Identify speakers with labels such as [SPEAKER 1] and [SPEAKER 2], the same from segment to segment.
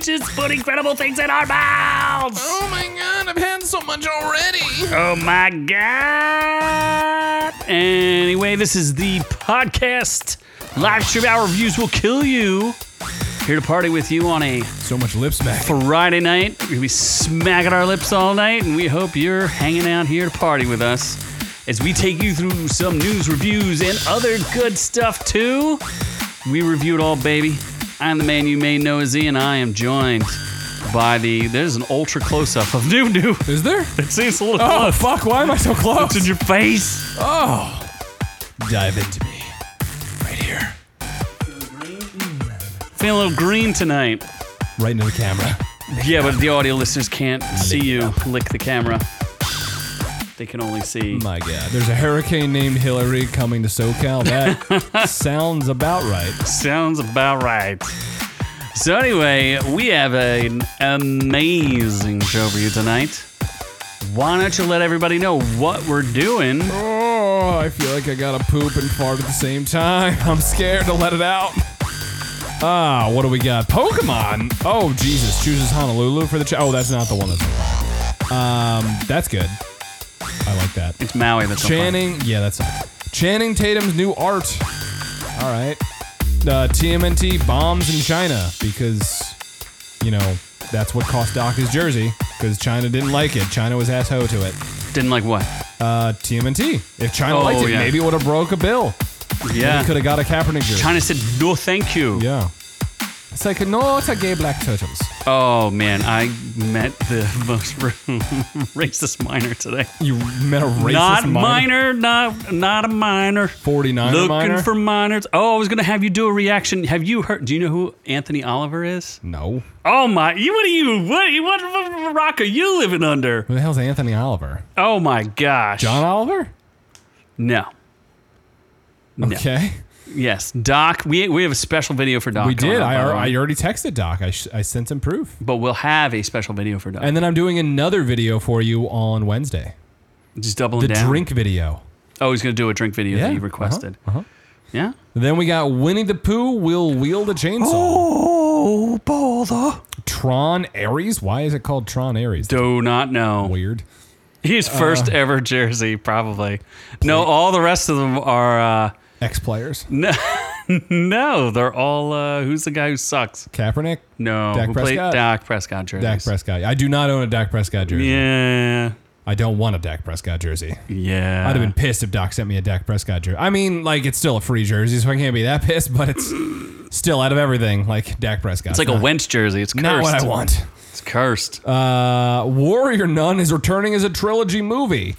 [SPEAKER 1] just put incredible things in our mouths.
[SPEAKER 2] Oh my god, I've had so much already.
[SPEAKER 1] Oh my God. Anyway, this is the podcast. Live stream hour reviews will kill you. Here to party with you on a
[SPEAKER 3] So much lip smack.
[SPEAKER 1] Friday night. We're gonna be smacking our lips all night, and we hope you're hanging out here to party with us as we take you through some news, reviews, and other good stuff too. We review it all, baby. I'm the man you may know as E, and I am joined by the. There's an ultra close up of Noob Noob.
[SPEAKER 3] Is there?
[SPEAKER 1] It seems a little
[SPEAKER 3] Oh,
[SPEAKER 1] close.
[SPEAKER 3] fuck. Why am I so
[SPEAKER 1] It's in
[SPEAKER 3] close?
[SPEAKER 1] your face.
[SPEAKER 3] Oh. Dive into me. Right here.
[SPEAKER 1] Feeling a little green tonight.
[SPEAKER 3] Right into the camera.
[SPEAKER 1] Yeah, but the audio listeners can't see you lick the camera. They can only see.
[SPEAKER 3] My God. There's a hurricane named Hillary coming to SoCal. That sounds about right.
[SPEAKER 1] Sounds about right. So anyway, we have an amazing show for you tonight. Why don't you let everybody know what we're doing?
[SPEAKER 3] Oh, I feel like I gotta poop and fart at the same time. I'm scared to let it out. Ah, what do we got? Pokemon. Oh, Jesus chooses Honolulu for the. Ch- oh, that's not the one. That's um, that's good. I like that.
[SPEAKER 1] It's Maui that's on fire.
[SPEAKER 3] Channing. Yeah, that's not. Channing Tatum's new art. All right. Uh, TMNT bombs in China because, you know, that's what cost Doc his jersey because China didn't like it. China was asshole to it.
[SPEAKER 1] Didn't like what?
[SPEAKER 3] Uh, TMNT. If China
[SPEAKER 1] Oh,
[SPEAKER 3] liked it,
[SPEAKER 1] yeah.
[SPEAKER 3] maybe it would have broke a bill.
[SPEAKER 1] Yeah.
[SPEAKER 3] He could have got a Kaepernick jersey.
[SPEAKER 1] China said no thank you.
[SPEAKER 3] Yeah. It's like, no, it's a gay black turtles.
[SPEAKER 1] Oh man, I met the most racist minor today.
[SPEAKER 3] You met a racist
[SPEAKER 1] not minor, not not a minor.
[SPEAKER 3] 49
[SPEAKER 1] Looking
[SPEAKER 3] minor?
[SPEAKER 1] for minors. Oh, I was gonna have you do a reaction. Have you heard? Do you know who Anthony Oliver is?
[SPEAKER 3] No.
[SPEAKER 1] Oh my! You what are you? What what, what rock are you living under?
[SPEAKER 3] Who the hell's Anthony Oliver?
[SPEAKER 1] Oh my gosh!
[SPEAKER 3] John Oliver?
[SPEAKER 1] No. No.
[SPEAKER 3] Okay.
[SPEAKER 1] Yes, Doc. We we have a special video for Doc.
[SPEAKER 3] We did.
[SPEAKER 1] coming up,
[SPEAKER 3] I,
[SPEAKER 1] by the
[SPEAKER 3] al-
[SPEAKER 1] way.
[SPEAKER 3] I already texted Doc. I, sh- I sent him proof.
[SPEAKER 1] but we'll have a special video for Doc.
[SPEAKER 3] And then I'm doing another video for you on Wednesday.
[SPEAKER 1] Just doubling
[SPEAKER 3] The
[SPEAKER 1] down.
[SPEAKER 3] drink video.
[SPEAKER 1] Oh, he's gonna do a drink video that you
[SPEAKER 3] uh-huh,
[SPEAKER 1] requested.
[SPEAKER 3] uh-huh.
[SPEAKER 1] Yeah.
[SPEAKER 3] Then we got Winnie the Pooh will wield a chainsaw.
[SPEAKER 1] Oh, bother.
[SPEAKER 3] Tron Ares? Why is it called Tron Ares?
[SPEAKER 1] Do not know.
[SPEAKER 3] Weird.
[SPEAKER 1] His
[SPEAKER 3] Uh.
[SPEAKER 1] first ever jersey, probably. No, all the rest of them are. Uh,
[SPEAKER 3] X players.
[SPEAKER 1] no, no, they're all. Uh, who's the guy who sucks?
[SPEAKER 3] Kaepernick?
[SPEAKER 1] No,
[SPEAKER 3] Dak
[SPEAKER 1] who played
[SPEAKER 3] Prescott?
[SPEAKER 1] Dak Prescott jerseys.
[SPEAKER 3] Dak Prescott. I do not own a Dak Prescott jersey.
[SPEAKER 1] Yeah,
[SPEAKER 3] I don't want a Dak Prescott jersey.
[SPEAKER 1] yeah.
[SPEAKER 3] I'd have been pissed if Doc sent me a Dak Prescott jersey. I mean, like it's still a free jersey, so I can't be that pissed. But it's still out of everything, like Dak Prescott.
[SPEAKER 1] It's like a
[SPEAKER 3] not,
[SPEAKER 1] wench jersey. It's cursed.
[SPEAKER 3] Uh, not what I want.
[SPEAKER 1] It's cursed.
[SPEAKER 3] Uh, Warrior Nun is returning as a trilogy movie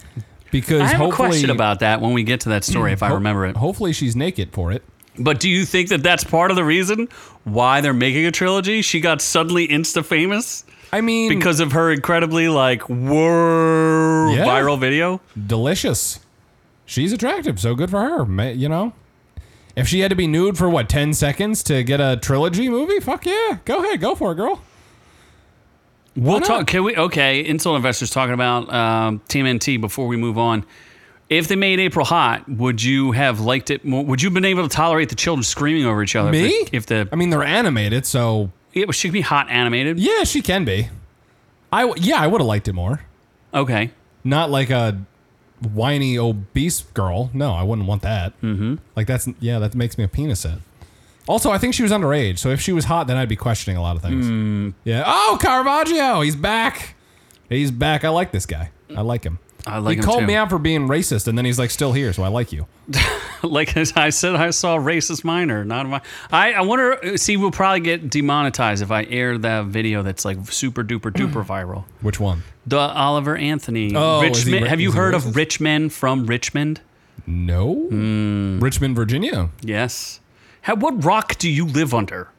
[SPEAKER 3] because
[SPEAKER 1] I have a
[SPEAKER 3] hopefully,
[SPEAKER 1] question about that when we get to that story, if I remember it.
[SPEAKER 3] hopefully she's naked for it.
[SPEAKER 1] But do you think that that's part of the reason why they're making a trilogy? She got suddenly insta famous
[SPEAKER 3] I mean,
[SPEAKER 1] because of her incredibly like whoa
[SPEAKER 3] Yeah.
[SPEAKER 1] viral video.
[SPEAKER 3] delicious. She's attractive, so good for her. ma- You know, if she had to be nude for what ten seconds to get a trilogy movie, fuck yeah, go ahead, go for it, girl.
[SPEAKER 1] We'll
[SPEAKER 3] not?
[SPEAKER 1] talk. Can we? Okay, insult investors talking about um, TMNT before we move on. If they made April hot, would you have liked it more? Would you have been able to tolerate the children screaming over each other? if
[SPEAKER 3] Me?
[SPEAKER 1] the- If the,
[SPEAKER 3] I mean, they're animated, so
[SPEAKER 1] it, she could be hot animated.
[SPEAKER 3] Yeah, she can be. I w- yeah, I would have liked it more.
[SPEAKER 1] Okay.
[SPEAKER 3] Not like a whiny obese girl. No, I wouldn't want that. Mm-hmm. Like that's yeah, that makes me a penis head. Also, I think she was underage, so if she was hot, then I'd be questioning a lot of things. Yeah. Oh, Caravaggio, he's back. He's back. I like this guy. I like him.
[SPEAKER 1] I like
[SPEAKER 3] he
[SPEAKER 1] him
[SPEAKER 3] called
[SPEAKER 1] too.
[SPEAKER 3] me out for being racist, and then he's like, "Still here, so I like you."
[SPEAKER 1] like I said, I saw racist minor, not my. I, I wonder. uh, See, we'll probably get demonetized if I air that video that's like super duper duper viral.
[SPEAKER 3] Which one?
[SPEAKER 1] The Oliver Anthony.
[SPEAKER 3] Oh, is he
[SPEAKER 1] Richmond.
[SPEAKER 3] ra-
[SPEAKER 1] Have you
[SPEAKER 3] is he
[SPEAKER 1] heard of
[SPEAKER 3] racist?
[SPEAKER 1] Rich Men from Richmond?
[SPEAKER 3] No.
[SPEAKER 1] Hmm.
[SPEAKER 3] Richmond, Virginia.
[SPEAKER 1] Yes. How, what rock do you live under?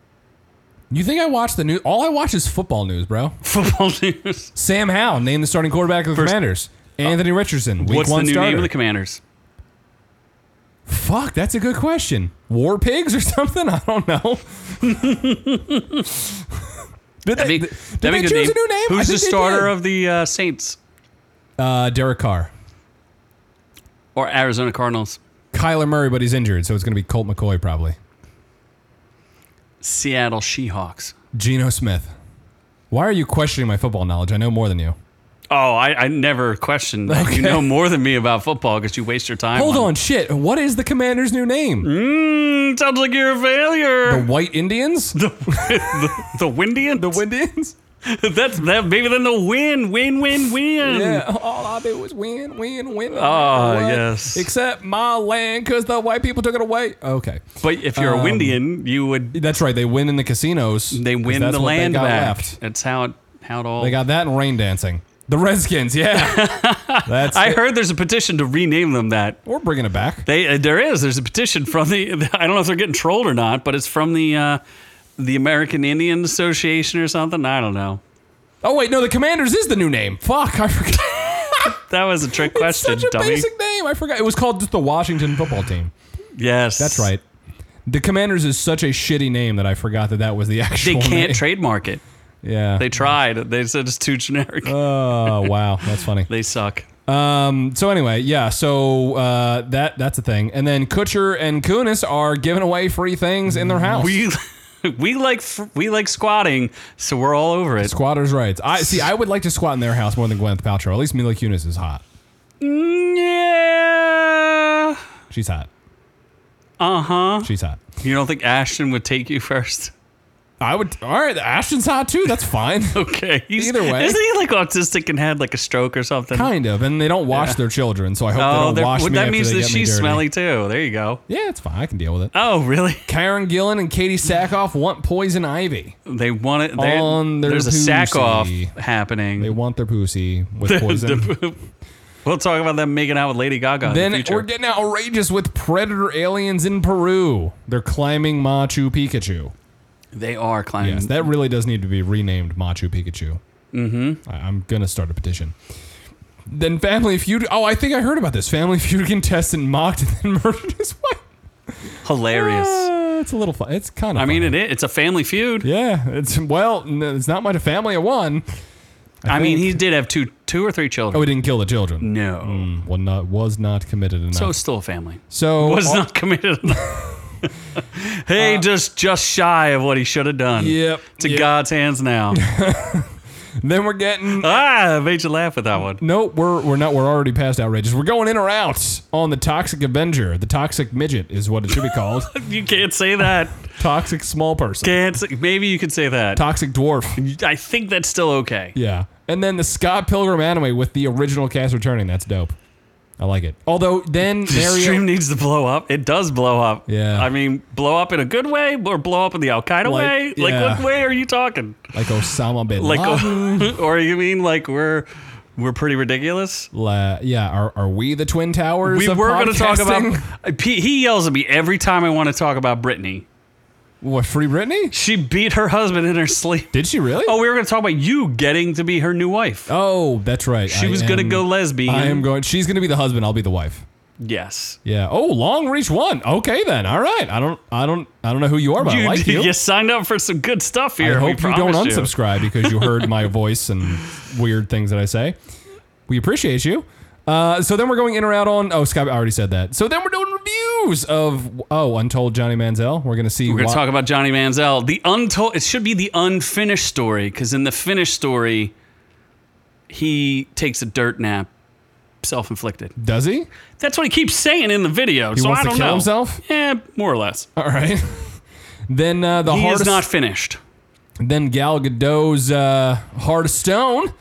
[SPEAKER 3] You think I watch the news? All I watch is football news, bro.
[SPEAKER 1] Football news.
[SPEAKER 3] Sam Howe named the starting quarterback of the Commanders. Anthony Richardson, week
[SPEAKER 1] Uh, What's the
[SPEAKER 3] one
[SPEAKER 1] new
[SPEAKER 3] starter.
[SPEAKER 1] name of the Commanders?
[SPEAKER 3] Fuck, that's a good question. War pigs or something? I don't know. did they,
[SPEAKER 1] That'd be-
[SPEAKER 3] did
[SPEAKER 1] that'd be
[SPEAKER 3] they
[SPEAKER 1] a good
[SPEAKER 3] choose a new name?
[SPEAKER 1] Who's
[SPEAKER 3] I
[SPEAKER 1] the
[SPEAKER 3] think they
[SPEAKER 1] starter
[SPEAKER 3] did.
[SPEAKER 1] of the uh, Saints
[SPEAKER 3] Uh, Derek Carr,
[SPEAKER 1] or Arizona Cardinals?
[SPEAKER 3] Kyler Murray, but he's injured, so it's going to be Colt McCoy probably.
[SPEAKER 1] Seattle Seahawks.
[SPEAKER 3] Geno Smith. Why are you questioning my football knowledge? I know more than you.
[SPEAKER 1] Oh, I, I never questioned that. You
[SPEAKER 3] Okay.
[SPEAKER 1] know more than me about football because you waste your time.
[SPEAKER 3] Hold on, shit. What is the commander's new name?
[SPEAKER 1] Mm, sounds like you're a failure.
[SPEAKER 3] The White Indians?
[SPEAKER 1] The, the, the Windian?
[SPEAKER 3] The Windians?
[SPEAKER 1] That's that maybe then the win, win, win, win.
[SPEAKER 3] Yeah, all I did was win, win, win.
[SPEAKER 1] Hmm. Ah, yes.
[SPEAKER 3] Except my land, because the white people took it away. Okay.
[SPEAKER 1] But if you're a
[SPEAKER 3] Um,
[SPEAKER 1] Windian, you would
[SPEAKER 3] That's right. They win in the casinos.
[SPEAKER 1] they
[SPEAKER 3] 'cause
[SPEAKER 1] win
[SPEAKER 3] that's
[SPEAKER 1] the
[SPEAKER 3] what they
[SPEAKER 1] land
[SPEAKER 3] got
[SPEAKER 1] back.
[SPEAKER 3] left.
[SPEAKER 1] That's how it how it all.
[SPEAKER 3] They got that and rain dancing. The Redskins, yeah. that's
[SPEAKER 1] I
[SPEAKER 3] it.
[SPEAKER 1] heard there's a petition to rename them that.
[SPEAKER 3] We're bringing it back.
[SPEAKER 1] They uh, there is there's a petition from the I don't know if they're getting trolled or not, but it's from the uh, the American Indian Association or something. I don't know.
[SPEAKER 3] Oh, wait. No, the Commanders is the new name. Fuck. I forgot.
[SPEAKER 1] That was a trick question,
[SPEAKER 3] Such a
[SPEAKER 1] dummy.
[SPEAKER 3] basic name. I forgot. It was called just the Washington football team.
[SPEAKER 1] yes,
[SPEAKER 3] That's right. The Commanders is such a shitty name that I forgot that that was the
[SPEAKER 1] They
[SPEAKER 3] actual
[SPEAKER 1] can't
[SPEAKER 3] name.
[SPEAKER 1] trademark it.
[SPEAKER 3] yeah.
[SPEAKER 1] They tried. They said it's too generic.
[SPEAKER 3] oh, wow. That's funny.
[SPEAKER 1] they suck.
[SPEAKER 3] Um, so anyway, yeah. So uh, that that's a thing. And then Kutcher and Kunis are giving away free things in their house.
[SPEAKER 1] We we like we like squatting, so we're all over it.
[SPEAKER 3] Squatters' rights. I see. I would like to squat in their house more than Gwyneth Paltrow. At least Mila Kunis is hot.
[SPEAKER 1] Yeah.
[SPEAKER 3] She's hot.
[SPEAKER 1] Uh huh.
[SPEAKER 3] She's hot.
[SPEAKER 1] You don't think Ashton would take you first?
[SPEAKER 3] I would. All right. Ashton's hot too. That's fine.
[SPEAKER 1] Okay. He's,
[SPEAKER 3] Either way.
[SPEAKER 1] Isn't he like autistic and had like a stroke or something?
[SPEAKER 3] kind of. And they don't wash their children, so I hope
[SPEAKER 1] Oh,
[SPEAKER 3] they
[SPEAKER 1] there-
[SPEAKER 3] don't wash
[SPEAKER 1] well,
[SPEAKER 3] me.
[SPEAKER 1] that
[SPEAKER 3] after
[SPEAKER 1] means
[SPEAKER 3] they
[SPEAKER 1] that
[SPEAKER 3] get me
[SPEAKER 1] she's
[SPEAKER 3] dirty.
[SPEAKER 1] smelly too. There you go.
[SPEAKER 3] Yeah, it's fine. I can deal with it.
[SPEAKER 1] Oh, really?
[SPEAKER 3] Karen Gillan and Katie Sackhoff want poison ivy.
[SPEAKER 1] They want it. they-
[SPEAKER 3] On their
[SPEAKER 1] there's a sack off
[SPEAKER 3] pussy.
[SPEAKER 1] happening.
[SPEAKER 3] They want their pussy with poison.
[SPEAKER 1] we'll talk about them making out with Lady Gaga. in
[SPEAKER 3] Then
[SPEAKER 1] the future.
[SPEAKER 3] we're getting outrageous with predator aliens in Peru. They're climbing Machu Picchu.
[SPEAKER 1] they are climbing.
[SPEAKER 3] Yes, that really does need to be renamed Machu Picchu. Mm-hmm. I, am gonna start a petition. Then Family Feud. Oh, I think I heard about this. Family Feud contestant mocked and then murdered his wife.
[SPEAKER 1] Hilarious.
[SPEAKER 3] Uh, it's a little fun. It's kind of.
[SPEAKER 1] I mean, it, i- it's a family feud.
[SPEAKER 3] Yeah. It's well. n- It's not much a family of one.
[SPEAKER 1] I, mean,
[SPEAKER 3] think-
[SPEAKER 1] he did have two, two or three
[SPEAKER 3] Oh,
[SPEAKER 1] children.
[SPEAKER 3] he Mm. didn't kill the children.
[SPEAKER 1] no.
[SPEAKER 3] Well, not was not committed enough.
[SPEAKER 1] So it's still a family.
[SPEAKER 3] so
[SPEAKER 1] was not committed. hey,
[SPEAKER 3] Uh,
[SPEAKER 1] just just shy of what he should have done.
[SPEAKER 3] Yep.
[SPEAKER 1] It's in
[SPEAKER 3] yep.
[SPEAKER 1] God's hands now.
[SPEAKER 3] Then we're getting
[SPEAKER 1] ah, I made you laugh with that one.
[SPEAKER 3] Nope, we're we're not. We're already past outrageous. We're going in or out on the Toxic Avenger. The Toxic Midget is what it should be called.
[SPEAKER 1] You can't say that.
[SPEAKER 3] toxic Small Person.
[SPEAKER 1] Can't. Say, maybe you could say that.
[SPEAKER 3] Toxic Dwarf.
[SPEAKER 1] I think that's still okay.
[SPEAKER 3] Yeah, and then the Scott Pilgrim anime with the original cast returning. That's dope. I like it. Although then
[SPEAKER 1] The stream
[SPEAKER 3] Mario,
[SPEAKER 1] needs to blow up. It does blow up.
[SPEAKER 3] Yeah.
[SPEAKER 1] I mean, blow up in a good way or blow up in the Al Qaeda
[SPEAKER 3] Like,
[SPEAKER 1] way. Like,
[SPEAKER 3] yeah.
[SPEAKER 1] what way are you talking?
[SPEAKER 3] like Osama bin
[SPEAKER 1] Like, uh,
[SPEAKER 3] Laden.
[SPEAKER 1] or you mean like we're we're pretty ridiculous?
[SPEAKER 3] La- yeah, are, are we the Twin Towers?
[SPEAKER 1] We
[SPEAKER 3] of
[SPEAKER 1] were going to talk
[SPEAKER 3] podcasting?
[SPEAKER 1] about. He he yells at me every time I want to talk about Britney.
[SPEAKER 3] what? Free Britney?
[SPEAKER 1] She beat her husband in her sleep.
[SPEAKER 3] Did she really?
[SPEAKER 1] Oh, we were going to talk about you getting to be her new wife.
[SPEAKER 3] Oh, that's right.
[SPEAKER 1] she was going to go lesbian.
[SPEAKER 3] I am going. She's going to be the husband. I'll be the wife.
[SPEAKER 1] Yes.
[SPEAKER 3] Yeah. Oh, long reach one. Okay then. All right. I don't. I don't. I don't know who you are, but I like you.
[SPEAKER 1] signed up for some good stuff
[SPEAKER 3] I
[SPEAKER 1] here. we
[SPEAKER 3] hope you don't
[SPEAKER 1] promise
[SPEAKER 3] unsubscribe because you heard my voice and weird things that I say. We appreciate you. Uh, so then we're going in or out on. Oh, Scott I already said that. So then we're doing reviews of. Oh, Untold Johnny Manziel. We're gonna see.
[SPEAKER 1] We're going
[SPEAKER 3] why-
[SPEAKER 1] to talk about Johnny Manziel. The untold. It should be the unfinished story because in the finished story, he takes a dirt nap, self-inflicted.
[SPEAKER 3] Does he?
[SPEAKER 1] That's what he keeps saying in the video.
[SPEAKER 3] He
[SPEAKER 1] so
[SPEAKER 3] wants
[SPEAKER 1] I
[SPEAKER 3] to
[SPEAKER 1] don't
[SPEAKER 3] kill
[SPEAKER 1] know.
[SPEAKER 3] himself.
[SPEAKER 1] Yeah, more or less.
[SPEAKER 3] All right. then uh, the
[SPEAKER 1] He
[SPEAKER 3] hardest.
[SPEAKER 1] is not finished.
[SPEAKER 3] then Gal Gadot's uh, Heart of Stone.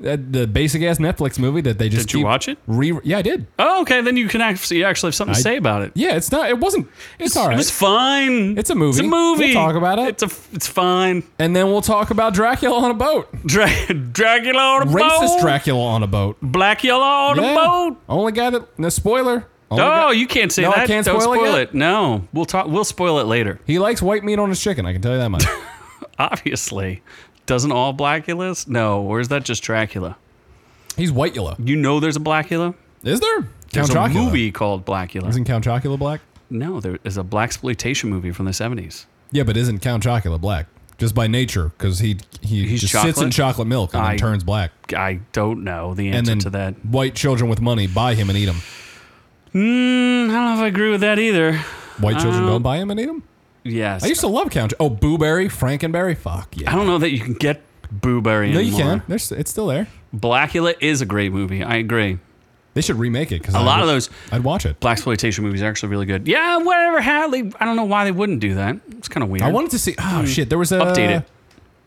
[SPEAKER 3] That the basic ass Netflix movie that they just
[SPEAKER 1] Did you
[SPEAKER 3] keep
[SPEAKER 1] watch it?
[SPEAKER 3] Re- yeah, I did.
[SPEAKER 1] Oh, okay. Then you can actually you actually have something to
[SPEAKER 3] I-
[SPEAKER 1] say about it.
[SPEAKER 3] Yeah, it's not. It wasn't. It's all
[SPEAKER 1] It
[SPEAKER 3] right.
[SPEAKER 1] was fine.
[SPEAKER 3] It's a movie.
[SPEAKER 1] It's a movie.
[SPEAKER 3] We'll talk about it.
[SPEAKER 1] It's a. It's fine.
[SPEAKER 3] and then we'll talk about Dracula on a boat.
[SPEAKER 1] Dra- Dracula on a
[SPEAKER 3] Racist
[SPEAKER 1] boat.
[SPEAKER 3] Dracula on a boat.
[SPEAKER 1] Black yellow on a
[SPEAKER 3] Yeah.
[SPEAKER 1] boat.
[SPEAKER 3] Only guy that. No spoiler. Only
[SPEAKER 1] Oh,
[SPEAKER 3] guy-
[SPEAKER 1] you can't say
[SPEAKER 3] No, I
[SPEAKER 1] that.
[SPEAKER 3] can't
[SPEAKER 1] Don't
[SPEAKER 3] spoil it
[SPEAKER 1] spoil
[SPEAKER 3] yet?
[SPEAKER 1] it, No, we'll talk. We'll spoil it later.
[SPEAKER 3] he likes white meat on his chicken. I can tell you that much.
[SPEAKER 1] Obviously, doesn't all Blackulas? No, or is that just Dracula?
[SPEAKER 3] He's white yellow.
[SPEAKER 1] You know, there's a Blackula.
[SPEAKER 3] Is there?
[SPEAKER 1] There's
[SPEAKER 3] Count
[SPEAKER 1] a
[SPEAKER 3] Chocula.
[SPEAKER 1] movie called Blackula.
[SPEAKER 3] Isn't Count Chocula black?
[SPEAKER 1] no, there is a black exploitation movie from the 70s.
[SPEAKER 3] Yeah, but isn't Count Chocula black? Just by nature, because he he
[SPEAKER 1] He's
[SPEAKER 3] just sits in
[SPEAKER 1] chocolate?
[SPEAKER 3] chocolate milk and
[SPEAKER 1] I-
[SPEAKER 3] then turns black,
[SPEAKER 1] I don't know the
[SPEAKER 3] and
[SPEAKER 1] answer
[SPEAKER 3] then
[SPEAKER 1] to that.
[SPEAKER 3] white children with money buy him and eat him.
[SPEAKER 1] Mm, I don't know if I agree with that either.
[SPEAKER 3] White children
[SPEAKER 1] Oh.
[SPEAKER 3] don't buy him and eat him.
[SPEAKER 1] Yes,
[SPEAKER 3] I used to love Count. Ch- Oh, Booberry, Frankenberry. Fuck yeah.
[SPEAKER 1] I don't know that you can get booberry
[SPEAKER 3] No,
[SPEAKER 1] anymore.
[SPEAKER 3] you can. There's, it's still there.
[SPEAKER 1] Blackula is a great movie. I agree.
[SPEAKER 3] They should remake it because
[SPEAKER 1] A lot of those
[SPEAKER 3] I'd watch it.
[SPEAKER 1] black exploitation movies are actually really good. Yeah, whatever. Hadley. I don't know why they wouldn't do that. It's kind of weird.
[SPEAKER 3] I wanted to see. Oh shit! There was a
[SPEAKER 1] Hmm. Update it.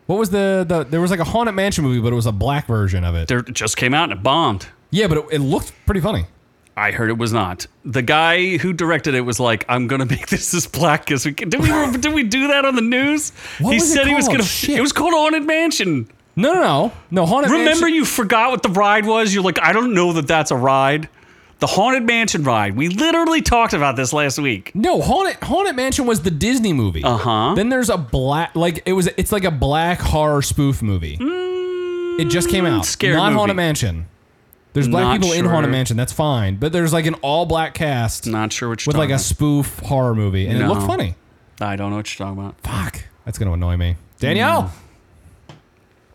[SPEAKER 3] What was the, the there was like a haunted mansion movie, but it was a black version of it.
[SPEAKER 1] There- it just came out and it bombed.
[SPEAKER 3] yeah, but it, it looked pretty funny.
[SPEAKER 1] I heard it was not. The guy who directed it was like, "I'm gonna make this as black as we can." Did we did we do that on the news?
[SPEAKER 3] What
[SPEAKER 1] he
[SPEAKER 3] was it
[SPEAKER 1] said he was
[SPEAKER 3] called?
[SPEAKER 1] gonna.
[SPEAKER 3] Shit.
[SPEAKER 1] It was called Haunted Mansion.
[SPEAKER 3] No, no, no, no. Haunted
[SPEAKER 1] Remember,
[SPEAKER 3] mansion.
[SPEAKER 1] you forgot what the ride was. You're like, I don't know that that's a ride. The Haunted Mansion ride. We literally talked about this last week.
[SPEAKER 3] No, haunted haunted mansion was the Disney movie. Uh
[SPEAKER 1] Uh-huh.
[SPEAKER 3] Then there's a black like it was it's like a black horror spoof movie. it just came out.
[SPEAKER 1] Hmm, scary
[SPEAKER 3] Not haunted
[SPEAKER 1] movie.
[SPEAKER 3] mansion. There's black
[SPEAKER 1] Not
[SPEAKER 3] people in haunted
[SPEAKER 1] sure.
[SPEAKER 3] mansion. That's fine, but there's like an all black cast
[SPEAKER 1] Not sure what you're
[SPEAKER 3] with like
[SPEAKER 1] talking
[SPEAKER 3] a spoof horror movie, and it looked
[SPEAKER 1] No.
[SPEAKER 3] funny.
[SPEAKER 1] about. I don't know what you're talking about.
[SPEAKER 3] Fuck. That's going to annoy me. Danielle.
[SPEAKER 1] Mm.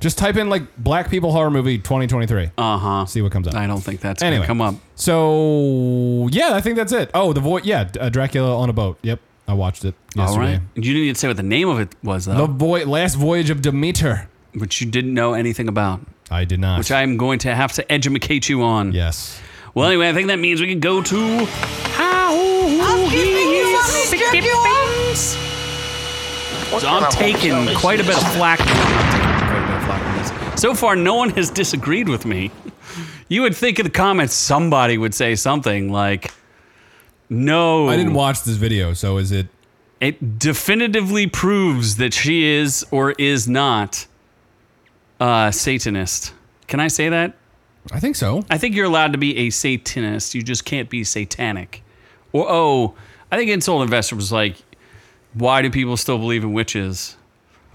[SPEAKER 3] Just type in like black people horror movie 2023.
[SPEAKER 1] Uh huh.
[SPEAKER 3] See what comes up.
[SPEAKER 1] I don't think that's
[SPEAKER 3] Anyway.
[SPEAKER 1] gonna come up.
[SPEAKER 3] So, yeah, I think that's it. Oh, the void. Yeah, D- uh, Dracula on a boat. Yep. I watched it
[SPEAKER 1] All
[SPEAKER 3] yesterday.
[SPEAKER 1] right. You didn't even say what the name of it was
[SPEAKER 3] The
[SPEAKER 1] though,
[SPEAKER 3] voy- last voyage of Demeter.
[SPEAKER 1] which you didn't know anything about,
[SPEAKER 3] I did not.
[SPEAKER 1] which I'm going to have to edumacate you on.
[SPEAKER 3] yes.
[SPEAKER 1] Well, anyway, I think that means we can go to. So I'm taking quite a bit of flack. Quite a bit of flack on this. So far, no one has disagreed with me. You would think in the comments somebody would say something like, "No,
[SPEAKER 3] I didn't watch this video, so is it
[SPEAKER 1] It definitively proves that she is or is not a Satanist. Can I say that?
[SPEAKER 3] I think so.
[SPEAKER 1] I think you're allowed to be a Satanist. You just can't be satanic. Or oh, I think Insult Investor was like, why do people still believe in witches?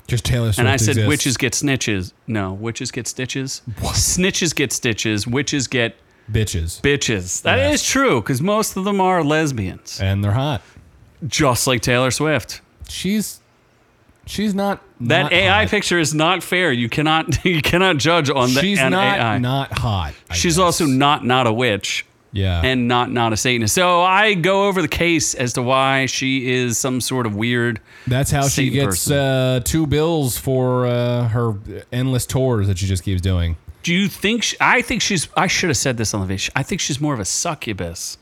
[SPEAKER 3] Just Taylor Swift
[SPEAKER 1] And I said
[SPEAKER 3] exists.
[SPEAKER 1] witches get snitches. No, witches get stitches. Snitches get stitches. Witches get
[SPEAKER 3] bitches.
[SPEAKER 1] bitches. That is
[SPEAKER 3] Yeah.
[SPEAKER 1] true because most of them are lesbians,
[SPEAKER 3] and they're hot.
[SPEAKER 1] just like Taylor Swift.
[SPEAKER 3] She's she's not
[SPEAKER 1] That
[SPEAKER 3] not
[SPEAKER 1] AI
[SPEAKER 3] hot.
[SPEAKER 1] picture is not fair. You cannot you cannot judge on the
[SPEAKER 3] She's
[SPEAKER 1] on
[SPEAKER 3] not
[SPEAKER 1] AI.
[SPEAKER 3] not hot. I
[SPEAKER 1] She's
[SPEAKER 3] guess.
[SPEAKER 1] also not not a witch.
[SPEAKER 3] yeah.
[SPEAKER 1] and not not a Satanist. So I go over the case as to why she is some sort of weird.
[SPEAKER 3] That's how she
[SPEAKER 1] Satan
[SPEAKER 3] gets
[SPEAKER 1] person.
[SPEAKER 3] uh, two bills for uh, her endless tours that she just keeps doing.
[SPEAKER 1] Do you think? She, I think she's. I should have said this on the video. I think she's more of a succubus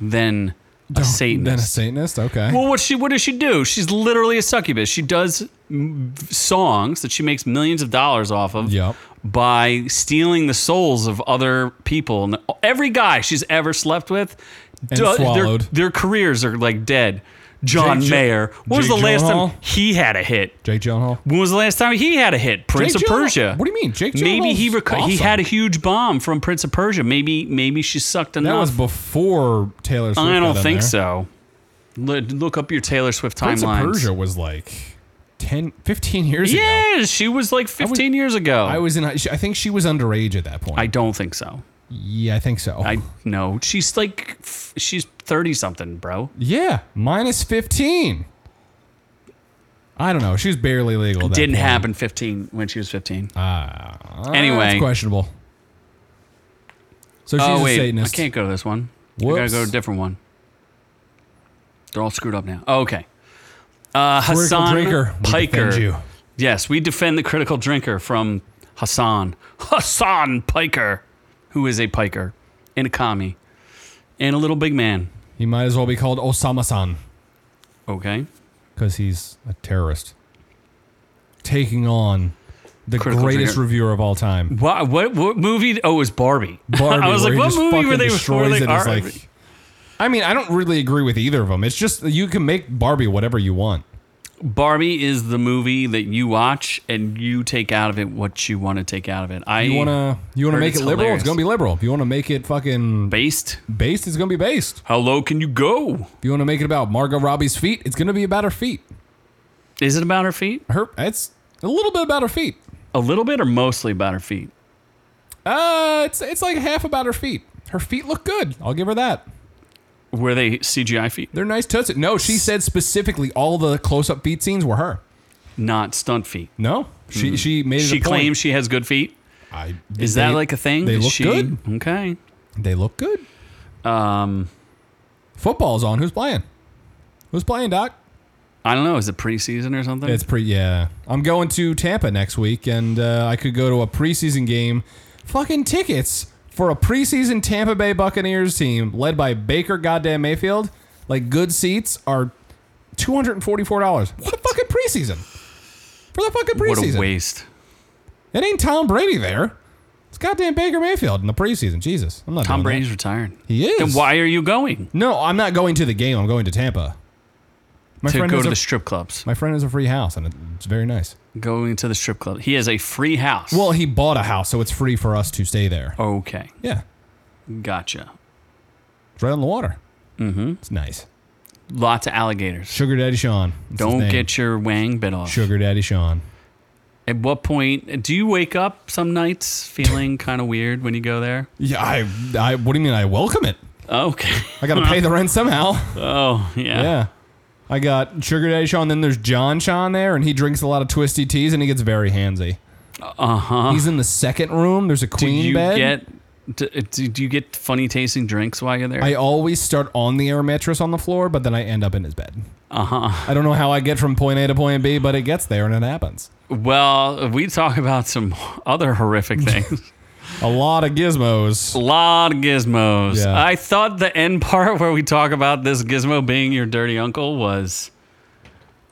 [SPEAKER 1] than a
[SPEAKER 3] Then a
[SPEAKER 1] Satanist.
[SPEAKER 3] Satanist, okay.
[SPEAKER 1] well, what she what does she do? She's literally a succubus. She does mm, songs that she makes millions of dollars off of.
[SPEAKER 3] Yep.
[SPEAKER 1] By stealing the souls of other people, and every guy she's ever slept with,
[SPEAKER 3] And
[SPEAKER 1] do-
[SPEAKER 3] swallowed.
[SPEAKER 1] Their, their careers are like dead. John
[SPEAKER 3] Jake Gyllenhaal-
[SPEAKER 1] Mayer. When was
[SPEAKER 3] Jake
[SPEAKER 1] the last
[SPEAKER 3] Gyllenhaal?
[SPEAKER 1] time he had a hit?
[SPEAKER 3] Jake Gyllenhaal.
[SPEAKER 1] When was the last time he had a hit? Prince
[SPEAKER 3] Jake
[SPEAKER 1] of
[SPEAKER 3] Gyllenhaal-
[SPEAKER 1] Persia.
[SPEAKER 3] What do you mean, Jake?
[SPEAKER 1] Maybe he
[SPEAKER 3] Gyllenhaal's
[SPEAKER 1] rec- he
[SPEAKER 3] awesome.
[SPEAKER 1] had a huge bomb from Prince of Persia. Maybe maybe she sucked
[SPEAKER 3] That was
[SPEAKER 1] enough.
[SPEAKER 3] before Taylor Swift.
[SPEAKER 1] I
[SPEAKER 3] got
[SPEAKER 1] don't
[SPEAKER 3] in
[SPEAKER 1] think
[SPEAKER 3] there.
[SPEAKER 1] so. L- Look up your Taylor Swift
[SPEAKER 3] Prince of
[SPEAKER 1] timelines.
[SPEAKER 3] Persia was like 10, 15 years ago.
[SPEAKER 1] Yeah, she was like 15 years ago.
[SPEAKER 3] I was in. I think she was underage at that point.
[SPEAKER 1] I don't think so.
[SPEAKER 3] yeah, I think so.
[SPEAKER 1] I no, she's like f- she's 30 something, bro.
[SPEAKER 3] yeah, minus fifteen. I don't know. She was barely legal. at that
[SPEAKER 1] Didn't
[SPEAKER 3] point.
[SPEAKER 1] happen 15 when she was 15.
[SPEAKER 3] Ah,
[SPEAKER 1] Anyway.
[SPEAKER 3] that's questionable. So she's
[SPEAKER 1] oh wait,
[SPEAKER 3] a Satanist.
[SPEAKER 1] I can't go to this one. I gotta
[SPEAKER 3] Whoops.
[SPEAKER 1] go to a different one. They're all screwed up now. Oh, okay. Uh,
[SPEAKER 3] Critical
[SPEAKER 1] Hassan
[SPEAKER 3] drinker, we
[SPEAKER 1] Piker.
[SPEAKER 3] defend you.
[SPEAKER 1] Yes, we defend the critical drinker from Hassan. Hassan Piker, who is a piker and a commie and a little big man.
[SPEAKER 3] He might as well be called Osama-san
[SPEAKER 1] Okay.
[SPEAKER 3] because he's a terrorist taking on the
[SPEAKER 1] Critical
[SPEAKER 3] greatest
[SPEAKER 1] thinker.
[SPEAKER 3] reviewer of all time.
[SPEAKER 1] What, what what movie? Oh, it was Barbie.
[SPEAKER 3] Barbie,
[SPEAKER 1] I was
[SPEAKER 3] where
[SPEAKER 1] like,
[SPEAKER 3] he
[SPEAKER 1] what
[SPEAKER 3] just
[SPEAKER 1] movie
[SPEAKER 3] fucking
[SPEAKER 1] were they? Were
[SPEAKER 3] destroys
[SPEAKER 1] they
[SPEAKER 3] it. He's
[SPEAKER 1] are-
[SPEAKER 3] like, I mean, I don't really agree with either of them. It's just that you can make Barbie whatever you want.
[SPEAKER 1] Barbie is the movie that you watch and you take out of it what you want to take out of it. I
[SPEAKER 3] You wanna you wanna
[SPEAKER 1] Heard
[SPEAKER 3] make it
[SPEAKER 1] it's
[SPEAKER 3] liberal?
[SPEAKER 1] hilarious.
[SPEAKER 3] It's gonna be liberal. If you wanna make it fucking
[SPEAKER 1] based.
[SPEAKER 3] based, it's gonna be based.
[SPEAKER 1] How low can you go?
[SPEAKER 3] If you wanna make it about Margot Robbie's feet, it's gonna be about her feet.
[SPEAKER 1] Is it about her feet?
[SPEAKER 3] Her it's a little bit about her feet.
[SPEAKER 1] A little bit or mostly about her feet?
[SPEAKER 3] Uh, it's it's like half about her feet. Her feet look good. I'll give her that.
[SPEAKER 1] Were they CGI feet?
[SPEAKER 3] They're nice totes. No, she said specifically all the close-up feet scenes were her.
[SPEAKER 1] Not stunt feet.
[SPEAKER 3] No, she she made it.
[SPEAKER 1] Hmm. She
[SPEAKER 3] a point.
[SPEAKER 1] claims she has good feet.
[SPEAKER 3] I,
[SPEAKER 1] Is
[SPEAKER 3] they-
[SPEAKER 1] that like a thing?
[SPEAKER 3] They
[SPEAKER 1] Is
[SPEAKER 3] look
[SPEAKER 1] she,
[SPEAKER 3] good.
[SPEAKER 1] Okay.
[SPEAKER 3] They look good.
[SPEAKER 1] Um,
[SPEAKER 3] Football's on. Who's playing? Who's playing, Doc?
[SPEAKER 1] I don't know. Is it preseason or something?
[SPEAKER 3] It's pretty. Yeah, I'm going to Tampa next week, and uh, I could go to a preseason game. Fucking tickets for a preseason Tampa Bay Buccaneers team led by Baker Goddamn Mayfield. Like good seats are two hundred and forty four dollars. What the fucking preseason? For the fucking
[SPEAKER 1] what
[SPEAKER 3] preseason.
[SPEAKER 1] a waste.
[SPEAKER 3] It ain't Tom Brady there. It's goddamn Baker Mayfield in the preseason. Jesus, I'm not
[SPEAKER 1] Tom
[SPEAKER 3] doing that.
[SPEAKER 1] Brady's retired.
[SPEAKER 3] He is.
[SPEAKER 1] Then why are you going?
[SPEAKER 3] No, I'm not going to the game. I'm going to Tampa. My
[SPEAKER 1] to
[SPEAKER 3] friend
[SPEAKER 1] go
[SPEAKER 3] is
[SPEAKER 1] to
[SPEAKER 3] a,
[SPEAKER 1] the strip clubs.
[SPEAKER 3] my friend has a free house, and it's very nice.
[SPEAKER 1] Going to the strip club. He has a free house.
[SPEAKER 3] Well, he bought a house, so it's free for us to stay there.
[SPEAKER 1] Oh. okay.
[SPEAKER 3] Yeah,
[SPEAKER 1] Gotcha.
[SPEAKER 3] it's right on the water. Mm-hmm. It's nice.
[SPEAKER 1] Lots of alligators.
[SPEAKER 3] Sugar Daddy Sean. That's his
[SPEAKER 1] Don't
[SPEAKER 3] name.
[SPEAKER 1] get your wang bit off.
[SPEAKER 3] Sugar Daddy Sean.
[SPEAKER 1] At what point do you wake up some nights feeling kind of weird when you go there?
[SPEAKER 3] Yeah, I, I. What do you mean? I welcome it.
[SPEAKER 1] Okay.
[SPEAKER 3] I got to pay the rent somehow.
[SPEAKER 1] Oh, yeah.
[SPEAKER 3] Yeah. I got Sugar Daddy Sean. Then there's John Sean there, and he drinks a lot of twisty teas, and he gets very handsy. Uh huh. He's in the second room. There's a
[SPEAKER 1] Do
[SPEAKER 3] queen
[SPEAKER 1] Uh-huh.
[SPEAKER 3] bed.
[SPEAKER 1] you get do, do- do you get funny tasting drinks while you're there?
[SPEAKER 3] I always start on the air mattress on the floor, but then I end up in his bed. Uh
[SPEAKER 1] Uh-huh.
[SPEAKER 3] huh. I don't know how I get from point A to point B, but it gets there and it happens.
[SPEAKER 1] well, we talk about some other horrific things.
[SPEAKER 3] A lot of gizmos.
[SPEAKER 1] A lot of gizmos.
[SPEAKER 3] Yeah.
[SPEAKER 1] I thought the end part where we talk about this gizmo being your dirty uncle was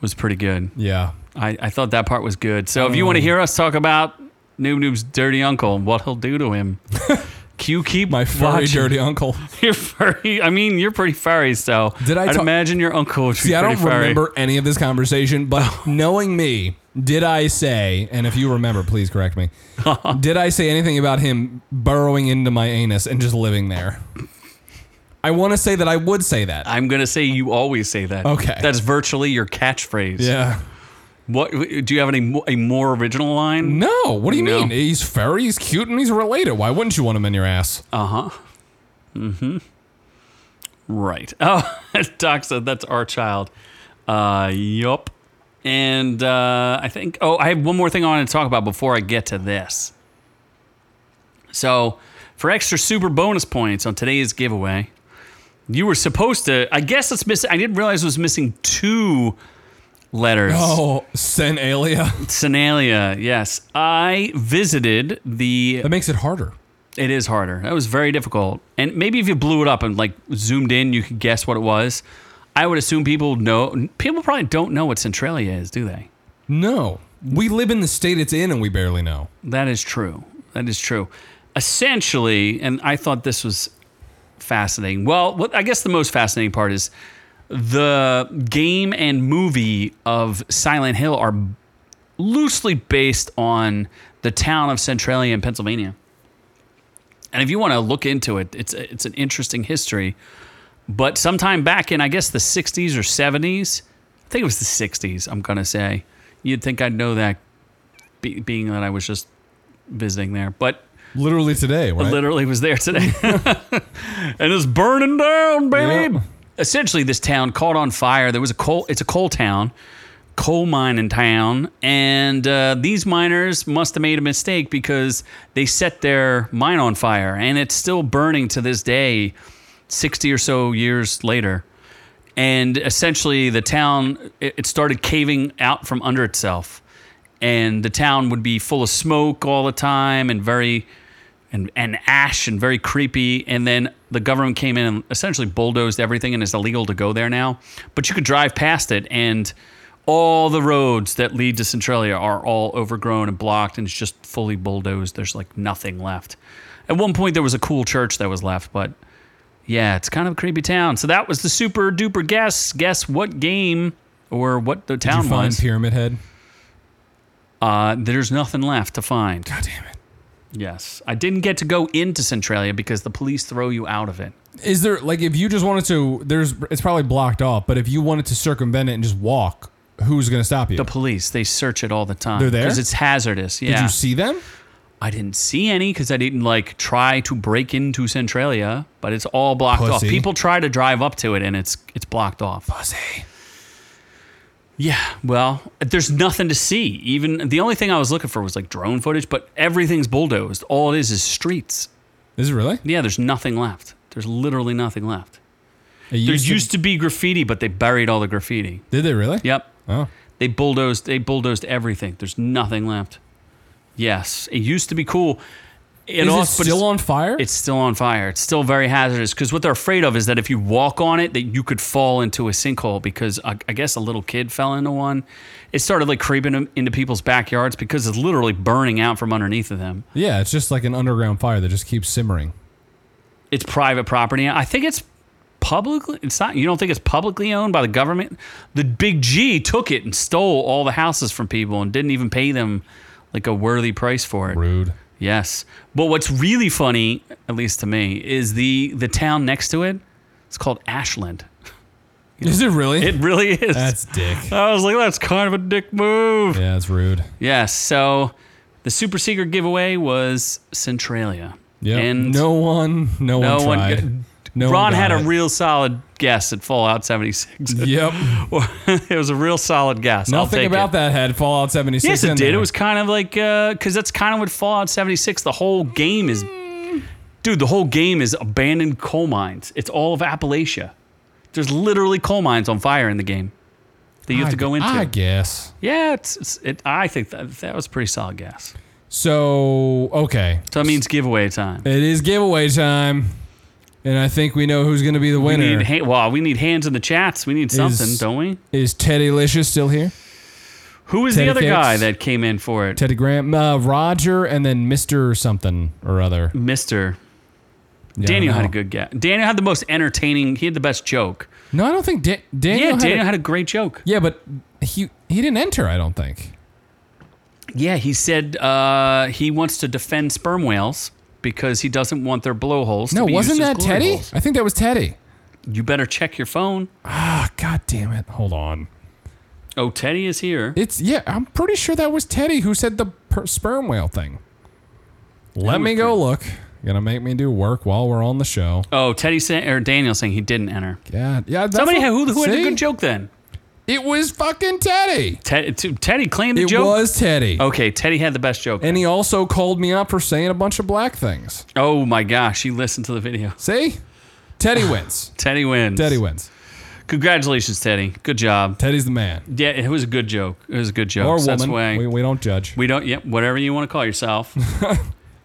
[SPEAKER 1] was pretty good.
[SPEAKER 3] Yeah.
[SPEAKER 1] I, I thought that part was good. So if you
[SPEAKER 3] Oh.
[SPEAKER 1] want to hear us talk about Noob Noob's dirty uncle and what he'll do to him, Q keep
[SPEAKER 3] My furry
[SPEAKER 1] watching.
[SPEAKER 3] dirty uncle.
[SPEAKER 1] You're furry. I mean, you're pretty furry, so
[SPEAKER 3] Did I
[SPEAKER 1] would
[SPEAKER 3] ta-
[SPEAKER 1] imagine your uncle would be
[SPEAKER 3] See, I
[SPEAKER 1] pretty
[SPEAKER 3] don't
[SPEAKER 1] furry.
[SPEAKER 3] remember any of this conversation, but knowing me, did I say, and if you remember, please correct me, did I say anything about him burrowing into my anus and just living there? I want to say that I would say that.
[SPEAKER 1] I'm gonna say you always say that.
[SPEAKER 3] Okay.
[SPEAKER 1] that's virtually your catchphrase.
[SPEAKER 3] Yeah.
[SPEAKER 1] What do you have any mo- a more original line?
[SPEAKER 3] No. What do you
[SPEAKER 1] No.
[SPEAKER 3] mean? He's furry, he's cute, and he's related. Why wouldn't you want him in your ass?
[SPEAKER 1] Right. Oh, Doc said that's our child. Uh, yup. And uh, I think. Oh, I have one more thing I want to talk about before I get to this. So, for extra super bonus points on today's giveaway, you were supposed to. I guess it's missing. I didn't realize it was missing two letters.
[SPEAKER 3] Oh, Senalia.
[SPEAKER 1] Sinalia, yes. I visited the.
[SPEAKER 3] That makes it harder.
[SPEAKER 1] It is harder. That was very difficult. And maybe if you blew it up and like zoomed in, you could guess what it was. I would assume people know. People probably don't know what Centralia is, do they?
[SPEAKER 3] No. We live in the state it's in and we barely know.
[SPEAKER 1] That is true. That is true. Essentially, and I thought this was fascinating. Well, what I guess the most fascinating part is the game and movie of Silent Hill are loosely based on the town of Centralia in Pennsylvania. And if you want to look into it, it's it's an interesting history. But sometime back in I guess the 60s or 70s, I think it was the 60s, I'm going to say. You'd think I'd know that be, being that I was just visiting there, but
[SPEAKER 3] Literally today, right?
[SPEAKER 1] literally was there today. and it's burning down, baby.
[SPEAKER 3] Yep.
[SPEAKER 1] Essentially, this town caught on fire. There was a coal. It's a coal town, coal mine in town, and uh, these miners must have made a mistake because they set their mine on fire, and it's still burning to this day, sixty or so years later. And essentially, the town it it started caving out from under itself, and the town would be full of smoke all the time and very and, and ash and very creepy. And then the government came in and essentially bulldozed everything, and it's illegal to go there now. But you could drive past it, and all the roads that lead to Centralia are all overgrown and blocked, and it's just fully bulldozed. There's like nothing left. At one point, there was a cool church that was left, but yeah, it's kind of a creepy town. So that was the super duper guess. Guess what game or what the
[SPEAKER 3] Did
[SPEAKER 1] town
[SPEAKER 3] you find
[SPEAKER 1] was.
[SPEAKER 3] Pyramid Head?
[SPEAKER 1] uh, there's nothing left to find.
[SPEAKER 3] God damn it.
[SPEAKER 1] Yes. I didn't get to go into Centralia because the police throw you out of it.
[SPEAKER 3] Is there like if you just wanted to there's it's probably blocked off, but if you wanted to circumvent it and just walk, who's gonna stop you?
[SPEAKER 1] The police, they search it all the time.
[SPEAKER 3] They're there?
[SPEAKER 1] Because it's hazardous. Yeah.
[SPEAKER 3] Did you see them?
[SPEAKER 1] I didn't see any because I didn't like try to break into Centralia, but it's all blocked off.
[SPEAKER 3] Pussy.
[SPEAKER 1] People try to drive up to it and it's it's blocked off. Yeah. Well, there's nothing to see. Even the only thing I was looking for was like drone footage, but everything's bulldozed. All it is is streets.
[SPEAKER 3] Is it really?
[SPEAKER 1] Yeah, there's nothing left. There's literally nothing left.
[SPEAKER 3] It
[SPEAKER 1] there
[SPEAKER 3] used to-
[SPEAKER 1] used to be graffiti, but they buried all the graffiti.
[SPEAKER 3] Did they really?
[SPEAKER 1] Yep.
[SPEAKER 3] Oh.
[SPEAKER 1] They bulldozed. They bulldozed everything. There's nothing left. Yes, it used to be cool.
[SPEAKER 3] Is
[SPEAKER 1] It also-
[SPEAKER 3] it
[SPEAKER 1] but it's-
[SPEAKER 3] still on fire?
[SPEAKER 1] It's still on fire. It's still very hazardous because what they're afraid of is that if you walk on it, that you could fall into a sinkhole. Because I, I guess a little kid fell into one. It started like creeping in- into people's backyards because it's literally burning out from underneath of them.
[SPEAKER 3] yeah, it's just like an underground fire that just keeps simmering.
[SPEAKER 1] It's private property. I think it's publicly. It's not. You don't think it's publicly owned by the government? The big G took it and stole all the houses from people and didn't even pay them like a worthy price for it.
[SPEAKER 3] Rude.
[SPEAKER 1] Yes. But what's really funny, at least to me, is the the town next to it. It's called Ashland.
[SPEAKER 3] Is it really?
[SPEAKER 1] It really is.
[SPEAKER 3] That's dick.
[SPEAKER 1] I was like, that's kind of a dick move.
[SPEAKER 3] yeah, it's rude.
[SPEAKER 1] Yes. So the super secret giveaway was Centralia.
[SPEAKER 3] Yeah.
[SPEAKER 1] And
[SPEAKER 3] no one, no,
[SPEAKER 1] no
[SPEAKER 3] one
[SPEAKER 1] one
[SPEAKER 3] tried.
[SPEAKER 1] got-
[SPEAKER 3] no
[SPEAKER 1] Ron
[SPEAKER 3] one got
[SPEAKER 1] had a
[SPEAKER 3] it.
[SPEAKER 1] real solid guess at Fallout 76.
[SPEAKER 3] Yep.
[SPEAKER 1] it was a real solid guess. I'll
[SPEAKER 3] Nothing
[SPEAKER 1] take
[SPEAKER 3] about
[SPEAKER 1] it.
[SPEAKER 3] that had Fallout 76
[SPEAKER 1] Yes,
[SPEAKER 3] in
[SPEAKER 1] it did.
[SPEAKER 3] there.
[SPEAKER 1] It was kind of like because that's kind of what Fallout 76. The whole game is, dude. The whole game is abandoned coal mines. It's all of Appalachia. There's literally coal mines on fire in the game that you have
[SPEAKER 3] I-
[SPEAKER 1] to go into.
[SPEAKER 3] I guess.
[SPEAKER 1] yeah, it's, it's it, I think that that was a pretty solid guess.
[SPEAKER 3] So, okay.
[SPEAKER 1] So that means giveaway time.
[SPEAKER 3] It is giveaway time. And I think we know who's going to be the
[SPEAKER 1] We
[SPEAKER 3] winner.
[SPEAKER 1] need ha- well, we need hands in the chats. We need something, don't we?
[SPEAKER 3] is Teddy Licious still here?
[SPEAKER 1] Who was the
[SPEAKER 3] Teddy
[SPEAKER 1] other
[SPEAKER 3] Cakes.
[SPEAKER 1] guy that came in for it?
[SPEAKER 3] Teddy Graham, uh, Roger, and then Mr. something or other.
[SPEAKER 1] Mister
[SPEAKER 3] Yeah,
[SPEAKER 1] Daniel
[SPEAKER 3] I
[SPEAKER 1] had a
[SPEAKER 3] don't know.
[SPEAKER 1] good guess. Daniel had the most entertaining. He had the best joke.
[SPEAKER 3] No, I don't think da- Daniel.
[SPEAKER 1] yeah,
[SPEAKER 3] had
[SPEAKER 1] Daniel
[SPEAKER 3] a-
[SPEAKER 1] had a great joke.
[SPEAKER 3] yeah, but he he didn't enter. I don't think.
[SPEAKER 1] Yeah, he said uh, he wants to defend sperm whales because he doesn't want their blowholes. to
[SPEAKER 3] No,
[SPEAKER 1] be
[SPEAKER 3] wasn't
[SPEAKER 1] used as
[SPEAKER 3] that
[SPEAKER 1] glory
[SPEAKER 3] Teddy?
[SPEAKER 1] holes.
[SPEAKER 3] I think that was Teddy.
[SPEAKER 1] You better check your phone.
[SPEAKER 3] Ah, god damn it! Hold on.
[SPEAKER 1] Oh, Teddy is here.
[SPEAKER 3] It's yeah. I'm pretty sure that was Teddy who said the per- sperm whale thing. Let
[SPEAKER 1] was
[SPEAKER 3] me go
[SPEAKER 1] pretty-
[SPEAKER 3] look. Gonna make me do work while we're on the show.
[SPEAKER 1] Oh, Teddy saying or Daniel saying he didn't enter.
[SPEAKER 3] God, yeah. that's
[SPEAKER 1] Somebody
[SPEAKER 3] what-
[SPEAKER 1] had, who, who had a
[SPEAKER 3] see?
[SPEAKER 1] good joke then?
[SPEAKER 3] It was fucking Teddy.
[SPEAKER 1] Ted, t- Teddy claimed the
[SPEAKER 3] It
[SPEAKER 1] joke.
[SPEAKER 3] was Teddy.
[SPEAKER 1] Okay, Teddy had the best joke.
[SPEAKER 3] And he also called me up for saying a bunch of black things.
[SPEAKER 1] oh my gosh, he listened to the video.
[SPEAKER 3] See? Teddy wins.
[SPEAKER 1] Teddy wins.
[SPEAKER 3] Teddy wins.
[SPEAKER 1] Congratulations, Teddy. Good job.
[SPEAKER 3] Teddy's the man.
[SPEAKER 1] Yeah, it was a good joke. It was a good joke.
[SPEAKER 3] Or
[SPEAKER 1] So That's
[SPEAKER 3] woman.
[SPEAKER 1] why
[SPEAKER 3] We, we don't judge.
[SPEAKER 1] We don't. Yep. Whatever you want to call yourself.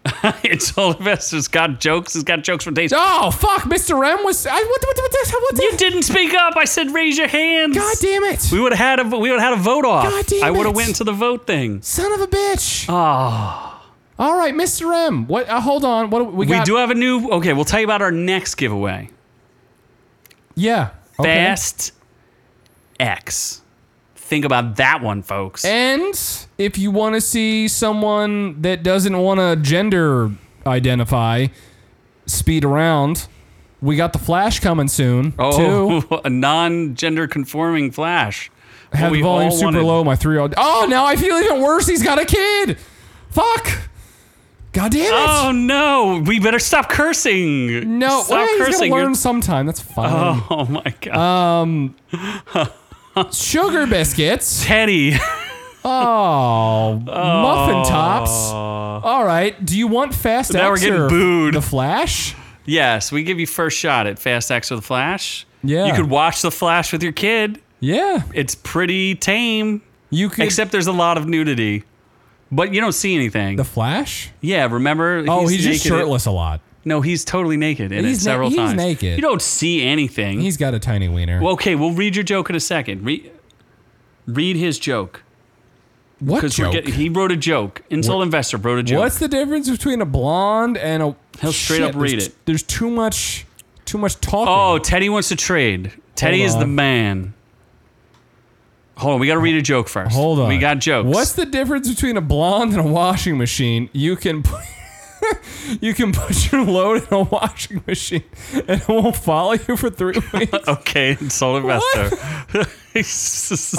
[SPEAKER 1] it's all of us. It's got jokes. It's got jokes for days.
[SPEAKER 3] oh, fuck. Mr. M was. I, what, what, what, what, what,
[SPEAKER 1] You didn't speak up. I said raise your hands.
[SPEAKER 3] God damn it.
[SPEAKER 1] We would have had a we would have had a vote off.
[SPEAKER 3] God damn
[SPEAKER 1] I would
[SPEAKER 3] it.
[SPEAKER 1] have went to the vote thing.
[SPEAKER 3] Son of a bitch. Oh. All right, Mr. M. What? Uh, hold on. What do we
[SPEAKER 1] Ah. We
[SPEAKER 3] got?
[SPEAKER 1] do have a new. Okay, we'll tell you about our next giveaway.
[SPEAKER 3] Yeah. Okay.
[SPEAKER 1] Fast X. Think about that one, folks.
[SPEAKER 3] And if you want to see someone that doesn't want to gender identify speed around, we got the Flash coming soon. too.
[SPEAKER 1] oh, a non-gender conforming flash. What
[SPEAKER 3] Have
[SPEAKER 1] we
[SPEAKER 3] the volume
[SPEAKER 1] all
[SPEAKER 3] super
[SPEAKER 1] wanted.
[SPEAKER 3] low. My three year old. Oh, now I feel even worse. He's got a kid. Fuck. God damn it.
[SPEAKER 1] Oh no! We better stop cursing.
[SPEAKER 3] no.
[SPEAKER 1] stop
[SPEAKER 3] Well, he's gonna
[SPEAKER 1] cursing. You're-
[SPEAKER 3] learn Uh, sometime. That's fine.
[SPEAKER 1] Oh my god.
[SPEAKER 3] Sugar biscuits.
[SPEAKER 1] Teddy.
[SPEAKER 3] Oh, muffin tops. All right. Do you want fast
[SPEAKER 1] Now we're
[SPEAKER 3] X
[SPEAKER 1] getting
[SPEAKER 3] or
[SPEAKER 1] booed.
[SPEAKER 3] The Flash.
[SPEAKER 1] yes, we give you first shot at Fast X or the Flash.
[SPEAKER 3] Yeah.
[SPEAKER 1] You could watch the Flash with your kid.
[SPEAKER 3] Yeah.
[SPEAKER 1] It's pretty tame,
[SPEAKER 3] You could.
[SPEAKER 1] except there's a lot of nudity. But you don't see anything.
[SPEAKER 3] the Flash.
[SPEAKER 1] yeah, remember?
[SPEAKER 3] Oh, he's, just
[SPEAKER 1] naked in-
[SPEAKER 3] shirtless a lot.
[SPEAKER 1] no, he's totally naked in
[SPEAKER 3] He's
[SPEAKER 1] it
[SPEAKER 3] na-
[SPEAKER 1] several
[SPEAKER 3] he's
[SPEAKER 1] times.
[SPEAKER 3] naked.
[SPEAKER 1] You don't see anything.
[SPEAKER 3] He's got a tiny wiener.
[SPEAKER 1] Well, okay, we'll read your joke in a second. Re- read his joke.
[SPEAKER 3] what
[SPEAKER 1] Because
[SPEAKER 3] joke?
[SPEAKER 1] he wrote a joke. Insult Investor wrote a joke.
[SPEAKER 3] What's the difference between a blonde and a?
[SPEAKER 1] He'll straight
[SPEAKER 3] Shit,
[SPEAKER 1] up read
[SPEAKER 3] there's-
[SPEAKER 1] it.
[SPEAKER 3] There's too much, too much talking.
[SPEAKER 1] Oh, Teddy wants to trade. Teddy
[SPEAKER 3] Hold
[SPEAKER 1] is the
[SPEAKER 3] on.
[SPEAKER 1] man. Hold on, we got to read a joke first.
[SPEAKER 3] Hold on.
[SPEAKER 1] we got jokes.
[SPEAKER 3] What's the difference between a blonde and a washing machine? You can put, you can put your load in a washing machine and it won't follow you for three weeks.
[SPEAKER 1] okay? Solar
[SPEAKER 3] What?
[SPEAKER 1] Investor.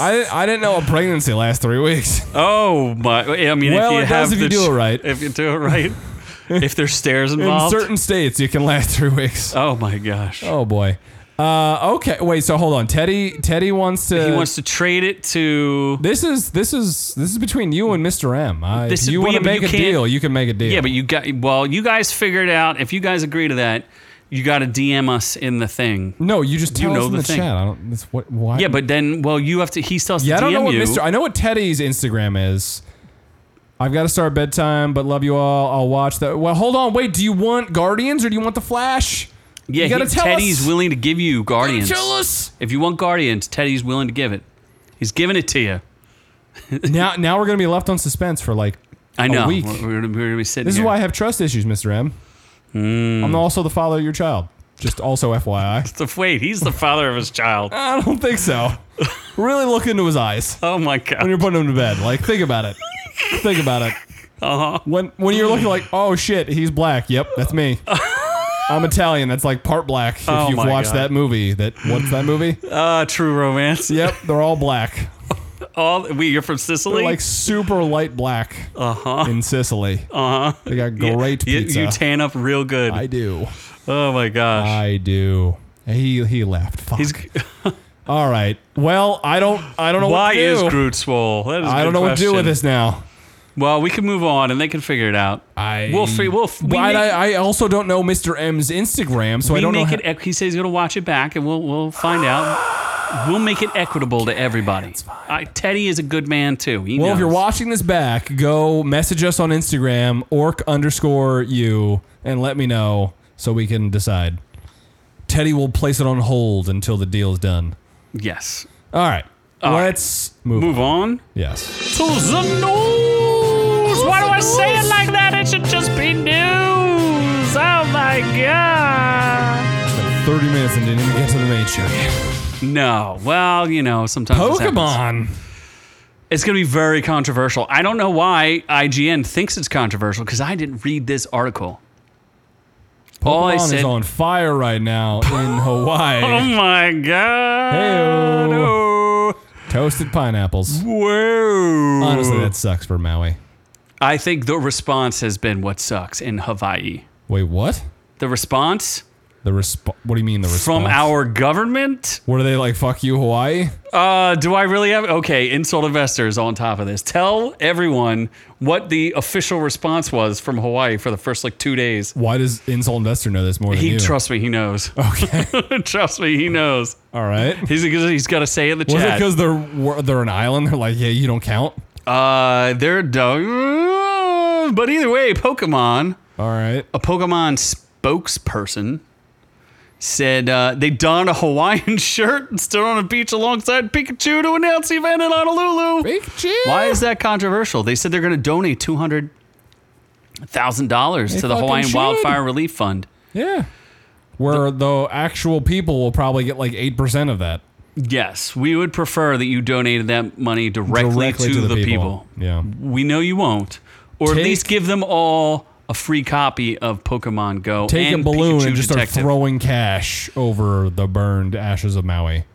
[SPEAKER 3] I, I didn't know a pregnancy lasts three weeks.
[SPEAKER 1] oh my! I mean,
[SPEAKER 3] Well,
[SPEAKER 1] if you
[SPEAKER 3] it does
[SPEAKER 1] have
[SPEAKER 3] if you
[SPEAKER 1] the
[SPEAKER 3] do
[SPEAKER 1] ch-
[SPEAKER 3] it right.
[SPEAKER 1] If you do it right. if there's stairs
[SPEAKER 3] In
[SPEAKER 1] involved.
[SPEAKER 3] certain states, you can last three weeks.
[SPEAKER 1] oh my gosh!
[SPEAKER 3] Oh boy. Uh, okay. Wait. So hold on. Teddy. Teddy wants to.
[SPEAKER 1] He wants to trade it to.
[SPEAKER 3] This is this is this is between you and Mr. M. I, if
[SPEAKER 1] This is-
[SPEAKER 3] you
[SPEAKER 1] well,
[SPEAKER 3] want
[SPEAKER 1] yeah,
[SPEAKER 3] to
[SPEAKER 1] but
[SPEAKER 3] make
[SPEAKER 1] you
[SPEAKER 3] a
[SPEAKER 1] can't-
[SPEAKER 3] deal, you can make a deal.
[SPEAKER 1] Yeah, but you got well. You guys figured out if you guys agree to that, you got to DM us in the thing.
[SPEAKER 3] No, you just tell
[SPEAKER 1] You
[SPEAKER 3] us
[SPEAKER 1] know
[SPEAKER 3] in
[SPEAKER 1] the
[SPEAKER 3] the,
[SPEAKER 1] thing.
[SPEAKER 3] chat. I don't. That's what. Why?
[SPEAKER 1] Yeah, but then, well, you have to. He still has
[SPEAKER 3] yeah, I
[SPEAKER 1] to
[SPEAKER 3] don't
[SPEAKER 1] DM
[SPEAKER 3] know what
[SPEAKER 1] you.
[SPEAKER 3] Mister. I know what Teddy's Instagram is. I've got to start bedtime, but love you all. I'll watch that. Well, hold on. Wait, do you want Guardians or do you want the Flash?
[SPEAKER 1] yeah,
[SPEAKER 3] you gotta
[SPEAKER 1] he-
[SPEAKER 3] tell
[SPEAKER 1] Teddy's
[SPEAKER 3] us.
[SPEAKER 1] willing to give you Guardians.
[SPEAKER 2] Tell us.
[SPEAKER 1] If you want Guardians, Teddy's willing to give it. He's giving it to you.
[SPEAKER 3] now, now we're gonna be left on suspense for like.
[SPEAKER 1] I know.
[SPEAKER 3] week.
[SPEAKER 1] We're, we're gonna- we're gonna be sitting.
[SPEAKER 3] This is
[SPEAKER 1] here.
[SPEAKER 3] why I have trust issues, Mister M.
[SPEAKER 1] Hmm.
[SPEAKER 3] I'm also the father of your child. Just also FYI.
[SPEAKER 1] Stuff- Wait, he's the father of his child.
[SPEAKER 3] I don't think so. really look into his eyes
[SPEAKER 1] Oh my
[SPEAKER 3] when
[SPEAKER 1] god.
[SPEAKER 3] you're putting him to bed. Like, think about it. think about it.
[SPEAKER 1] Uh-huh.
[SPEAKER 3] When when you're looking like, oh shit, he's black. Yep, that's me. I'm Italian. That's like part black. If
[SPEAKER 1] Oh
[SPEAKER 3] you've
[SPEAKER 1] my
[SPEAKER 3] watched
[SPEAKER 1] God.
[SPEAKER 3] that movie, that what's that movie?
[SPEAKER 1] Uh, true romance.
[SPEAKER 3] yep, they're all black.
[SPEAKER 1] All we you're from Sicily.
[SPEAKER 3] They're like super light black uh-huh. in Sicily. Uh huh. They got great
[SPEAKER 1] Uh-huh. you,
[SPEAKER 3] pizza.
[SPEAKER 1] you tan up real good.
[SPEAKER 3] I do.
[SPEAKER 1] oh my gosh.
[SPEAKER 3] I do. He he left. Fuck.
[SPEAKER 1] He's,
[SPEAKER 3] all right. Well, I don't I don't know
[SPEAKER 1] why
[SPEAKER 3] what to
[SPEAKER 1] is
[SPEAKER 3] do.
[SPEAKER 1] Groot swole? That is a
[SPEAKER 3] I
[SPEAKER 1] good
[SPEAKER 3] don't know what to do with
[SPEAKER 1] question.
[SPEAKER 3] this now.
[SPEAKER 1] Well, we can move on, and they can figure it out.
[SPEAKER 3] I
[SPEAKER 1] We'll free. We'll. f- We
[SPEAKER 3] Why
[SPEAKER 1] make,
[SPEAKER 3] I, I also don't know Mr. M's Instagram, so
[SPEAKER 1] we
[SPEAKER 3] I don't know.
[SPEAKER 1] make
[SPEAKER 3] how-
[SPEAKER 1] it. equ- he says he's gonna watch it back, and we'll we'll find out. We'll make it equitable to everybody. I, Teddy is a good man too. He
[SPEAKER 3] Well, if you're
[SPEAKER 1] knows.
[SPEAKER 3] watching this back, go message us on Instagram, orc underscore you, and let me know so we can decide. Teddy will place it on hold until the deal's done.
[SPEAKER 1] yes.
[SPEAKER 3] All right.
[SPEAKER 1] All right.
[SPEAKER 3] let's move.
[SPEAKER 1] Move on.
[SPEAKER 3] Yes.
[SPEAKER 1] to the news. Why do I say it like that? It should just be news. Oh my god.
[SPEAKER 3] 30 minutes and didn't even get to the main show.
[SPEAKER 1] No. Well, you know, sometimes this happens.
[SPEAKER 3] Pokemon.
[SPEAKER 1] It's going to be very controversial. I don't know why IGN thinks it's controversial because I didn't read this article. All I
[SPEAKER 3] Pokemon
[SPEAKER 1] said-
[SPEAKER 3] is on fire right now in
[SPEAKER 1] Oh
[SPEAKER 3] Hawaii.
[SPEAKER 1] my god.
[SPEAKER 3] Heyo.
[SPEAKER 1] Oh.
[SPEAKER 3] Toasted pineapples.
[SPEAKER 1] Whoa.
[SPEAKER 3] Honestly, that sucks for Maui.
[SPEAKER 1] I think the response has been what sucks in Hawaii.
[SPEAKER 3] Wait, what?
[SPEAKER 1] The response
[SPEAKER 3] The resp- What do you mean the response?
[SPEAKER 1] from our government
[SPEAKER 3] What are they like? Fuck you, Hawaii.
[SPEAKER 1] Uh, do I really have? Okay, insult investors on top of this. Tell everyone what the official response was from Hawaii for the first like two days.
[SPEAKER 3] Why does insult investor know this more than
[SPEAKER 1] He
[SPEAKER 3] you?
[SPEAKER 1] trust me, he knows.
[SPEAKER 3] Okay.
[SPEAKER 1] trust me, he knows.
[SPEAKER 3] All right.
[SPEAKER 1] He's he's got to say in the
[SPEAKER 3] Was it
[SPEAKER 1] chat.
[SPEAKER 3] because they're were- they're an island? They're like, yeah, you don't count.
[SPEAKER 1] uh, they're dumb. But either way, Pokemon,
[SPEAKER 3] All right.
[SPEAKER 1] a Pokemon spokesperson said uh, they donned a Hawaiian shirt and stood on a beach alongside Pikachu to announce the event in Honolulu. Why is that controversial? They said they're going to donate two hundred thousand dollars
[SPEAKER 3] They
[SPEAKER 1] to the
[SPEAKER 3] fucking
[SPEAKER 1] Hawaiian
[SPEAKER 3] should.
[SPEAKER 1] Wildfire Relief Fund.
[SPEAKER 3] Yeah. Where the actual people will probably get like eight percent of that
[SPEAKER 1] Yes, we would prefer that you donated that money directly,
[SPEAKER 3] directly
[SPEAKER 1] to, the, people.
[SPEAKER 3] Yeah.
[SPEAKER 1] We know you won't, or at
[SPEAKER 3] Take-
[SPEAKER 1] least give them all a free copy of Pokemon Go.
[SPEAKER 3] Take
[SPEAKER 1] and
[SPEAKER 3] a balloon
[SPEAKER 1] Pikachu
[SPEAKER 3] and just
[SPEAKER 1] Detective.
[SPEAKER 3] start throwing cash over the burned ashes of Maui,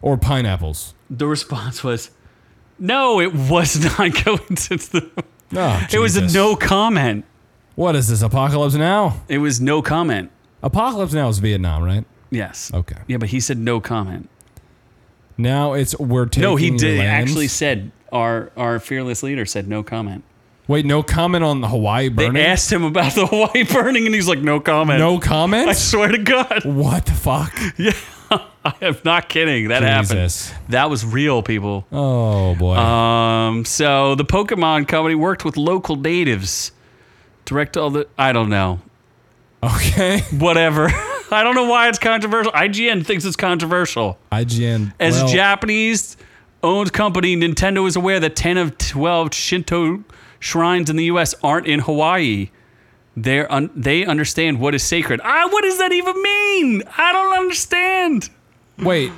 [SPEAKER 3] or pineapples.
[SPEAKER 1] The response was, "No, it was not going to." The-
[SPEAKER 3] Oh,
[SPEAKER 1] it was a
[SPEAKER 3] Jesus.
[SPEAKER 1] no comment.
[SPEAKER 3] What is this apocalypse now?
[SPEAKER 1] It was no comment.
[SPEAKER 3] Apocalypse now is Vietnam, right?
[SPEAKER 1] Yes.
[SPEAKER 3] Okay.
[SPEAKER 1] Yeah, but he said no comment.
[SPEAKER 3] Now it's we're taking.
[SPEAKER 1] No, he
[SPEAKER 3] your
[SPEAKER 1] did
[SPEAKER 3] lands.
[SPEAKER 1] actually said our our fearless leader said no comment.
[SPEAKER 3] Wait, no comment on the Hawaii
[SPEAKER 1] They
[SPEAKER 3] burning.
[SPEAKER 1] asked him about the Hawaii burning, and he's like, no comment.
[SPEAKER 3] no
[SPEAKER 1] I
[SPEAKER 3] comment.
[SPEAKER 1] swear to God,
[SPEAKER 3] What the fuck?
[SPEAKER 1] I am not kidding. That
[SPEAKER 3] Jesus.
[SPEAKER 1] happened. That was real, people.
[SPEAKER 3] Oh boy.
[SPEAKER 1] Um, so the Pokemon company worked with local natives, direct all the. I don't know.
[SPEAKER 3] okay.
[SPEAKER 1] Whatever. I don't know why it's controversial. IGN thinks it's controversial.
[SPEAKER 3] IGN.
[SPEAKER 1] As
[SPEAKER 3] well,
[SPEAKER 1] a Japanese owned company, Nintendo is aware that 10 of 12 Shinto shrines in the US aren't in Hawaii. They're un- they understand what is sacred. Ah, what does that even mean? I don't understand.
[SPEAKER 3] Wait.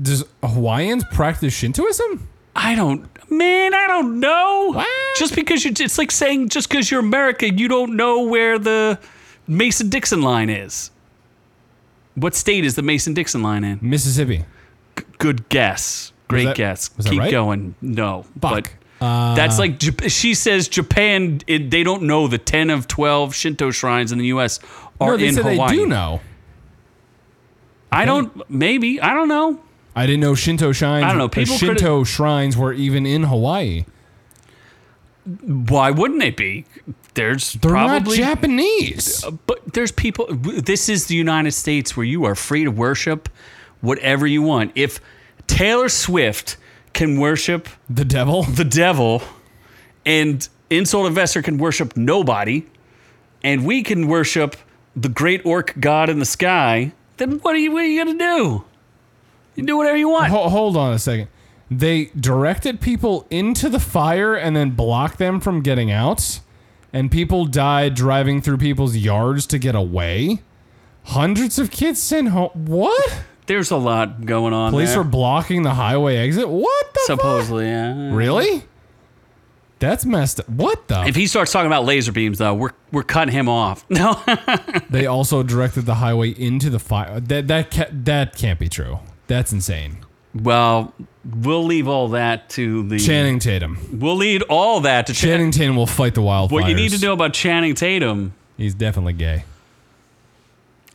[SPEAKER 3] Does Hawaiians practice Shintoism?
[SPEAKER 1] I don't, man, I don't know.
[SPEAKER 3] What?
[SPEAKER 1] Just because you, it's like saying just because you're America, you don't know where the Mason Dixon line is. What state is the Mason Dixon line in?
[SPEAKER 3] Mississippi.
[SPEAKER 1] Good guess. Great
[SPEAKER 3] that-
[SPEAKER 1] guess.
[SPEAKER 3] was that
[SPEAKER 1] Keep
[SPEAKER 3] right?
[SPEAKER 1] going. No.
[SPEAKER 3] Fuck. Uh,
[SPEAKER 1] But That's like Jap- she says Japan. It, they don't know the ten of twelve Shinto shrines in the U.S. are
[SPEAKER 3] no, they
[SPEAKER 1] in
[SPEAKER 3] said
[SPEAKER 1] Hawaii.
[SPEAKER 3] they do know.
[SPEAKER 1] I don't. Maybe I don't know.
[SPEAKER 3] I didn't know Shinto shrines.
[SPEAKER 1] I don't know,
[SPEAKER 3] uh,
[SPEAKER 1] people
[SPEAKER 3] Shinto shrines were even in Hawaii.
[SPEAKER 1] Why wouldn't it be? There's
[SPEAKER 3] They're
[SPEAKER 1] probably
[SPEAKER 3] not Japanese.
[SPEAKER 1] But there's people. w- This is the United States where you are free to worship whatever you want. If Taylor Swift can worship
[SPEAKER 3] The devil.
[SPEAKER 1] the devil, and Insult Investor can worship nobody, and we can worship the great orc god in the sky, then what are you, what are you gonna do? You can do whatever you want.
[SPEAKER 3] Ho- hold on a second. They directed people into the fire and then blocked them from getting out, and people died driving through people's yards to get away. Hundreds of kids sent home. What?
[SPEAKER 1] There's a lot going on.
[SPEAKER 3] Police
[SPEAKER 1] there,
[SPEAKER 3] were blocking the highway exit. What the fuck?
[SPEAKER 1] supposedly. Yeah.
[SPEAKER 3] Really? That's messed up. What the?
[SPEAKER 1] If he starts talking about laser beams, though, we're we're cutting him off. No,
[SPEAKER 3] they also directed the highway into the fire. That that ca- that can't be true. That's insane.
[SPEAKER 1] well, we'll leave all that to the.
[SPEAKER 3] Channing Tatum.
[SPEAKER 1] We'll lead all that to Channing.
[SPEAKER 3] Channing Tatum will fight the wildfires.
[SPEAKER 1] What you need to know about Channing Tatum
[SPEAKER 3] He's definitely gay.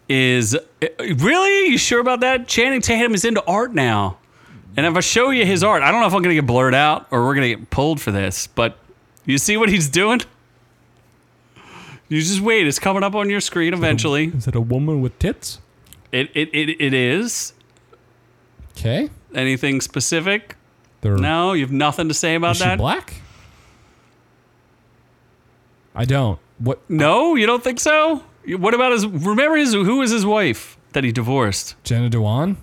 [SPEAKER 1] is really you sure about that? Channing Tatum is into art now, and if I show you his art, I don't know if I'm gonna get blurred out or we're gonna get pulled for this. But you see what he's doing? You just wait; it's coming up on your screen eventually.
[SPEAKER 3] Is it a woman with tits?
[SPEAKER 1] It it it, it is
[SPEAKER 3] Okay.
[SPEAKER 1] anything specific?
[SPEAKER 3] They're,
[SPEAKER 1] No, you have nothing to say about
[SPEAKER 3] Is she
[SPEAKER 1] that.
[SPEAKER 3] black? I don't. What?
[SPEAKER 1] No, you don't think so? You- What about his? Remember his? Who was his wife that he divorced?
[SPEAKER 3] Jenna Dewan?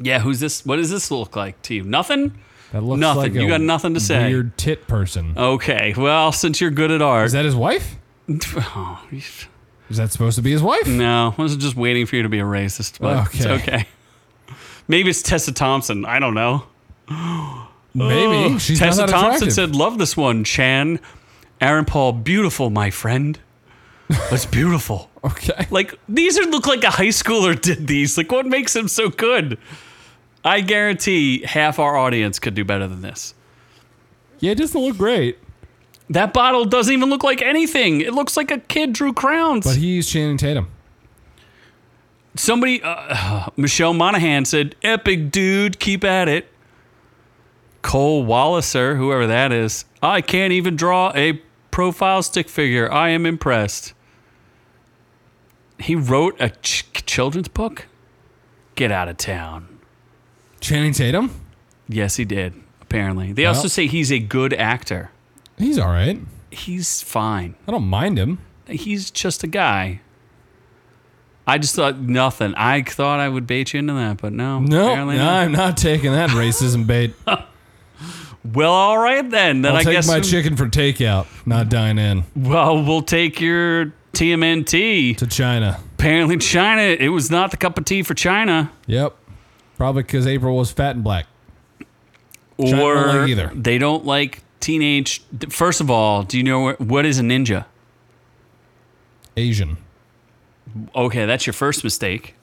[SPEAKER 1] Yeah, who's this? What does this look like to you? Nothing.
[SPEAKER 3] That looks
[SPEAKER 1] Nothing.
[SPEAKER 3] like a
[SPEAKER 1] You got nothing to say. Uh,
[SPEAKER 3] Weird tit person.
[SPEAKER 1] Okay, well, since you're good at art,
[SPEAKER 3] Is that his wife?
[SPEAKER 1] oh, you-
[SPEAKER 3] Is that supposed to be his wife?
[SPEAKER 1] no, I was just waiting for you to be a racist, but it's
[SPEAKER 3] Okay.
[SPEAKER 1] okay. Maybe it's Tessa Thompson. I don't know.
[SPEAKER 3] Maybe.
[SPEAKER 1] Ugh.
[SPEAKER 3] She's
[SPEAKER 1] Oh, Tessa
[SPEAKER 3] not that
[SPEAKER 1] Thompson
[SPEAKER 3] attractive.
[SPEAKER 1] said, "Love this one, Chan, Aaron Paul, beautiful, my friend. That's beautiful."
[SPEAKER 3] Okay.
[SPEAKER 1] Like these are look like a high schooler did these. Like what makes him so good? I guarantee half our audience could do better than this.
[SPEAKER 3] Yeah, it doesn't look great.
[SPEAKER 1] That bottle doesn't even look like anything. It looks like a kid drew crowns.
[SPEAKER 3] But he's Channing Tatum.
[SPEAKER 1] Somebody, uh, Michelle Monaghan said, "Epic dude, keep at it." Cole Walliser, whoever that is, I can't even draw a profile stick figure. I am impressed. He wrote a ch- children's book. Get out of town.
[SPEAKER 3] Channing Tatum?
[SPEAKER 1] Yes, he did. Apparently, they
[SPEAKER 3] Well-
[SPEAKER 1] also say he's a good actor.
[SPEAKER 3] He's all right.
[SPEAKER 1] He's fine.
[SPEAKER 3] I don't mind him.
[SPEAKER 1] He's just a guy. I just thought nothing. I thought I would bait you into that, but no.
[SPEAKER 3] No,
[SPEAKER 1] apparently
[SPEAKER 3] no,
[SPEAKER 1] not.
[SPEAKER 3] I'm not taking that racism bait.
[SPEAKER 1] Well, all right then. Then
[SPEAKER 3] I'll
[SPEAKER 1] I
[SPEAKER 3] take
[SPEAKER 1] guess
[SPEAKER 3] my chicken for takeout, not dine in
[SPEAKER 1] well, we'll take your TMNT.
[SPEAKER 3] to China.
[SPEAKER 1] Apparently, China. It was not the cup of tea for China.
[SPEAKER 3] Yep. Probably because April was fat and black. China
[SPEAKER 1] or
[SPEAKER 3] don't like either.
[SPEAKER 1] they don't like teenage. First of all, do you know what, what is a ninja?
[SPEAKER 3] Asian.
[SPEAKER 1] Okay, that's your first mistake.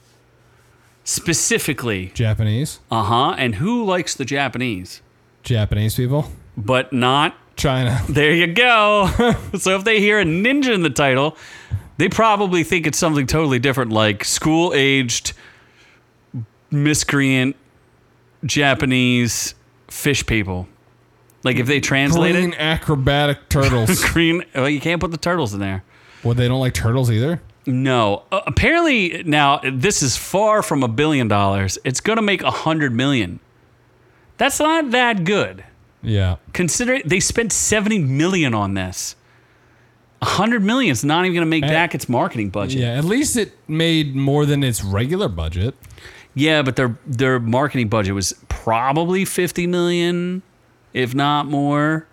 [SPEAKER 1] Specifically,
[SPEAKER 3] Japanese.
[SPEAKER 1] uh huh. And who likes the Japanese?
[SPEAKER 3] Japanese people.
[SPEAKER 1] But not
[SPEAKER 3] China.
[SPEAKER 1] There you go. so if they hear a ninja in the title, they probably think it's something totally different, like school aged, miscreant, Japanese fish people. Like if they translate
[SPEAKER 3] Green
[SPEAKER 1] it,
[SPEAKER 3] acrobatic turtles.
[SPEAKER 1] green. Well, you can't put the turtles in there.
[SPEAKER 3] well, they don't like turtles either.
[SPEAKER 1] No. Uh, apparently, now this is far from a billion dollars. It's going to make a hundred million. That's not that good.
[SPEAKER 3] Yeah.
[SPEAKER 1] Consider it, they spent 70 million on this. 100 million is not even going to make back its marketing budget. Yeah.
[SPEAKER 3] Yeah. At least it made more than its regular budget.
[SPEAKER 1] but their their marketing budget was probably 50 million, if not more.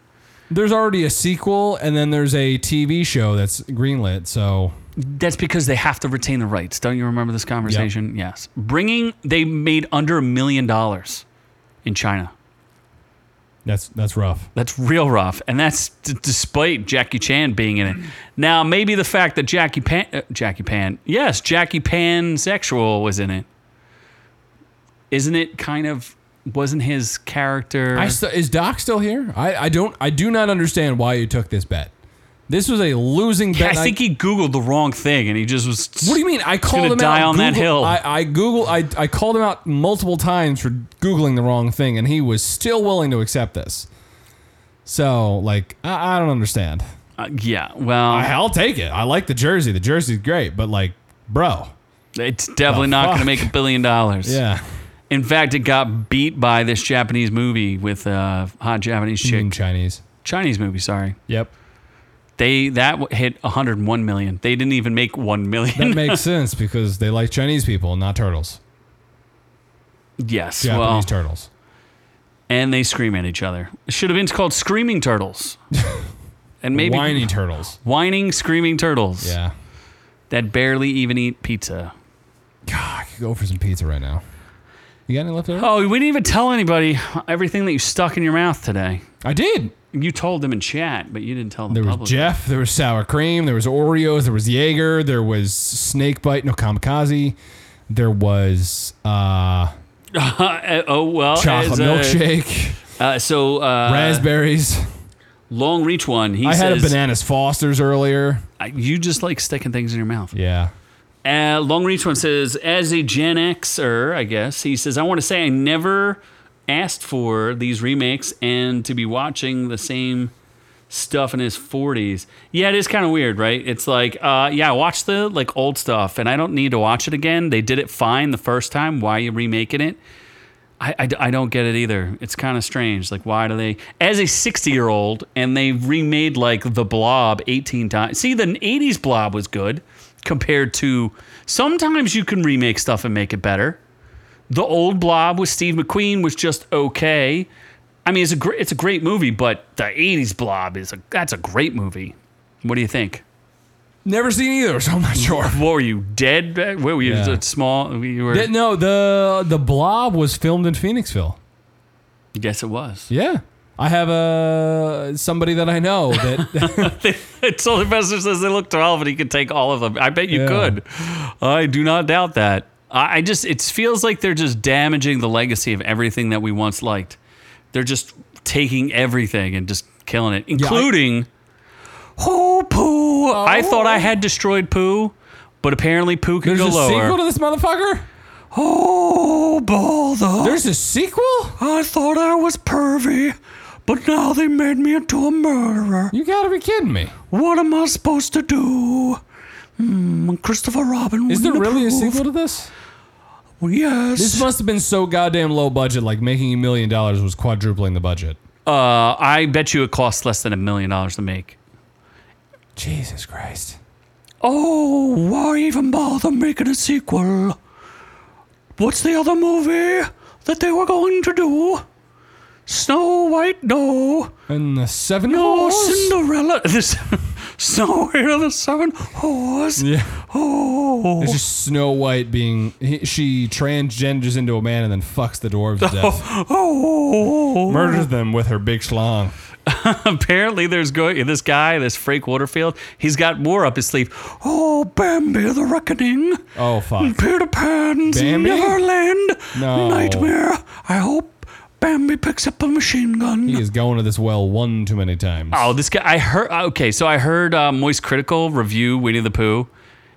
[SPEAKER 3] There's already a sequel, and then there's a TV show that's greenlit. So
[SPEAKER 1] That's because they have to retain the rights. Don't you remember this conversation? Yes. Bringing they made under a million dollars in China.
[SPEAKER 3] that's that's rough.
[SPEAKER 1] That's real rough, and that's d- despite Jackie Chan being in it. Now, maybe the fact that Jackie Pan, uh, Jackie Pan, yes, Jackie Pan sexual was in it. Isn't it kind of? Wasn't his character?
[SPEAKER 3] I st- is Doc still here? I, I don't I do not understand why you took this bet. This was a losing
[SPEAKER 1] I
[SPEAKER 3] bet. and
[SPEAKER 1] think he googled the wrong thing, and he just was.
[SPEAKER 3] what do you mean? I called
[SPEAKER 1] gonna
[SPEAKER 3] him
[SPEAKER 1] die
[SPEAKER 3] out
[SPEAKER 1] on that
[SPEAKER 3] Google-
[SPEAKER 1] hill.
[SPEAKER 3] I, I Google I, I called him out multiple times for googling the wrong thing, and he was still willing to accept this. So like I, I don't understand.
[SPEAKER 1] Uh, yeah, well,
[SPEAKER 3] I, I'll take it. I like the jersey. The jersey's great, but like, bro,
[SPEAKER 1] it's definitely not going to
[SPEAKER 3] fuck?
[SPEAKER 1] make a billion dollars.
[SPEAKER 3] yeah,
[SPEAKER 1] In fact, it got beat by this Japanese movie with a hot Japanese chick.
[SPEAKER 3] in Chinese.
[SPEAKER 1] Chinese movie, sorry.
[SPEAKER 3] Yep,
[SPEAKER 1] They that w- hit 101 million. They didn't even make 1 million.
[SPEAKER 3] that makes sense because they like Chinese people, not turtles.
[SPEAKER 1] yes.
[SPEAKER 3] Japanese
[SPEAKER 1] well,
[SPEAKER 3] turtles.
[SPEAKER 1] and they scream at each other. It should have been called Screaming Turtles. and maybe
[SPEAKER 3] whiny turtles.
[SPEAKER 1] whining screaming turtles
[SPEAKER 3] Yeah,
[SPEAKER 1] that barely even eat pizza.
[SPEAKER 3] God, I could go for some pizza right now. You got any left over?
[SPEAKER 1] Oh, we didn't even tell anybody everything that you stuck in your mouth today.
[SPEAKER 3] I did.
[SPEAKER 1] You told them in chat, but you didn't tell them
[SPEAKER 3] There was
[SPEAKER 1] publicly.
[SPEAKER 3] Jeff. There was sour cream. There was Oreos. There was Jaeger. There was snake bite. No kamikaze. There was uh,
[SPEAKER 1] Uh, oh well,
[SPEAKER 3] chocolate
[SPEAKER 1] as, uh,
[SPEAKER 3] milkshake.
[SPEAKER 1] Uh, so uh,
[SPEAKER 3] raspberries.
[SPEAKER 1] long reach one. He
[SPEAKER 3] I
[SPEAKER 1] says,
[SPEAKER 3] had a bananas Foster's earlier.
[SPEAKER 1] I- You just like sticking things in your mouth.
[SPEAKER 3] Yeah.
[SPEAKER 1] Uh, long reach one says, as a Gen Xer, I guess he says, I want to say I never asked for these remakes and to be watching the same stuff in his 40s. Yeah, it is kind of weird, right? It's like, uh, yeah, I watched the like old stuff and I don't need to watch it again. They did it fine the first time. Why are you remaking it? I, I, I don't get it either. It's kind of strange. Like, why do they, as a 60 year old, and they remade like the blob 18 times? See, the 80s blob was good compared to sometimes you can remake stuff and make it better. The old blob with Steve McQueen was just okay. I mean, it's a great, it's a great movie, but the 80s blob is a, that's a great movie. What do you think?
[SPEAKER 3] Never seen either, so I'm not sure.
[SPEAKER 1] What were you dead? back- What were you
[SPEAKER 3] Yeah.
[SPEAKER 1] small? You were,
[SPEAKER 3] no, the the Blob was filmed in Phoenixville.
[SPEAKER 1] yes, it was.
[SPEAKER 3] Yeah. I have a somebody that I know that
[SPEAKER 1] Sylvester says they look 12 and he could take all of them. I bet you
[SPEAKER 3] Yeah.
[SPEAKER 1] could. I do not doubt that. I, I just, it feels like they're just damaging the legacy of everything that we once liked. They're just taking everything and just killing it, including Who Pooh.
[SPEAKER 3] Oh.
[SPEAKER 1] I thought I had destroyed Pooh, but apparently Pooh can
[SPEAKER 3] there's
[SPEAKER 1] go
[SPEAKER 3] a sequel
[SPEAKER 1] lower.
[SPEAKER 3] to this motherfucker.
[SPEAKER 1] oh, bother.
[SPEAKER 3] There's a sequel.
[SPEAKER 1] I thought I was pervy, but now they made me into a murderer.
[SPEAKER 3] You gotta be kidding me.
[SPEAKER 1] What am I supposed to do? Hmm, Christopher Robin.
[SPEAKER 3] Is there
[SPEAKER 1] wouldn't
[SPEAKER 3] really a
[SPEAKER 1] approve.
[SPEAKER 3] sequel to this?
[SPEAKER 1] Yes.
[SPEAKER 3] This must have been so goddamn low budget. Like making a million dollars was quadrupling the budget.
[SPEAKER 1] uh, I bet you it costs less than a million dollars to make.
[SPEAKER 3] Jesus Christ.
[SPEAKER 1] Oh, why even bother making a sequel? What's the other movie that they were going to do? Snow White, no.
[SPEAKER 3] And the seven
[SPEAKER 1] Oh,
[SPEAKER 3] horse?
[SPEAKER 1] Cinderella. This Snow White and the Seven Horse.
[SPEAKER 3] Yeah.
[SPEAKER 1] Oh.
[SPEAKER 3] It's just Snow White being he, she transgenders into a man and then fucks the dwarves to death,
[SPEAKER 1] Oh.
[SPEAKER 3] murders them with her big schlong.
[SPEAKER 1] apparently there's going this guy this frank waterfield he's got more up his sleeve oh bambi the reckoning
[SPEAKER 3] Oh fuck!
[SPEAKER 1] peter pan's
[SPEAKER 3] Bambi?
[SPEAKER 1] neverland
[SPEAKER 3] No.
[SPEAKER 1] nightmare i hope bambi picks up a machine gun
[SPEAKER 3] He is going to this well one too many times.
[SPEAKER 1] oh this guy i heard okay so i heard uh, moist critical review winnie the pooh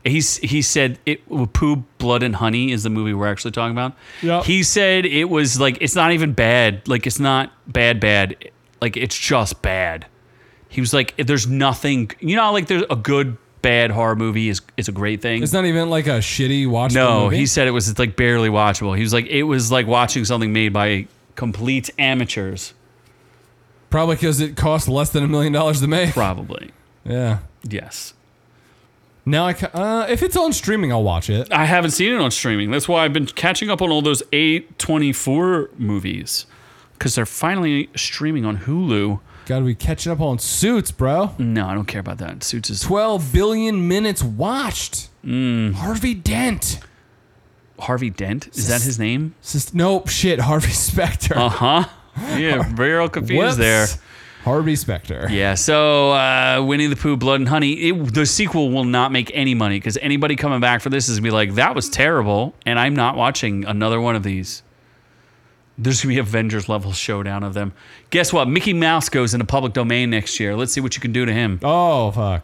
[SPEAKER 1] He's, he said it poo blood and honey is the movie we're actually talking about
[SPEAKER 3] Yep.
[SPEAKER 1] he said it was like it's not even bad like it's not bad bad like it's just bad he was like there's nothing you know how, like there's a good bad horror movie is it's a great thing
[SPEAKER 3] It's not even like a shitty watch.
[SPEAKER 1] no he said it was like barely watchable he was like it was like watching something made by complete amateurs
[SPEAKER 3] probably because it cost less than a million dollars to make.
[SPEAKER 1] probably
[SPEAKER 3] Yeah.
[SPEAKER 1] yes
[SPEAKER 3] Now I ca- uh, if it's on streaming, I'll watch it.
[SPEAKER 1] I haven't seen it on streaming. That's why I've been catching up on all those A24 movies because they're finally streaming on Hulu.
[SPEAKER 3] Got to be catching up on Suits, bro.
[SPEAKER 1] No, I don't care about that. Suits is
[SPEAKER 3] Twelve billion minutes watched.
[SPEAKER 1] Mm.
[SPEAKER 3] Harvey Dent.
[SPEAKER 1] Harvey Dent. Is that his name?
[SPEAKER 3] Sis- nope, shit. Harvey Specter.
[SPEAKER 1] Uh huh. Yeah, very confused
[SPEAKER 3] Whoops.
[SPEAKER 1] there.
[SPEAKER 3] Harvey Specter.
[SPEAKER 1] Yeah, so uh, Winnie the Pooh, Blood and Honey. It, the sequel will not make any money because anybody coming back for this is gonna be like, that was terrible, and I'm not watching another one of these. There's gonna be Avengers level showdown of them. Guess what? Mickey Mouse goes into public domain next year. Let's see what you can do to him.
[SPEAKER 3] Oh fuck.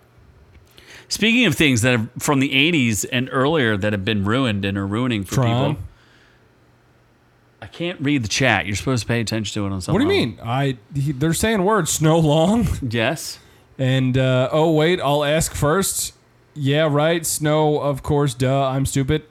[SPEAKER 1] Speaking of things that are from the '80s and earlier that have been ruined and are ruining for
[SPEAKER 3] Tron?
[SPEAKER 1] people. I can't read the chat. You're supposed to pay attention to it on some
[SPEAKER 3] What do you
[SPEAKER 1] level.
[SPEAKER 3] mean? I he, they're saying words snow long
[SPEAKER 1] Yes.
[SPEAKER 3] and uh, oh wait, I'll ask first. Yeah, right. Snow, of course. Duh, I'm stupid.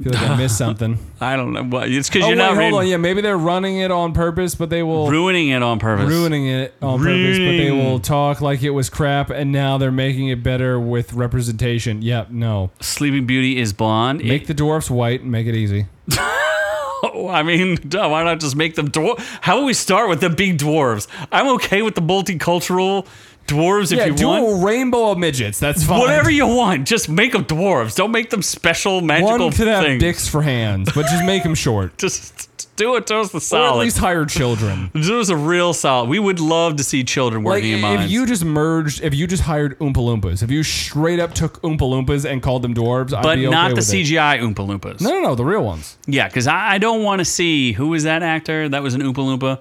[SPEAKER 3] I feel like I missed something.
[SPEAKER 1] I don't know what. It's because
[SPEAKER 3] oh
[SPEAKER 1] you're
[SPEAKER 3] wait,
[SPEAKER 1] not
[SPEAKER 3] hold
[SPEAKER 1] reading,
[SPEAKER 3] on. Yeah, maybe they're running it on purpose, but they will
[SPEAKER 1] ruining it on purpose.
[SPEAKER 3] ruining it on purpose. But they
[SPEAKER 1] Ruining.
[SPEAKER 3] will talk like it was crap, and now they're making it better with representation. Yep. No,
[SPEAKER 1] Sleeping Beauty is blonde.
[SPEAKER 3] make
[SPEAKER 1] It-
[SPEAKER 3] the dwarfs white and make it easy.
[SPEAKER 1] oh, I mean, duh, why not just make them dwarf? How about we start with them being dwarves? I'm okay with the multicultural dwarves if
[SPEAKER 3] Yeah,
[SPEAKER 1] you
[SPEAKER 3] do
[SPEAKER 1] want.
[SPEAKER 3] a rainbow of midgets. That's fine.
[SPEAKER 1] Whatever you want, just make them dwarves. Don't make them special magical
[SPEAKER 3] One could have
[SPEAKER 1] things.
[SPEAKER 3] dicks for hands, but just make them short.
[SPEAKER 1] Just do it. Those the
[SPEAKER 3] Or at
[SPEAKER 1] solid.
[SPEAKER 3] least hire children.
[SPEAKER 1] Those are real solid. We would love to see children
[SPEAKER 3] Like,
[SPEAKER 1] working in mines.
[SPEAKER 3] if you just merged, if you just hired Oompa Loompas, if you straight up took Oompa Loompas and called them dwarves, I'd
[SPEAKER 1] but
[SPEAKER 3] be okay
[SPEAKER 1] not the
[SPEAKER 3] with it.
[SPEAKER 1] CGI Oompa Loompas.
[SPEAKER 3] No, no, no, the real ones.
[SPEAKER 1] Yeah, because I, I don't want to see who was that actor that was an Oompa Loompa.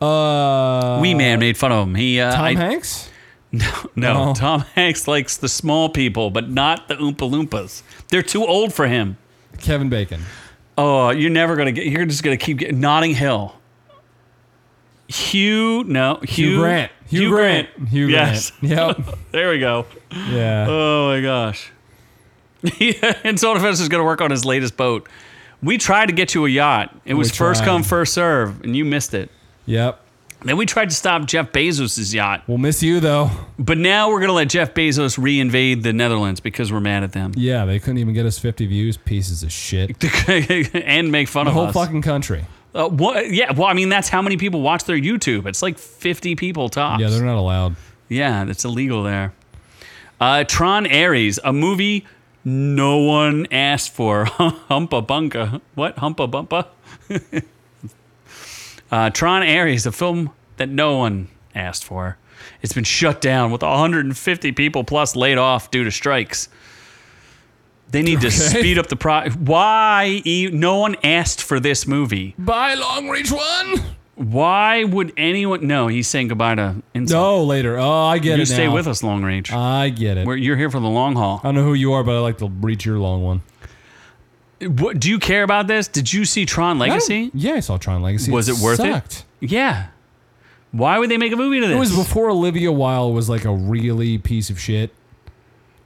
[SPEAKER 3] Uh,
[SPEAKER 1] Wee Man made fun of him. He uh,
[SPEAKER 3] Tom
[SPEAKER 1] I-
[SPEAKER 3] Hanks.
[SPEAKER 1] No,
[SPEAKER 3] No.
[SPEAKER 1] Tom Hanks likes the small people, but not the Oompa Loompas. They're too old for him.
[SPEAKER 3] Kevin Bacon.
[SPEAKER 1] Oh, you're never gonna get. You're just gonna keep getting Notting Hill. Hugh, no, Hugh,
[SPEAKER 3] Hugh, Grant. Hugh, Grant. Hugh
[SPEAKER 1] yes.
[SPEAKER 3] Grant. Yep.
[SPEAKER 1] There we go.
[SPEAKER 3] Yeah.
[SPEAKER 1] Oh my gosh. yeah, and Soul Defense is going to work on his latest boat. We tried to get you a yacht. It was
[SPEAKER 3] We
[SPEAKER 1] first
[SPEAKER 3] tried.
[SPEAKER 1] come, first serve, and you missed it.
[SPEAKER 3] yep.
[SPEAKER 1] Then we tried to stop Jeff Bezos' yacht,
[SPEAKER 3] We'll miss you though.
[SPEAKER 1] but now we're going to let Jeff Bezos reinvade the Netherlands because we're mad at them
[SPEAKER 3] Yeah, they couldn't even get us 50 views. Pieces of shit.
[SPEAKER 1] and make fun
[SPEAKER 3] The
[SPEAKER 1] of
[SPEAKER 3] whole
[SPEAKER 1] us.
[SPEAKER 3] fucking country.
[SPEAKER 1] Uh, what? Yeah. Well, I mean, that's how many people watch their YouTube. It's like 50 people tops.
[SPEAKER 3] Yeah, they're not allowed.
[SPEAKER 1] Yeah, that's illegal there. Uh, Tron Ares, a movie no one asked for. Humpa Bunka. What? Humpa Bumpa? uh, Tron Ares, a film that no one asked for. It's been shut down with 150 people plus laid off due to strikes. They need to speed up the pro. Why? E- no one asked for this movie.
[SPEAKER 2] Bye, Long Reach One.
[SPEAKER 1] Why would anyone? No, he's saying goodbye to. Insult.
[SPEAKER 3] No, later. Oh, I get
[SPEAKER 1] you
[SPEAKER 3] it.
[SPEAKER 1] stay
[SPEAKER 3] now.
[SPEAKER 1] with us long range.
[SPEAKER 3] I get it.
[SPEAKER 1] Where you're here for the long
[SPEAKER 3] I
[SPEAKER 1] haul.
[SPEAKER 3] don't know who you are, but I like to reach your long one.
[SPEAKER 1] What, do you care about this? Did you see Tron
[SPEAKER 3] I don't-
[SPEAKER 1] Legacy?
[SPEAKER 3] Yeah, I saw Tron Legacy.
[SPEAKER 1] Was it worth it?
[SPEAKER 3] sucked.
[SPEAKER 1] Yeah. Why would they make a movie to this?
[SPEAKER 3] It was before Olivia Wilde was like a really piece of shit.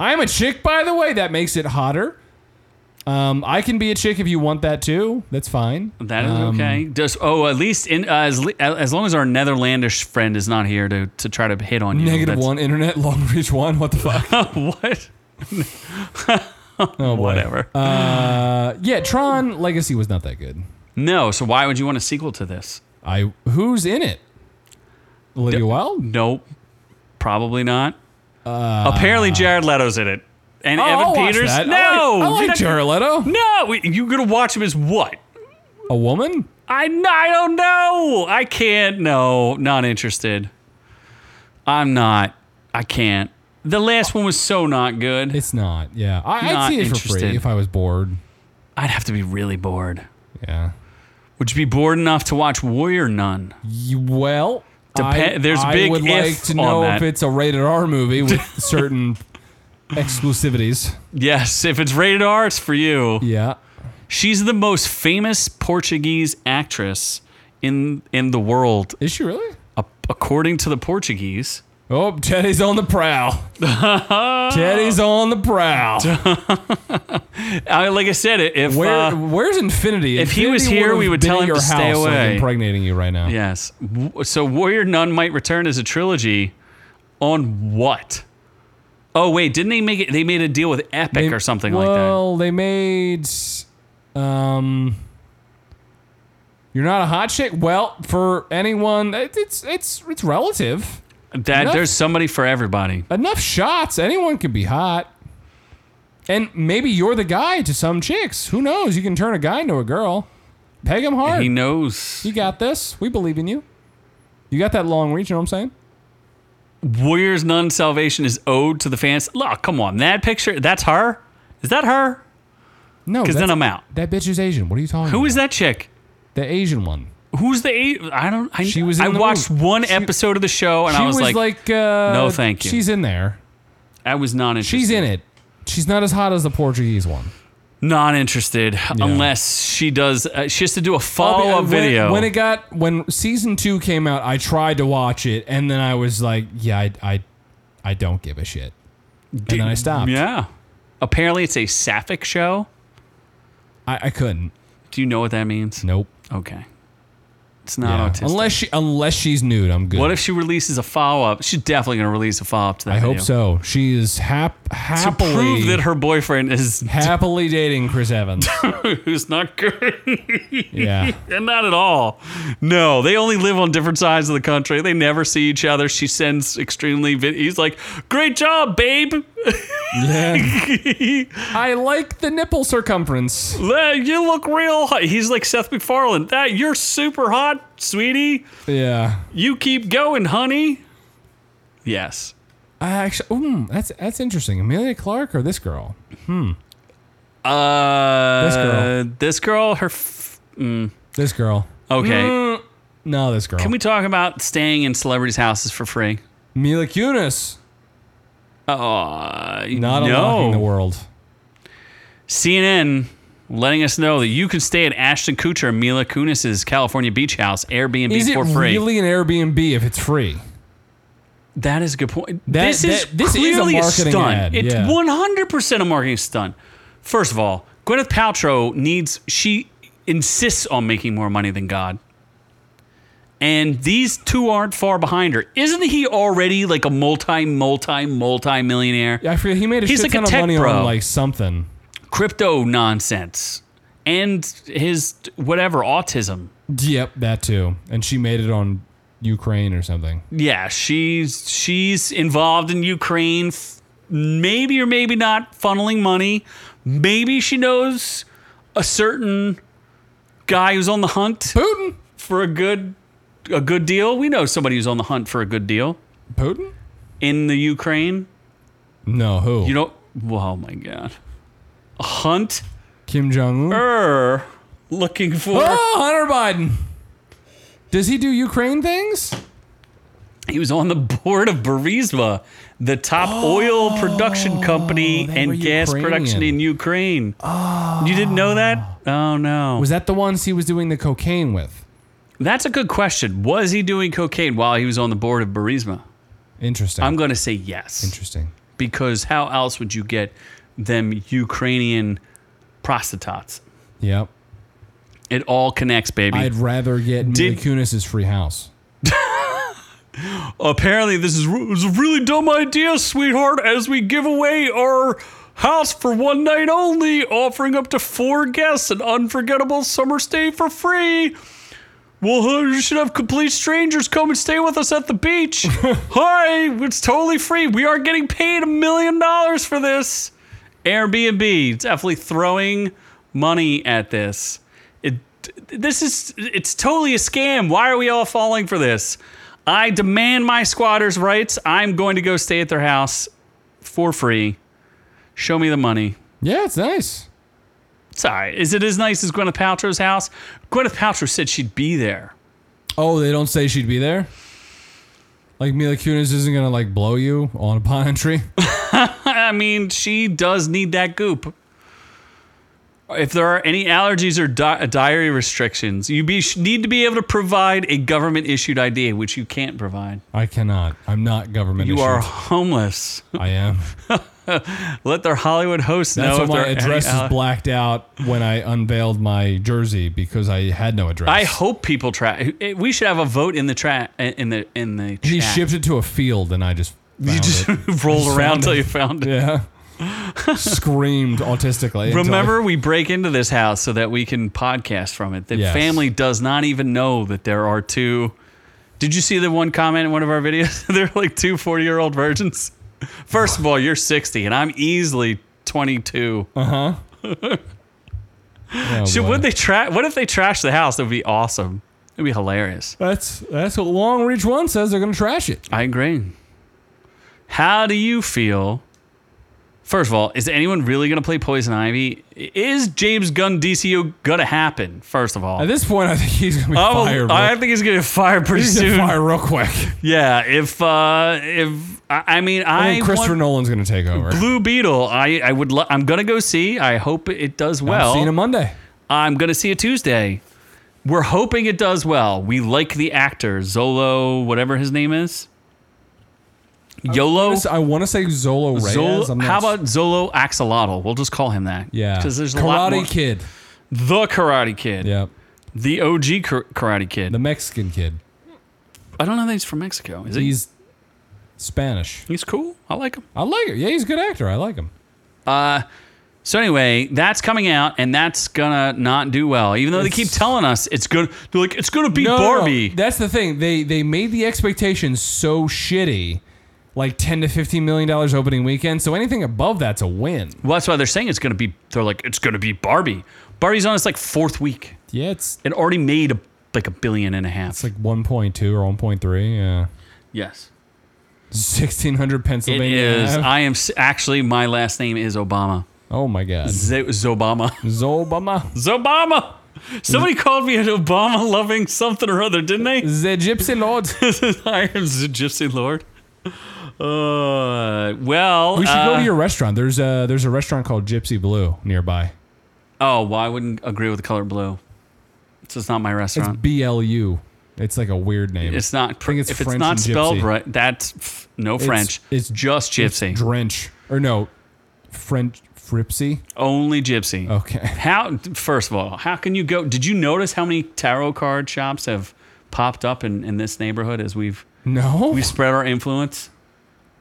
[SPEAKER 3] I'm a chick, by the way. That makes it hotter. Um, I can be a chick if you want that too. That's fine.
[SPEAKER 1] that is
[SPEAKER 3] Um,
[SPEAKER 1] okay. Does oh, at least in uh, as li- as long as our Netherlandish friend is not here to to try to hit on you.
[SPEAKER 3] Negative
[SPEAKER 1] that's-
[SPEAKER 3] one internet, long reach one. What the fuck?
[SPEAKER 1] what?
[SPEAKER 3] Oh, boy.
[SPEAKER 1] Whatever.
[SPEAKER 3] Uh, yeah, Tron Legacy was not that good.
[SPEAKER 1] no. So why would you want a sequel to this?
[SPEAKER 3] I who's in it? Olivia Wilde.
[SPEAKER 1] Nope. Probably not. Apparently, Jared Leto's in it, and
[SPEAKER 3] Uh,
[SPEAKER 1] Evan
[SPEAKER 3] Oh, I'll watch
[SPEAKER 1] Peters.
[SPEAKER 3] that.
[SPEAKER 1] No,
[SPEAKER 3] I like, I
[SPEAKER 1] you're
[SPEAKER 3] like
[SPEAKER 1] not-
[SPEAKER 3] Jared Leto.
[SPEAKER 1] No, you're gonna watch him as what?
[SPEAKER 3] A woman.
[SPEAKER 1] I, I don't know. I can't. No, not interested. I'm not. I can't. The last one was so not good.
[SPEAKER 3] It's not. Yeah, I,
[SPEAKER 1] Not
[SPEAKER 3] I'd see it for
[SPEAKER 1] interested.
[SPEAKER 3] free if I was bored.
[SPEAKER 1] I'd have to be really bored.
[SPEAKER 3] Yeah.
[SPEAKER 1] Would you be bored enough to watch Warrior Nun?
[SPEAKER 3] Y- Well,
[SPEAKER 1] Depen-
[SPEAKER 3] I,
[SPEAKER 1] there's
[SPEAKER 3] I
[SPEAKER 1] big
[SPEAKER 3] would
[SPEAKER 1] if
[SPEAKER 3] like to
[SPEAKER 1] on
[SPEAKER 3] know
[SPEAKER 1] that.
[SPEAKER 3] if it's a rated R movie with certain exclusivities.
[SPEAKER 1] Yes, if it's rated R, it's for you.
[SPEAKER 3] Yeah.
[SPEAKER 1] She's the most famous Portuguese actress in in the world,
[SPEAKER 3] Is she really?
[SPEAKER 1] a- according to the Portuguese.
[SPEAKER 3] Oh, Teddy's on the prowl. Teddy's on the prowl.
[SPEAKER 1] I, like I said, if
[SPEAKER 3] Where,
[SPEAKER 1] uh,
[SPEAKER 3] where's Infinity?
[SPEAKER 1] if he was
[SPEAKER 3] Infinity
[SPEAKER 1] here,
[SPEAKER 3] would've
[SPEAKER 1] we would
[SPEAKER 3] been
[SPEAKER 1] tell
[SPEAKER 3] at
[SPEAKER 1] him
[SPEAKER 3] your
[SPEAKER 1] to stay
[SPEAKER 3] house, like,
[SPEAKER 1] away.
[SPEAKER 3] impregnating you right now.
[SPEAKER 1] Yes. W- So Warrior Nun might return as a trilogy on what? Oh wait, didn't they make it? They made a deal with Epic
[SPEAKER 3] They-
[SPEAKER 1] or something
[SPEAKER 3] well,
[SPEAKER 1] like
[SPEAKER 3] they made. Um, you're not a hot chick. Well, for anyone, it, it's it's it's relative.
[SPEAKER 1] that. That
[SPEAKER 3] enough-
[SPEAKER 1] there's somebody for everybody.
[SPEAKER 3] enough shots. Anyone can be hot. And maybe you're the guy to some chicks. Who knows? You can turn a guy into a girl. Peg him hard.
[SPEAKER 1] He knows.
[SPEAKER 3] you got this. We believe in you. You got that long reach, you know what I'm saying?
[SPEAKER 1] Warriors Nun salvation is owed to the fans. Look, come on, that picture. That's her. Is that her?
[SPEAKER 3] No,
[SPEAKER 1] Because then
[SPEAKER 3] that's-
[SPEAKER 1] I'm out.
[SPEAKER 3] That bitch is Asian. What are you talking
[SPEAKER 1] Who
[SPEAKER 3] about?
[SPEAKER 1] is that chick?
[SPEAKER 3] The Asian one.
[SPEAKER 1] Who's the eight? I don't. I,
[SPEAKER 3] She was
[SPEAKER 1] I
[SPEAKER 3] in the
[SPEAKER 1] watched
[SPEAKER 3] movie.
[SPEAKER 1] one episode of the show and
[SPEAKER 3] She
[SPEAKER 1] I was, like,
[SPEAKER 3] uh,
[SPEAKER 1] "No, thank you."
[SPEAKER 3] She's in there.
[SPEAKER 1] I was not interested.
[SPEAKER 3] She's in it. She's not as hot as the Portuguese one.
[SPEAKER 1] Not interested unless she does. Uh, she has to do a follow
[SPEAKER 3] I'll
[SPEAKER 1] up
[SPEAKER 3] be- when-
[SPEAKER 1] video.
[SPEAKER 3] When it got when season two came out, I tried to watch it, and then I was like, yeah, I, I, I don't give a shit, and then I stopped.
[SPEAKER 1] yeah. Apparently, it's a sapphic show.
[SPEAKER 3] I, I couldn't.
[SPEAKER 1] Do you know what that means?
[SPEAKER 3] Nope.
[SPEAKER 1] Okay. It's not
[SPEAKER 3] Yeah.
[SPEAKER 1] autistic.
[SPEAKER 3] Unless she unless she's nude, I'm good.
[SPEAKER 1] what if she releases a follow up? She's definitely going to release a follow up to that.
[SPEAKER 3] I hope
[SPEAKER 1] video.
[SPEAKER 3] so. She is hap
[SPEAKER 1] To
[SPEAKER 3] happily
[SPEAKER 1] prove that her boyfriend is
[SPEAKER 3] happily dating Chris Evans.
[SPEAKER 1] who's not good.
[SPEAKER 3] yeah.
[SPEAKER 1] And not at all. No, they only live on different sides of the country. They never see each other. She sends extremely. Vid- he's like, "Great job, babe.
[SPEAKER 3] Yeah.
[SPEAKER 1] you
[SPEAKER 3] I like the nipple circumference.
[SPEAKER 1] look real hot." He's like Seth MacFarlane. That you're super hot, sweetie.
[SPEAKER 3] Yeah.
[SPEAKER 1] You keep going, honey. Yes,
[SPEAKER 3] I actually mm, that's that's interesting. Amelia Clark or this girl?
[SPEAKER 1] Uh,
[SPEAKER 3] This girl.
[SPEAKER 1] This girl. Her. F-
[SPEAKER 3] This girl.
[SPEAKER 1] okay.
[SPEAKER 3] Mm. No, this girl.
[SPEAKER 1] Can we talk about staying in celebrities' houses for free?
[SPEAKER 3] Mila Kunis.
[SPEAKER 1] Uh,
[SPEAKER 3] Not
[SPEAKER 1] no.
[SPEAKER 3] unlocking the world.
[SPEAKER 1] CNN letting us know that you can stay at Ashton Kutcher and Mila Kunis's California beach house Airbnb
[SPEAKER 3] Is it
[SPEAKER 1] for free.
[SPEAKER 3] really an Airbnb if it's free?
[SPEAKER 1] That is a good point.
[SPEAKER 3] That-
[SPEAKER 1] this is
[SPEAKER 3] that- this is a
[SPEAKER 1] clearly a,
[SPEAKER 3] marketing
[SPEAKER 1] stunt.
[SPEAKER 3] ad,
[SPEAKER 1] It's
[SPEAKER 3] yeah.
[SPEAKER 1] 100% a marketing stunt. First of all, Gwyneth Paltrow needs she insists on making more money than God. And these two aren't far behind her. Isn't he already like a multi multi multi millionaire?
[SPEAKER 3] I forget. He made a
[SPEAKER 1] He's
[SPEAKER 3] shit
[SPEAKER 1] like a
[SPEAKER 3] ton of
[SPEAKER 1] tech
[SPEAKER 3] money
[SPEAKER 1] bro.
[SPEAKER 3] on like something.
[SPEAKER 1] Crypto nonsense and his whatever autism.
[SPEAKER 3] Yep, that too. And she made it on Ukraine or something.
[SPEAKER 1] Yeah, she's she's involved in Ukraine, f- maybe or maybe not funneling money. Maybe she knows a certain guy who's on the hunt
[SPEAKER 3] Putin.
[SPEAKER 1] for a good a good deal. We know somebody who's on the hunt for a good deal
[SPEAKER 3] Putin?
[SPEAKER 1] in the Ukraine.
[SPEAKER 3] No, who?
[SPEAKER 1] You know, oh my god, a hunter
[SPEAKER 3] Kim Jong
[SPEAKER 1] Er,
[SPEAKER 3] Un.
[SPEAKER 1] looking for.
[SPEAKER 3] Oh, Hunter Biden. Does he do Ukraine things?
[SPEAKER 1] He was on the board of Burisma, the top oil production company
[SPEAKER 3] they Oh, were
[SPEAKER 1] and gas production
[SPEAKER 3] Ukrainian.
[SPEAKER 1] in Ukraine. You didn't know that? Oh no.
[SPEAKER 3] Was that the ones he was doing the cocaine with?
[SPEAKER 1] That's a good question. Was he doing cocaine while he was on the board of Burisma?
[SPEAKER 3] Interesting.
[SPEAKER 1] I'm going to say yes.
[SPEAKER 3] Interesting.
[SPEAKER 1] Because how else would you get them Ukrainian prostitutes?
[SPEAKER 3] Yep.
[SPEAKER 1] It all connects, baby.
[SPEAKER 3] I'd rather get Mila
[SPEAKER 1] Did-
[SPEAKER 3] Kunis's free house.
[SPEAKER 1] apparently this is, re- is a really dumb idea, sweetheart, as we give away our house for one night only, offering up to four guests an unforgettable summer stay for free. Well, huh, you should have complete strangers come and stay with us at the beach. Hi, it's totally free. We are getting paid a million dollars for this. Airbnb definitely throwing money at this. It this is it's totally a scam. Why are we all falling for this? I demand my squatters' rights. I'm going to go stay at their house for free. Show me the money.
[SPEAKER 3] Yeah, it's nice.
[SPEAKER 1] It's all right. Is it as nice as Gwyneth Paltrow's house? Gwyneth Paltrow said she'd be there.
[SPEAKER 3] Oh, they don't say she'd be there? Like Mila Kunis isn't gonna like blow you on a pine tree.
[SPEAKER 1] I mean, she does need that goop. If there are any allergies or di- diary restrictions, you be, need to be able to provide a government issued ID, which you can't provide.
[SPEAKER 3] I cannot. I'm not government.
[SPEAKER 1] You
[SPEAKER 3] issued.
[SPEAKER 1] are homeless.
[SPEAKER 3] I am.
[SPEAKER 1] Let their Hollywood hosts
[SPEAKER 3] That's
[SPEAKER 1] know
[SPEAKER 3] why
[SPEAKER 1] if
[SPEAKER 3] my
[SPEAKER 1] they're uh,
[SPEAKER 3] address is blacked out when I unveiled my jersey because I had no address.
[SPEAKER 1] I hope people try. We should have a vote in the tra- in the in the. Chat.
[SPEAKER 3] he shipped it to a field and I just
[SPEAKER 1] You
[SPEAKER 3] found
[SPEAKER 1] just
[SPEAKER 3] it.
[SPEAKER 1] rolled
[SPEAKER 3] Just
[SPEAKER 1] around
[SPEAKER 3] found
[SPEAKER 1] till
[SPEAKER 3] it.
[SPEAKER 1] you found it.
[SPEAKER 3] Yeah. Screamed autistically. until I-
[SPEAKER 1] Remember, we break into this house so that we can podcast from it. The
[SPEAKER 3] Yes.
[SPEAKER 1] family does not even know that there are two. Did you see the one comment in one of our videos? They're like two 40 year old virgins. First of all, you're 60 and I'm easily 22.
[SPEAKER 3] Oh,
[SPEAKER 1] So
[SPEAKER 3] boy.
[SPEAKER 1] would they tra- what if they trash the house? That would be awesome. It'd be hilarious.
[SPEAKER 3] That's that's what Long Reach One says. They're gonna trash it.
[SPEAKER 1] I agree. How do you feel? First of all, is anyone really going to play Poison Ivy? Is James Gunn DCU going to happen? First of all,
[SPEAKER 3] At this point, I think he's gonna be
[SPEAKER 1] I will-
[SPEAKER 3] fired.
[SPEAKER 1] Oh, I
[SPEAKER 3] real-
[SPEAKER 1] think he's gonna get fired pretty
[SPEAKER 3] he's
[SPEAKER 1] soon.
[SPEAKER 3] gonna fire real quick.
[SPEAKER 1] Yeah, if uh, if I, I mean,
[SPEAKER 3] I
[SPEAKER 1] I
[SPEAKER 3] think Christopher
[SPEAKER 1] want
[SPEAKER 3] Nolan's going to take over.
[SPEAKER 1] Blue Beetle. I I would. Lo- I'm gonna go see. I hope it does well.
[SPEAKER 3] I'm seeing him Monday.
[SPEAKER 1] I'm gonna see it Tuesday. We're hoping it does well. We like the actor Zolo, whatever his name is. Yolo.
[SPEAKER 3] I want to say Zolo Reyes. I'm
[SPEAKER 1] Zolo,
[SPEAKER 3] not
[SPEAKER 1] Oh. how
[SPEAKER 3] s-
[SPEAKER 1] about Zolo Axolotl? We'll just call him that.
[SPEAKER 3] yeah?
[SPEAKER 1] because there's a
[SPEAKER 3] Karate
[SPEAKER 1] lot more-
[SPEAKER 3] Kid.
[SPEAKER 1] The Karate Kid.
[SPEAKER 3] Yeah,
[SPEAKER 1] The OG Kar- Karate Kid.
[SPEAKER 3] the Mexican kid.
[SPEAKER 1] I don't know that he's from Mexico. Is he?
[SPEAKER 3] He's Spanish.
[SPEAKER 1] He's cool. I like him.
[SPEAKER 3] I like it. Yeah, he's a good actor. I like him.
[SPEAKER 1] So anyway, that's coming out, and that's gonna not do well. Even though they keep
[SPEAKER 3] It's-
[SPEAKER 1] telling us it's gonna, they're like it's gonna beat Barbie.
[SPEAKER 3] That's the thing. They they made the expectations so shitty, like ten to fifteen million dollars opening weekend. So anything above that's a win.
[SPEAKER 1] well, that's why they're saying it's gonna be. They're like it's gonna be Barbie. Barbie's on its like fourth week.
[SPEAKER 3] Yeah, it's
[SPEAKER 1] It already made a, like a billion and a half.
[SPEAKER 3] it's like one point two or one point three. Yeah,
[SPEAKER 1] yes,
[SPEAKER 3] sixteen hundred
[SPEAKER 1] it
[SPEAKER 3] Pennsylvania.
[SPEAKER 1] is.
[SPEAKER 3] Ave.
[SPEAKER 1] I am s- actually my last name is Obama.
[SPEAKER 3] oh my God,
[SPEAKER 1] Z- Zobama.
[SPEAKER 3] Zobama,
[SPEAKER 1] Zobama.
[SPEAKER 3] Mm-hmm.
[SPEAKER 1] Somebody called me an Obama loving something or other, didn't they?
[SPEAKER 3] the Gypsy Lord. Mm-hmm.
[SPEAKER 1] I am the Gypsy Lord. Uh, well,
[SPEAKER 3] We should go
[SPEAKER 1] uh,
[SPEAKER 3] to your restaurant. There's a there's a restaurant called Gypsy Blue nearby.
[SPEAKER 1] Oh, well, I wouldn't agree with the color blue. It's just not my
[SPEAKER 3] It's
[SPEAKER 1] restaurant.
[SPEAKER 3] B L U. It's like a weird name.
[SPEAKER 1] It's, not. Pr-
[SPEAKER 3] think it's
[SPEAKER 1] if
[SPEAKER 3] French
[SPEAKER 1] it's not
[SPEAKER 3] and
[SPEAKER 1] spelled
[SPEAKER 3] gypsy.
[SPEAKER 1] right, that's f- no French.
[SPEAKER 3] it's-
[SPEAKER 1] It's, just gypsy.
[SPEAKER 3] Drench or no, French Fripsy.
[SPEAKER 1] Only gypsy.
[SPEAKER 3] Okay.
[SPEAKER 1] How? First of all, how can you go? Did you notice how many tarot card shops have popped up in, in this neighborhood as we've
[SPEAKER 3] No.
[SPEAKER 1] we spread our influence?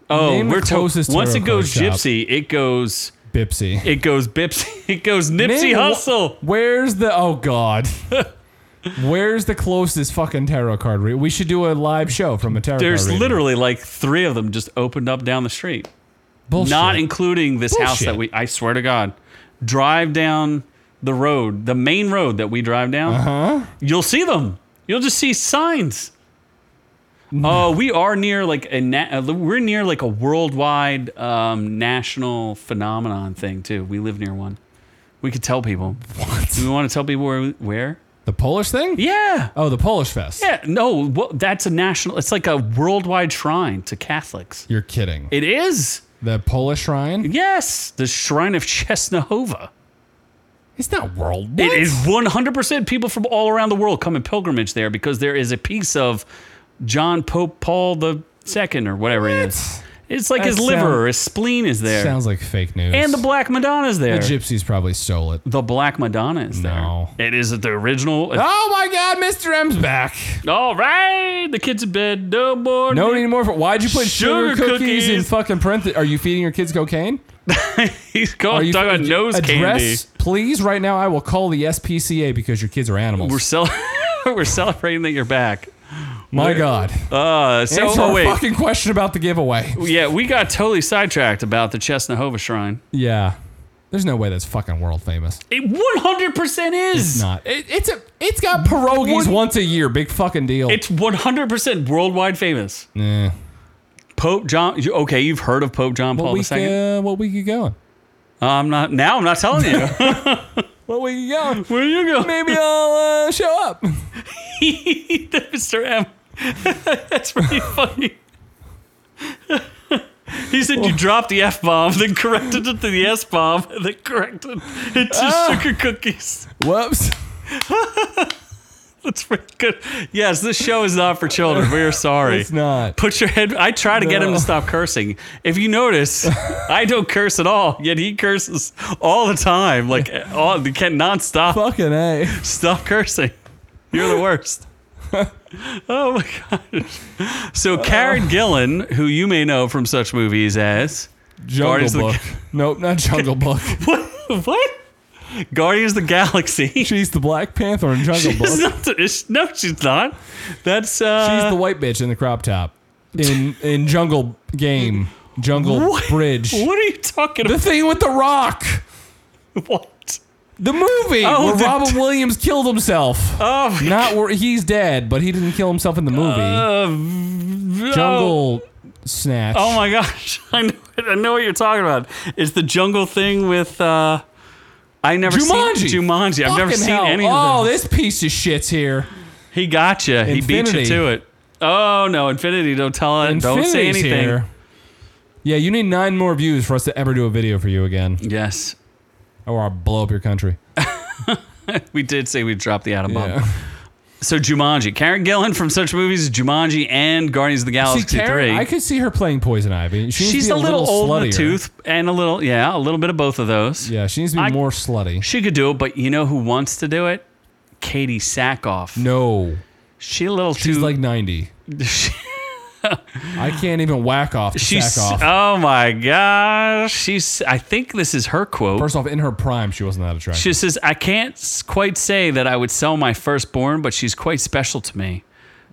[SPEAKER 1] Oh,
[SPEAKER 3] Name the
[SPEAKER 1] we're to-
[SPEAKER 3] closest
[SPEAKER 1] once
[SPEAKER 3] tarot
[SPEAKER 1] it
[SPEAKER 3] card
[SPEAKER 1] goes
[SPEAKER 3] shop.
[SPEAKER 1] gypsy, it goes
[SPEAKER 3] Bipsy.
[SPEAKER 1] it goes bipsy, it goes Nipsey
[SPEAKER 3] Name wh-
[SPEAKER 1] Hustle.
[SPEAKER 3] Where's the oh god? Where's the closest fucking tarot card? Re- we should do a live show from a tarot
[SPEAKER 1] There's
[SPEAKER 3] card. reading.
[SPEAKER 1] literally like three of them just opened up down the street.
[SPEAKER 3] Bullshit.
[SPEAKER 1] not including this house
[SPEAKER 3] Bullshit.
[SPEAKER 1] that we I swear to God, drive down the road, the main road that we drive down,
[SPEAKER 3] Uh-huh.
[SPEAKER 1] you'll see them. You'll just see signs.
[SPEAKER 3] Mm.
[SPEAKER 1] Oh, we are near like a na- uh, we're near like a worldwide um, national phenomenon thing too. We live near one. We could tell people. What? We want to tell people where? where?
[SPEAKER 3] the Polish thing.
[SPEAKER 1] Yeah.
[SPEAKER 3] Oh, the Polish fest.
[SPEAKER 1] Yeah. No, wha- that's a national. It's like a worldwide shrine to Catholics.
[SPEAKER 3] You're kidding.
[SPEAKER 1] It is.
[SPEAKER 3] the Polish shrine.
[SPEAKER 1] Yes, the Shrine of Chesnahova.
[SPEAKER 3] It's not world.
[SPEAKER 1] It is 100% people from all around the world come in pilgrimage there because there is a piece of John Pope Paul the Second or whatever it is. It's like
[SPEAKER 3] That
[SPEAKER 1] his liver
[SPEAKER 3] sound-
[SPEAKER 1] or his spleen is there.
[SPEAKER 3] Sounds like fake news.
[SPEAKER 1] and the Black Madonna's there.
[SPEAKER 3] the
[SPEAKER 1] The,
[SPEAKER 3] gypsies probably stole it.
[SPEAKER 1] Black Madonna is there.
[SPEAKER 3] No.
[SPEAKER 1] It is the original. uh,
[SPEAKER 3] Oh my God, Mr. M's back.
[SPEAKER 1] all right, the kids in bed. No more.
[SPEAKER 3] No need more. For, why'd you put sugar,
[SPEAKER 1] Sugar
[SPEAKER 3] cookies,
[SPEAKER 1] cookies.
[SPEAKER 3] in fucking parentheses? Are you feeding your kids cocaine?
[SPEAKER 1] He's called,
[SPEAKER 3] Are you
[SPEAKER 1] talking about nose candy.
[SPEAKER 3] address, please? Right now, I will call the SPCA because your kids are animals.
[SPEAKER 1] We're, cel- we're celebrating that you're back.
[SPEAKER 3] my God.
[SPEAKER 1] Uh, so,
[SPEAKER 3] Answer
[SPEAKER 1] oh,
[SPEAKER 3] our
[SPEAKER 1] wait.
[SPEAKER 3] fucking question about the giveaway.
[SPEAKER 1] yeah, we got totally sidetracked about the Chesnahova Shrine.
[SPEAKER 3] Yeah. There's no way that's fucking world famous.
[SPEAKER 1] It 100% is.
[SPEAKER 3] Not. It, it's a. It's got pierogies
[SPEAKER 1] Would-
[SPEAKER 3] once a year. Big fucking deal.
[SPEAKER 1] It's 100% worldwide famous.
[SPEAKER 3] Nah.
[SPEAKER 1] Pope John. you- Okay, you've heard of Pope John
[SPEAKER 3] What
[SPEAKER 1] Paul
[SPEAKER 3] week?
[SPEAKER 1] II.
[SPEAKER 3] Uh, what week you going?
[SPEAKER 1] I'm not. Now I'm not telling you.
[SPEAKER 3] What week you going?
[SPEAKER 1] Where you go,
[SPEAKER 3] Maybe I'll uh, show up.
[SPEAKER 1] Mr. M? That's pretty funny. he said
[SPEAKER 3] Oh.
[SPEAKER 1] you dropped the F bomb, then corrected it to the S bomb, and then corrected it to
[SPEAKER 3] Ah.
[SPEAKER 1] sugar cookies.
[SPEAKER 3] Whoops.
[SPEAKER 1] That's pretty good. Yes, this show is not for children. We are sorry.
[SPEAKER 3] It's not.
[SPEAKER 1] Put your head. I try to get him
[SPEAKER 3] No.
[SPEAKER 1] to stop cursing. If you notice, I don't curse at all. Yet he curses all the time. Like all you can nonstop. stop
[SPEAKER 3] Fucking a.
[SPEAKER 1] Stop cursing. You're the worst. oh my gosh. So Karen Gillan, who you may know from such movies as
[SPEAKER 3] Jungle
[SPEAKER 1] Guardians of the
[SPEAKER 3] Book. nope, not Jungle Book.
[SPEAKER 1] what? What? Guardians of the Galaxy.
[SPEAKER 3] She's the Black Panther in Jungle Book.
[SPEAKER 1] She's not the- is- no, she's not. That's uh,
[SPEAKER 3] She's the white bitch in the crop top in in Jungle Game, Jungle
[SPEAKER 1] What?
[SPEAKER 3] Bridge.
[SPEAKER 1] What are you talking
[SPEAKER 3] The thing with the rock,
[SPEAKER 1] about? What?
[SPEAKER 3] the movie
[SPEAKER 1] Oh,
[SPEAKER 3] where
[SPEAKER 1] the-
[SPEAKER 3] Robin Williams killed himself.
[SPEAKER 1] Oh, my
[SPEAKER 3] Not where he's dead, but he didn't kill himself in the movie.
[SPEAKER 1] Uh,
[SPEAKER 3] Jungle Snatch.
[SPEAKER 1] Oh my gosh, I know, I know what you're talking about. It's the jungle thing with. Uh, I never
[SPEAKER 3] Jumanji.
[SPEAKER 1] seen Jumanji. I've never
[SPEAKER 3] Fucking
[SPEAKER 1] seen
[SPEAKER 3] hell.
[SPEAKER 1] any
[SPEAKER 3] Oh,
[SPEAKER 1] of this.
[SPEAKER 3] this piece of shit's here.
[SPEAKER 1] He got you. He beat you
[SPEAKER 3] Infinity.
[SPEAKER 1] to it. Oh no, Infinity! Don't tell it. don't say
[SPEAKER 3] Infinity's
[SPEAKER 1] anything.
[SPEAKER 3] Here. Yeah, you need nine more views for us to ever do a video for you again,
[SPEAKER 1] Yes.
[SPEAKER 3] or I'll blow up your country.
[SPEAKER 1] We did say we'd drop the atom bomb.
[SPEAKER 3] Yeah.
[SPEAKER 1] So Jumanji. Karen Gillan from such movies as Jumanji and Guardians of the Galaxy
[SPEAKER 3] See, Karen,
[SPEAKER 1] 3.
[SPEAKER 3] I could see her playing Poison Ivy. She needs to
[SPEAKER 1] She's
[SPEAKER 3] be
[SPEAKER 1] a little, old in the
[SPEAKER 3] sluttier.
[SPEAKER 1] tooth and a little, yeah, a little bit of both of those.
[SPEAKER 3] Yeah, she needs to be
[SPEAKER 1] I-
[SPEAKER 3] more slutty.
[SPEAKER 1] She could do it, but you know who wants to do it? Katie Sackhoff.
[SPEAKER 3] No,
[SPEAKER 1] She a little
[SPEAKER 3] she's
[SPEAKER 1] too
[SPEAKER 3] like ninety. I can't even whack off. To
[SPEAKER 1] she's
[SPEAKER 3] sack off.
[SPEAKER 1] oh my gosh. She's I think this is her quote.
[SPEAKER 3] First off, in her prime, she wasn't that attractive.
[SPEAKER 1] She says, I can't s- quite say that I would sell my firstborn, but she's quite special to me.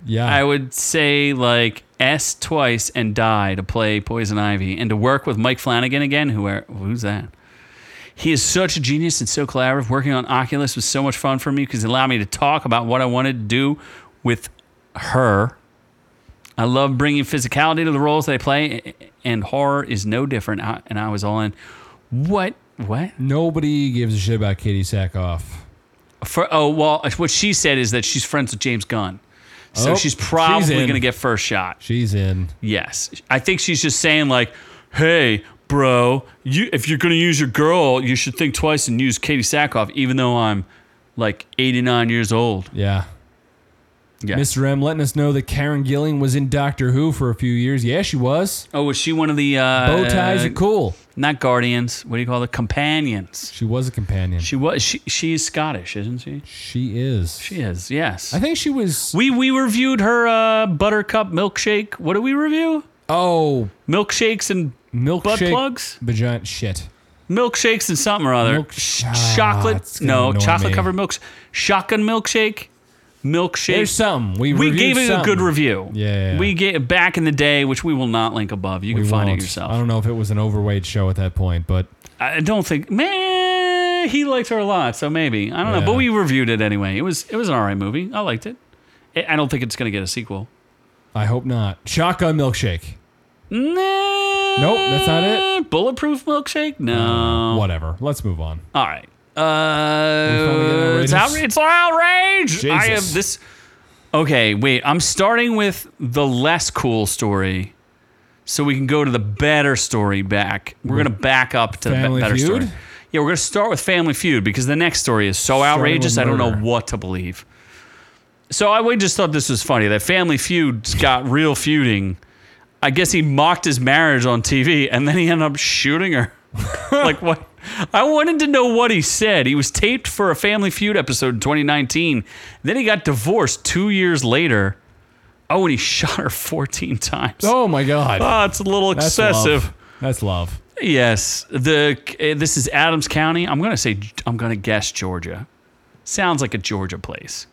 [SPEAKER 3] yeah,
[SPEAKER 1] I would say like S twice and die to play Poison Ivy and to work with Mike Flanagan again. Who are, who's that? He is such a genius and so collaborative. Working on Oculus was so much fun for me because it allowed me to talk about what I wanted to do with her. I love bringing physicality to the roles that I play, a- and horror is no different. I- And I was all in. What? What?
[SPEAKER 3] nobody gives a shit about Katie Sackhoff.
[SPEAKER 1] For, oh well, what she said is that she's friends with James Gunn, so
[SPEAKER 3] Oh,
[SPEAKER 1] she's probably
[SPEAKER 3] she's in.
[SPEAKER 1] gonna get first shot.
[SPEAKER 3] She's in.
[SPEAKER 1] Yes, I think she's just saying like, "Hey, bro, you if you're gonna use your girl, you should think twice and use Katie Sackhoff, even though I'm like 89 years old."
[SPEAKER 3] Yeah.
[SPEAKER 1] Yeah.
[SPEAKER 3] Mr. M letting us know that Karen Gilling was in Doctor Who for a few years. Yeah, she was.
[SPEAKER 1] Oh, was she one of the uh,
[SPEAKER 3] Bow ties are cool.
[SPEAKER 1] Not guardians. What do you call the companions?
[SPEAKER 3] She was a companion. She,
[SPEAKER 1] She was. She she's Scottish, isn't she?
[SPEAKER 3] is.
[SPEAKER 1] She is. Yes.
[SPEAKER 3] I think she was.
[SPEAKER 1] we we reviewed her uh, buttercup milkshake. What did we review?
[SPEAKER 3] Oh,
[SPEAKER 1] Milkshakes and
[SPEAKER 3] milkshake.
[SPEAKER 1] butt plugs?
[SPEAKER 3] Vagina shit.
[SPEAKER 1] milkshakes and something or other.
[SPEAKER 3] Milk-
[SPEAKER 1] Sh-
[SPEAKER 3] Ah,
[SPEAKER 1] chocolate,
[SPEAKER 3] it's gonna
[SPEAKER 1] no,
[SPEAKER 3] annoy
[SPEAKER 1] chocolate
[SPEAKER 3] me.
[SPEAKER 1] covered milks. Shotgun milkshake, milkshake.
[SPEAKER 3] There's something we
[SPEAKER 1] we
[SPEAKER 3] reviewed
[SPEAKER 1] gave it a
[SPEAKER 3] something.
[SPEAKER 1] good review.
[SPEAKER 3] Yeah.
[SPEAKER 1] we get back in the day, which we will not link above. You
[SPEAKER 3] We
[SPEAKER 1] can find
[SPEAKER 3] won't.
[SPEAKER 1] it yourself.
[SPEAKER 3] I don't know if it was an overweight show at that point, but
[SPEAKER 1] I don't think man he liked her a lot, so maybe I don't know.
[SPEAKER 3] Yeah.
[SPEAKER 1] But we reviewed it anyway. It was it was an alright movie. I liked it. I I don't think it's gonna get a sequel.
[SPEAKER 3] I hope not. Shotgun milkshake.
[SPEAKER 1] Nope,
[SPEAKER 3] that's not it.
[SPEAKER 1] Bulletproof milkshake? No.
[SPEAKER 3] Whatever. Let's move on.
[SPEAKER 1] All right.
[SPEAKER 3] finally getting
[SPEAKER 1] Uh,
[SPEAKER 3] our
[SPEAKER 1] it's,
[SPEAKER 3] ratings?
[SPEAKER 1] outra- it's outrage.
[SPEAKER 3] Jesus.
[SPEAKER 1] I have this. Okay, wait. I'm starting with the less cool story, so we can go to the better story. Back. We're gonna back up to the be-
[SPEAKER 3] Family
[SPEAKER 1] better story.
[SPEAKER 3] Feud?
[SPEAKER 1] Yeah, we're gonna start with Family Feud because the next story is so
[SPEAKER 3] Starting with
[SPEAKER 1] outrageous. I don't know
[SPEAKER 3] murder.
[SPEAKER 1] what to believe. So I we just thought this was funny that Family Feud got real feuding. I guess he mocked his marriage on TV and then he ended up shooting her. like what? I wanted to know what he said. He was taped for a Family Feud episode in 2019. Then he got divorced two years later. Oh, and he shot her 14 times.
[SPEAKER 3] Oh my god.
[SPEAKER 1] Ah, it's a little
[SPEAKER 3] That's
[SPEAKER 1] excessive.
[SPEAKER 3] Love. That's love.
[SPEAKER 1] Yes, the eh, this is Adams County. I'm gonna say I'm gonna guess Georgia. Sounds like a Georgia place.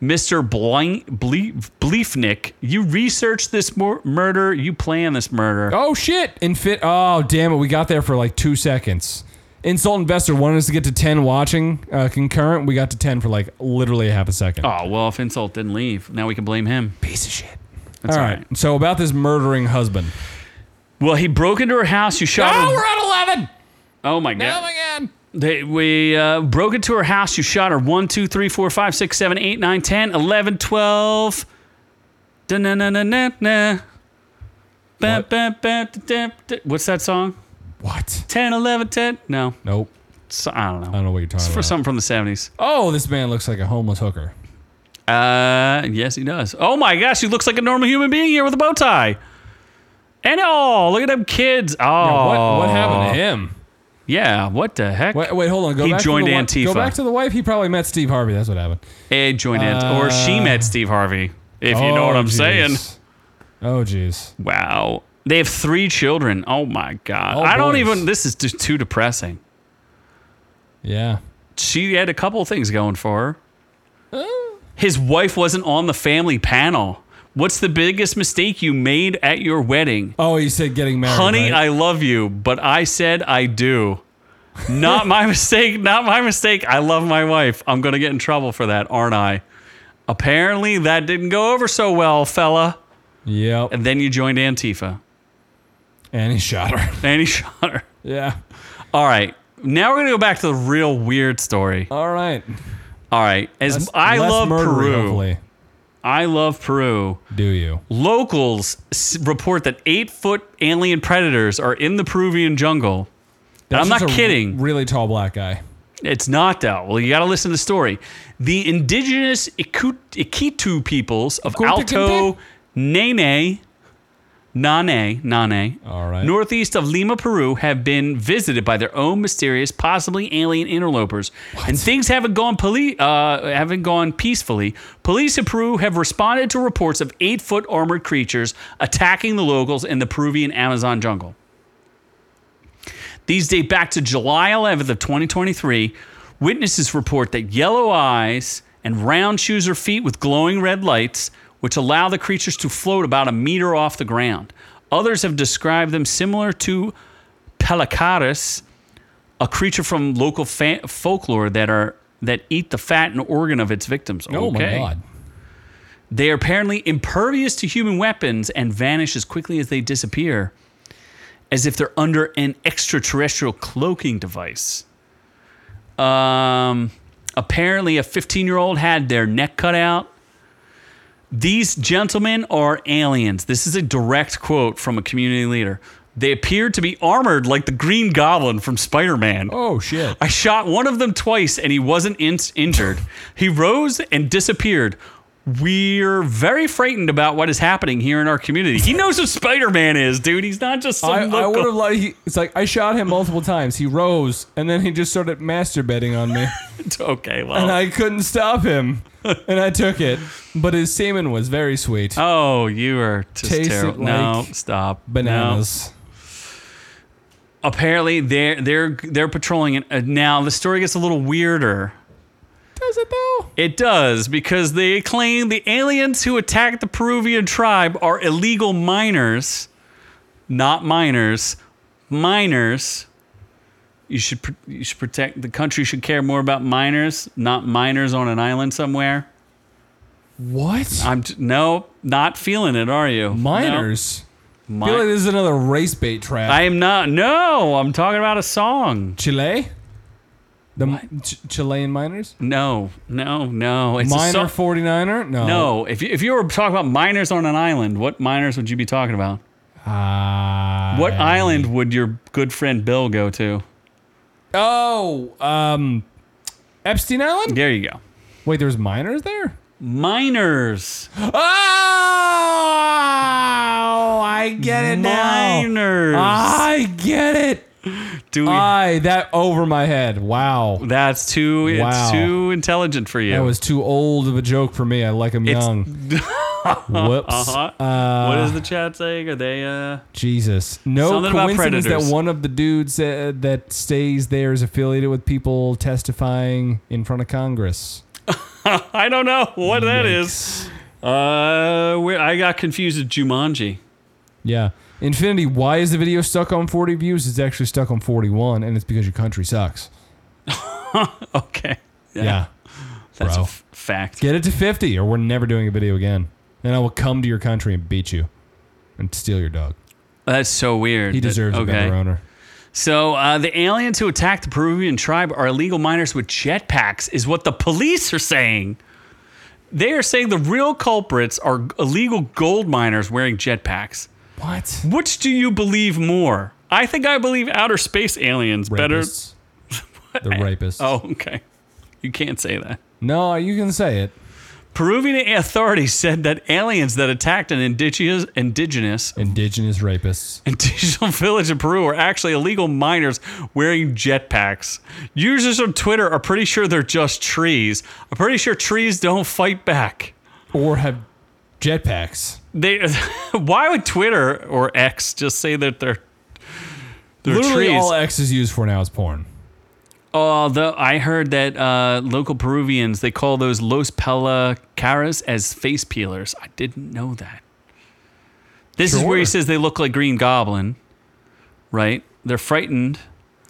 [SPEAKER 1] Mr. Blank, Ble- Bleefnick, you researched this mur- murder. You planned this murder.
[SPEAKER 3] Oh shit! And fit. Oh damn it! We got there for like two seconds. Insult investor wanted us to get to ten watching uh, concurrent. We got to ten for like literally a half a second.
[SPEAKER 1] Oh well, if Insult didn't leave, now we can blame him.
[SPEAKER 3] piece of shit.
[SPEAKER 1] That's
[SPEAKER 3] all right. So about this murdering husband.
[SPEAKER 1] Well, he broke into her house. You shot her.
[SPEAKER 3] at eleven.
[SPEAKER 1] Oh my god.
[SPEAKER 3] god.
[SPEAKER 1] They, we uh, broke into her house. You shot her 1, 2, 3, 4, 5, 6, 7, 8, 9, 10, 11, 12. Da-na-na-na-na-na. Ba-
[SPEAKER 3] What?
[SPEAKER 1] ba- ba- da- da- da- What's that song?
[SPEAKER 3] What?
[SPEAKER 1] 10, 11, 10? No.
[SPEAKER 3] Nope.
[SPEAKER 1] It's- I don't
[SPEAKER 3] I
[SPEAKER 1] know.
[SPEAKER 3] don't know what you're talking
[SPEAKER 1] For
[SPEAKER 3] about.
[SPEAKER 1] something from the 70s.
[SPEAKER 3] oh, this man looks like a homeless hooker.
[SPEAKER 1] Uh, yes, he does. Oh my gosh, he looks like a normal human being here with a bow tie. And oh, look at them kids. Oh.
[SPEAKER 3] What? What happened to him?
[SPEAKER 1] Yeah, what the heck?
[SPEAKER 3] Wait, wait, hold on. Go
[SPEAKER 1] He
[SPEAKER 3] back
[SPEAKER 1] joined
[SPEAKER 3] to the wi- Go
[SPEAKER 1] Antifa.
[SPEAKER 3] back to the wife. He probably met Steve Harvey. That's what happened.
[SPEAKER 1] Ed joined in. Or she
[SPEAKER 3] Uh,
[SPEAKER 1] met Steve Harvey, if you know what
[SPEAKER 3] Oh,
[SPEAKER 1] I'm saying.
[SPEAKER 3] jeez. Oh, jeez.
[SPEAKER 1] Wow. They have three children. Oh my God.
[SPEAKER 3] All
[SPEAKER 1] I don't
[SPEAKER 3] boys.
[SPEAKER 1] even, this is just too depressing.
[SPEAKER 3] Yeah.
[SPEAKER 1] She had a couple of things going for her.
[SPEAKER 3] Uh.
[SPEAKER 1] His wife wasn't on the family panel. What's the biggest mistake you made at your wedding?
[SPEAKER 3] Oh, you said getting married.
[SPEAKER 1] Honey,
[SPEAKER 3] right?
[SPEAKER 1] I love you, but I said I do. Not my mistake. Not my mistake. I love my wife. I'm going to get in trouble for that, aren't I? Apparently, that didn't go over so well, fella.
[SPEAKER 3] Yep.
[SPEAKER 1] And then you joined Antifa
[SPEAKER 3] And he shot her.
[SPEAKER 1] and he shot her.
[SPEAKER 3] yeah.
[SPEAKER 1] All right. Now we're gonna go back to the real weird story.
[SPEAKER 3] All right.
[SPEAKER 1] All right. As
[SPEAKER 3] Less-
[SPEAKER 1] I
[SPEAKER 3] less
[SPEAKER 1] love
[SPEAKER 3] murdery,
[SPEAKER 1] Peru.
[SPEAKER 3] hopefully.
[SPEAKER 1] I love Peru.
[SPEAKER 3] Do you?
[SPEAKER 1] Locals s- report that eight foot alien predators are in the Peruvian jungle. And I'm
[SPEAKER 3] That's
[SPEAKER 1] not
[SPEAKER 3] just a
[SPEAKER 1] kidding.
[SPEAKER 3] Really tall black guy.
[SPEAKER 1] It's not though. Well, you got to listen to the story. The indigenous Iku- Iquitu peoples of Alto Nene, Nane, Nane,
[SPEAKER 3] All right.
[SPEAKER 1] northeast of Lima, Peru, have been visited by their own mysterious, possibly alien interlopers, and things haven't gone poli- uh, haven't gone peacefully. Police in Peru have responded to reports of eight-foot armored creatures attacking the locals in the Peruvian Amazon jungle. These date back to July 11th of 2023. Witnesses report that yellow eyes and round shoes or feet with glowing red lights, which allow the creatures to float about a meter off the ground. Others have described them similar to pelicaris, a creature from local fa- folklore that are that eat the fat and organ of its victims.
[SPEAKER 3] Oh my
[SPEAKER 1] Okay.
[SPEAKER 3] god.
[SPEAKER 1] They are apparently impervious to human weapons and vanish as quickly as they disappear, as if they're under an extraterrestrial cloaking device. Um, apparently, a 15 year old had their neck cut out. These gentlemen are aliens. This is a direct quote from a community leader. They appear to be armored like the Green Goblin from Spider Man.
[SPEAKER 3] Oh shit.
[SPEAKER 1] I shot one of them twice and he wasn't in- injured. He rose and disappeared. We're very frightened about what is happening here in our community. He knows who Spider Man is, dude. He's not just some
[SPEAKER 3] I, I
[SPEAKER 1] local.
[SPEAKER 3] would have like he, it's like I shot him multiple times. He rose and then he just started masturbating on me,
[SPEAKER 1] okay,
[SPEAKER 3] and
[SPEAKER 1] well.
[SPEAKER 3] I couldn't stop him, and I took it. But his semen was very sweet.
[SPEAKER 1] oh, you are just
[SPEAKER 3] Tasted
[SPEAKER 1] terrible. no,
[SPEAKER 3] like
[SPEAKER 1] stop. No.
[SPEAKER 3] Bananas.
[SPEAKER 1] Apparently, they're they're they're patrolling. It. Uh, now the story gets a little weirder.
[SPEAKER 3] Does it though?
[SPEAKER 1] It does because they claim the aliens who attacked the Peruvian tribe are illegal miners, not miners, miners. You should pr- you should protect the country should care more about miners, not miners on an island somewhere.
[SPEAKER 3] What?
[SPEAKER 1] I'm t- Uh, no, not feeling it, are you? No.
[SPEAKER 3] Minors. I feel
[SPEAKER 1] Mi-
[SPEAKER 3] like this is another race bait trap.
[SPEAKER 1] I am not. No, I'm talking about a song.
[SPEAKER 3] Chile. The Ch- Chilean miners.
[SPEAKER 1] No, no, no. It's a
[SPEAKER 3] Minor
[SPEAKER 1] song.
[SPEAKER 3] 49er? No.
[SPEAKER 1] no, if you, if you were talking about miners on an island, what miners would you be talking about?
[SPEAKER 3] Ah.
[SPEAKER 1] What island would your good friend Bill go to?
[SPEAKER 3] Oh, um, Epstein Island?
[SPEAKER 1] There you go.
[SPEAKER 3] Wait, there's miners there?
[SPEAKER 1] Miners.
[SPEAKER 3] Oh, I get it now. Ah!
[SPEAKER 1] Miners.
[SPEAKER 3] I get it.
[SPEAKER 1] Do we,
[SPEAKER 3] I that over my head. Wow.
[SPEAKER 1] that's too it's
[SPEAKER 3] Wow.
[SPEAKER 1] too intelligent for you.
[SPEAKER 3] That was too old of a joke for me. I like him
[SPEAKER 1] It's-
[SPEAKER 3] young. Whoops.
[SPEAKER 1] Uh-huh.
[SPEAKER 3] Uh,
[SPEAKER 1] what is the chat saying? Are they uh
[SPEAKER 3] Jesus. No
[SPEAKER 1] Something about
[SPEAKER 3] coincidence that
[SPEAKER 1] predators.
[SPEAKER 3] one of the dudes uh, that stays there is affiliated with people testifying in front of Congress.
[SPEAKER 1] I don't know what that is.
[SPEAKER 3] Yikes.
[SPEAKER 1] Uh we I got confused with Jumanji.
[SPEAKER 3] Yeah. Infinity, why is the video stuck on 40 views? It's actually stuck on 41, and it's because your country sucks.
[SPEAKER 1] Okay.
[SPEAKER 3] Yeah.
[SPEAKER 1] That's a
[SPEAKER 3] bro.
[SPEAKER 1] f- fact.
[SPEAKER 3] Get it to 50, or we're never doing a video again. And I will come to your country and beat you and steal your dog.
[SPEAKER 1] that's so weird.
[SPEAKER 3] He
[SPEAKER 1] that-
[SPEAKER 3] deserves a better owner.
[SPEAKER 1] So uh, the aliens who attacked the Peruvian tribe are illegal miners with jetpacks, is what the police are saying. They are saying the real culprits are illegal gold miners wearing jetpacks.
[SPEAKER 3] What?
[SPEAKER 1] Which do you believe more? I think I believe outer space aliens better.
[SPEAKER 3] Rapists. The rapists.
[SPEAKER 1] Oh, okay. You can't say that.
[SPEAKER 3] No, you can say it.
[SPEAKER 1] Peruvian authorities said that aliens that attacked an indigenous indigenous
[SPEAKER 3] Indigenous rapists.
[SPEAKER 1] Intentional Village in Peru are actually illegal miners wearing jetpacks. Users on Twitter are pretty sure they're just trees. I'm pretty sure trees don't fight back.
[SPEAKER 3] Or have jetpacks.
[SPEAKER 1] They, why would Twitter or X just say that they're they're
[SPEAKER 3] Literally
[SPEAKER 1] trees?
[SPEAKER 3] all X is used for now is porn.
[SPEAKER 1] Although I heard that uh, local Peruvians they call those los pelacaras as face peelers. I didn't know that. This is where he
[SPEAKER 3] Sure.
[SPEAKER 1] says they look like Green Goblin, right? They're frightened.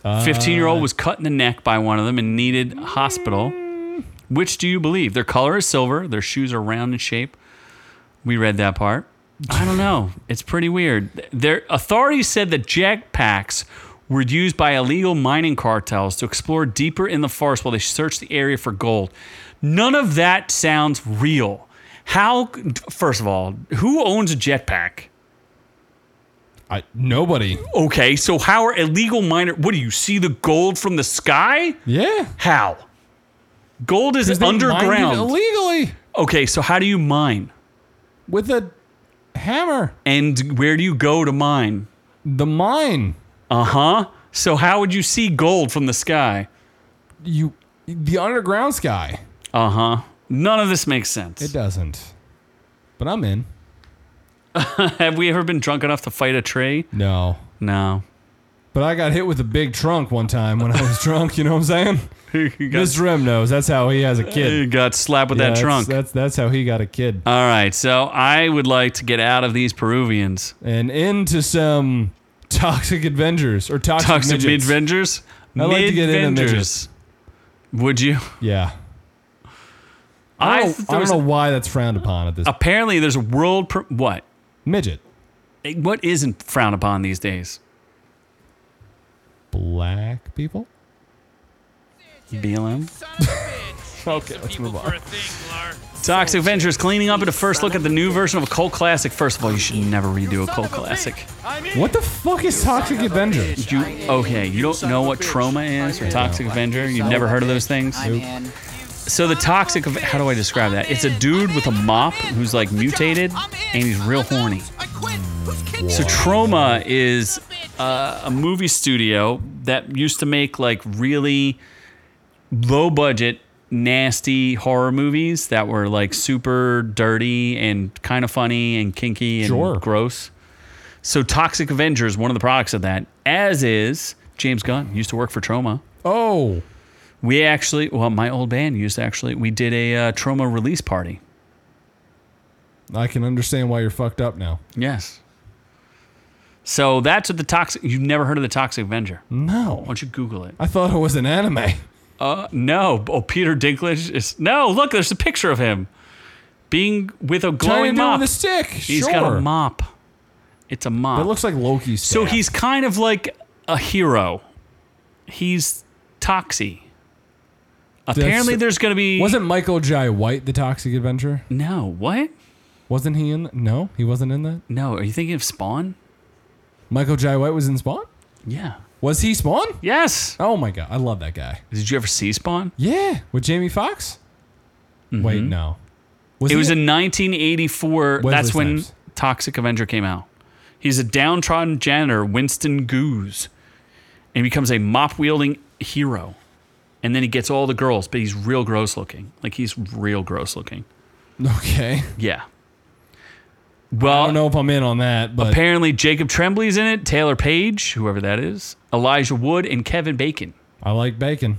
[SPEAKER 1] Fifteen-year-old was cut in the neck by one of them and needed a hospital. Which do you believe? Their color is silver. Their shoes are round in shape. We read that part. I don't know. It's pretty weird. Their authorities said that jetpacks were used by illegal mining cartels to explore deeper in the forest while they searched the area for gold. None of that sounds real. How? First of all, who owns a jetpack?
[SPEAKER 3] I, nobody.
[SPEAKER 1] Okay, so how are illegal miner? What do you see the gold from the sky?
[SPEAKER 3] Yeah.
[SPEAKER 1] How? Gold is
[SPEAKER 3] 'Cause they mined it
[SPEAKER 1] underground.
[SPEAKER 3] illegally
[SPEAKER 1] Okay, so how do you mine?
[SPEAKER 3] with a hammer.
[SPEAKER 1] And where do you go to mine?
[SPEAKER 3] The mine.
[SPEAKER 1] Uh huh. So how would you see gold from the sky?
[SPEAKER 3] You. The underground sky.
[SPEAKER 1] Uh huh. None of this makes sense.
[SPEAKER 3] Uh-huh. It doesn't. But I'm in.
[SPEAKER 1] Have we ever been drunk enough to fight a tree?
[SPEAKER 3] No.
[SPEAKER 1] No.
[SPEAKER 3] But I got hit with a big trunk one time when I was drunk. You know what I'm saying?
[SPEAKER 1] you, got,
[SPEAKER 3] This Rem knows. That's how he has a kid.
[SPEAKER 1] you got slapped with
[SPEAKER 3] Yeah,
[SPEAKER 1] that
[SPEAKER 3] that's-
[SPEAKER 1] trunk.
[SPEAKER 3] That's that's how he got a kid.
[SPEAKER 1] All right, so I would like to get out of these Peruvians.
[SPEAKER 3] And into some toxic Avengers or toxic,
[SPEAKER 1] Toxic
[SPEAKER 3] midgets.
[SPEAKER 1] Midvengers?
[SPEAKER 3] I like to get in a midget.
[SPEAKER 1] Would you?
[SPEAKER 3] Yeah. I
[SPEAKER 1] I,
[SPEAKER 3] don't, know, I
[SPEAKER 1] thought there
[SPEAKER 3] don't
[SPEAKER 1] was- Oh.
[SPEAKER 3] know why that's frowned upon at this.
[SPEAKER 1] Apparently, there's a world. Per- what?
[SPEAKER 3] midget.
[SPEAKER 1] Eh, What isn't frowned upon these days?
[SPEAKER 3] Black people.
[SPEAKER 1] BLM?
[SPEAKER 3] Okay, let's move on.
[SPEAKER 1] Toxic Avengers cleaning up at a first look at the new version of a cult classic. First of all, you should never redo a cult classic.
[SPEAKER 3] What the fuck is toxic Avengers?
[SPEAKER 1] You, okay, you don't know what trauma is or Toxic Avenger? You've never heard of those things?
[SPEAKER 4] I'm in.
[SPEAKER 1] So the toxic, of, how do I describe that? It's a dude with a mop who's like mutated and he's real horny. So Troma is uh, a movie studio that used to make like really low budget, nasty horror movies that were like super dirty and kind of funny and kinky and
[SPEAKER 3] Sure.
[SPEAKER 1] gross. So Toxic Avenger is one of the products of that, as is James Gunn, used to work for Troma.
[SPEAKER 3] Oh,
[SPEAKER 1] We actually, well, my old band used to actually, we did a uh, trauma release party.
[SPEAKER 3] I can understand why you're fucked up now.
[SPEAKER 1] Yes. So that's what the toxic, you've never heard of the Toxic Avenger. Why
[SPEAKER 3] No.
[SPEAKER 1] don't you Google it?
[SPEAKER 3] I thought it was an anime.
[SPEAKER 1] Uh, no. Oh, Peter Dinklage is, no, look, there's a picture of him being with a
[SPEAKER 3] Tiny
[SPEAKER 1] glowing
[SPEAKER 3] dude
[SPEAKER 1] mop.
[SPEAKER 3] with a
[SPEAKER 1] He's
[SPEAKER 3] stick. sure.
[SPEAKER 1] got a mop. It's a mop.
[SPEAKER 3] It looks like Loki's.
[SPEAKER 1] so
[SPEAKER 3] staff.
[SPEAKER 1] he's kind of like a hero. He's toxic. Apparently, there's going to be.
[SPEAKER 3] wasn't Michael Jai White the Toxic Adventure?
[SPEAKER 1] No, what?
[SPEAKER 3] Wasn't he in? No, he wasn't in that.
[SPEAKER 1] No, are you thinking of Spawn?
[SPEAKER 3] Michael Jai White was in Spawn.
[SPEAKER 1] Yeah.
[SPEAKER 3] Was he Spawn?
[SPEAKER 1] Yes.
[SPEAKER 3] Oh my god, I love that guy.
[SPEAKER 1] Did you ever see Spawn?
[SPEAKER 3] Yeah, with Jamie Foxx. Wait, no.
[SPEAKER 1] Mm-hmm. It
[SPEAKER 3] he
[SPEAKER 1] was in 1984.
[SPEAKER 3] Wesley
[SPEAKER 1] That's when
[SPEAKER 3] Snipes.
[SPEAKER 1] Toxic Avenger came out. He's a downtrodden janitor, Winston Goose, and he becomes a mop wielding hero. And then he gets all the girls, but he's real gross looking. Like he's real gross looking.
[SPEAKER 3] Okay.
[SPEAKER 1] Yeah.
[SPEAKER 3] I
[SPEAKER 1] Well,
[SPEAKER 3] don't know if I'm in on that, but
[SPEAKER 1] apparently Jacob Tremblay's in it, Taylor Page, whoever that is, Elijah Wood, and Kevin Bacon.
[SPEAKER 3] I like bacon.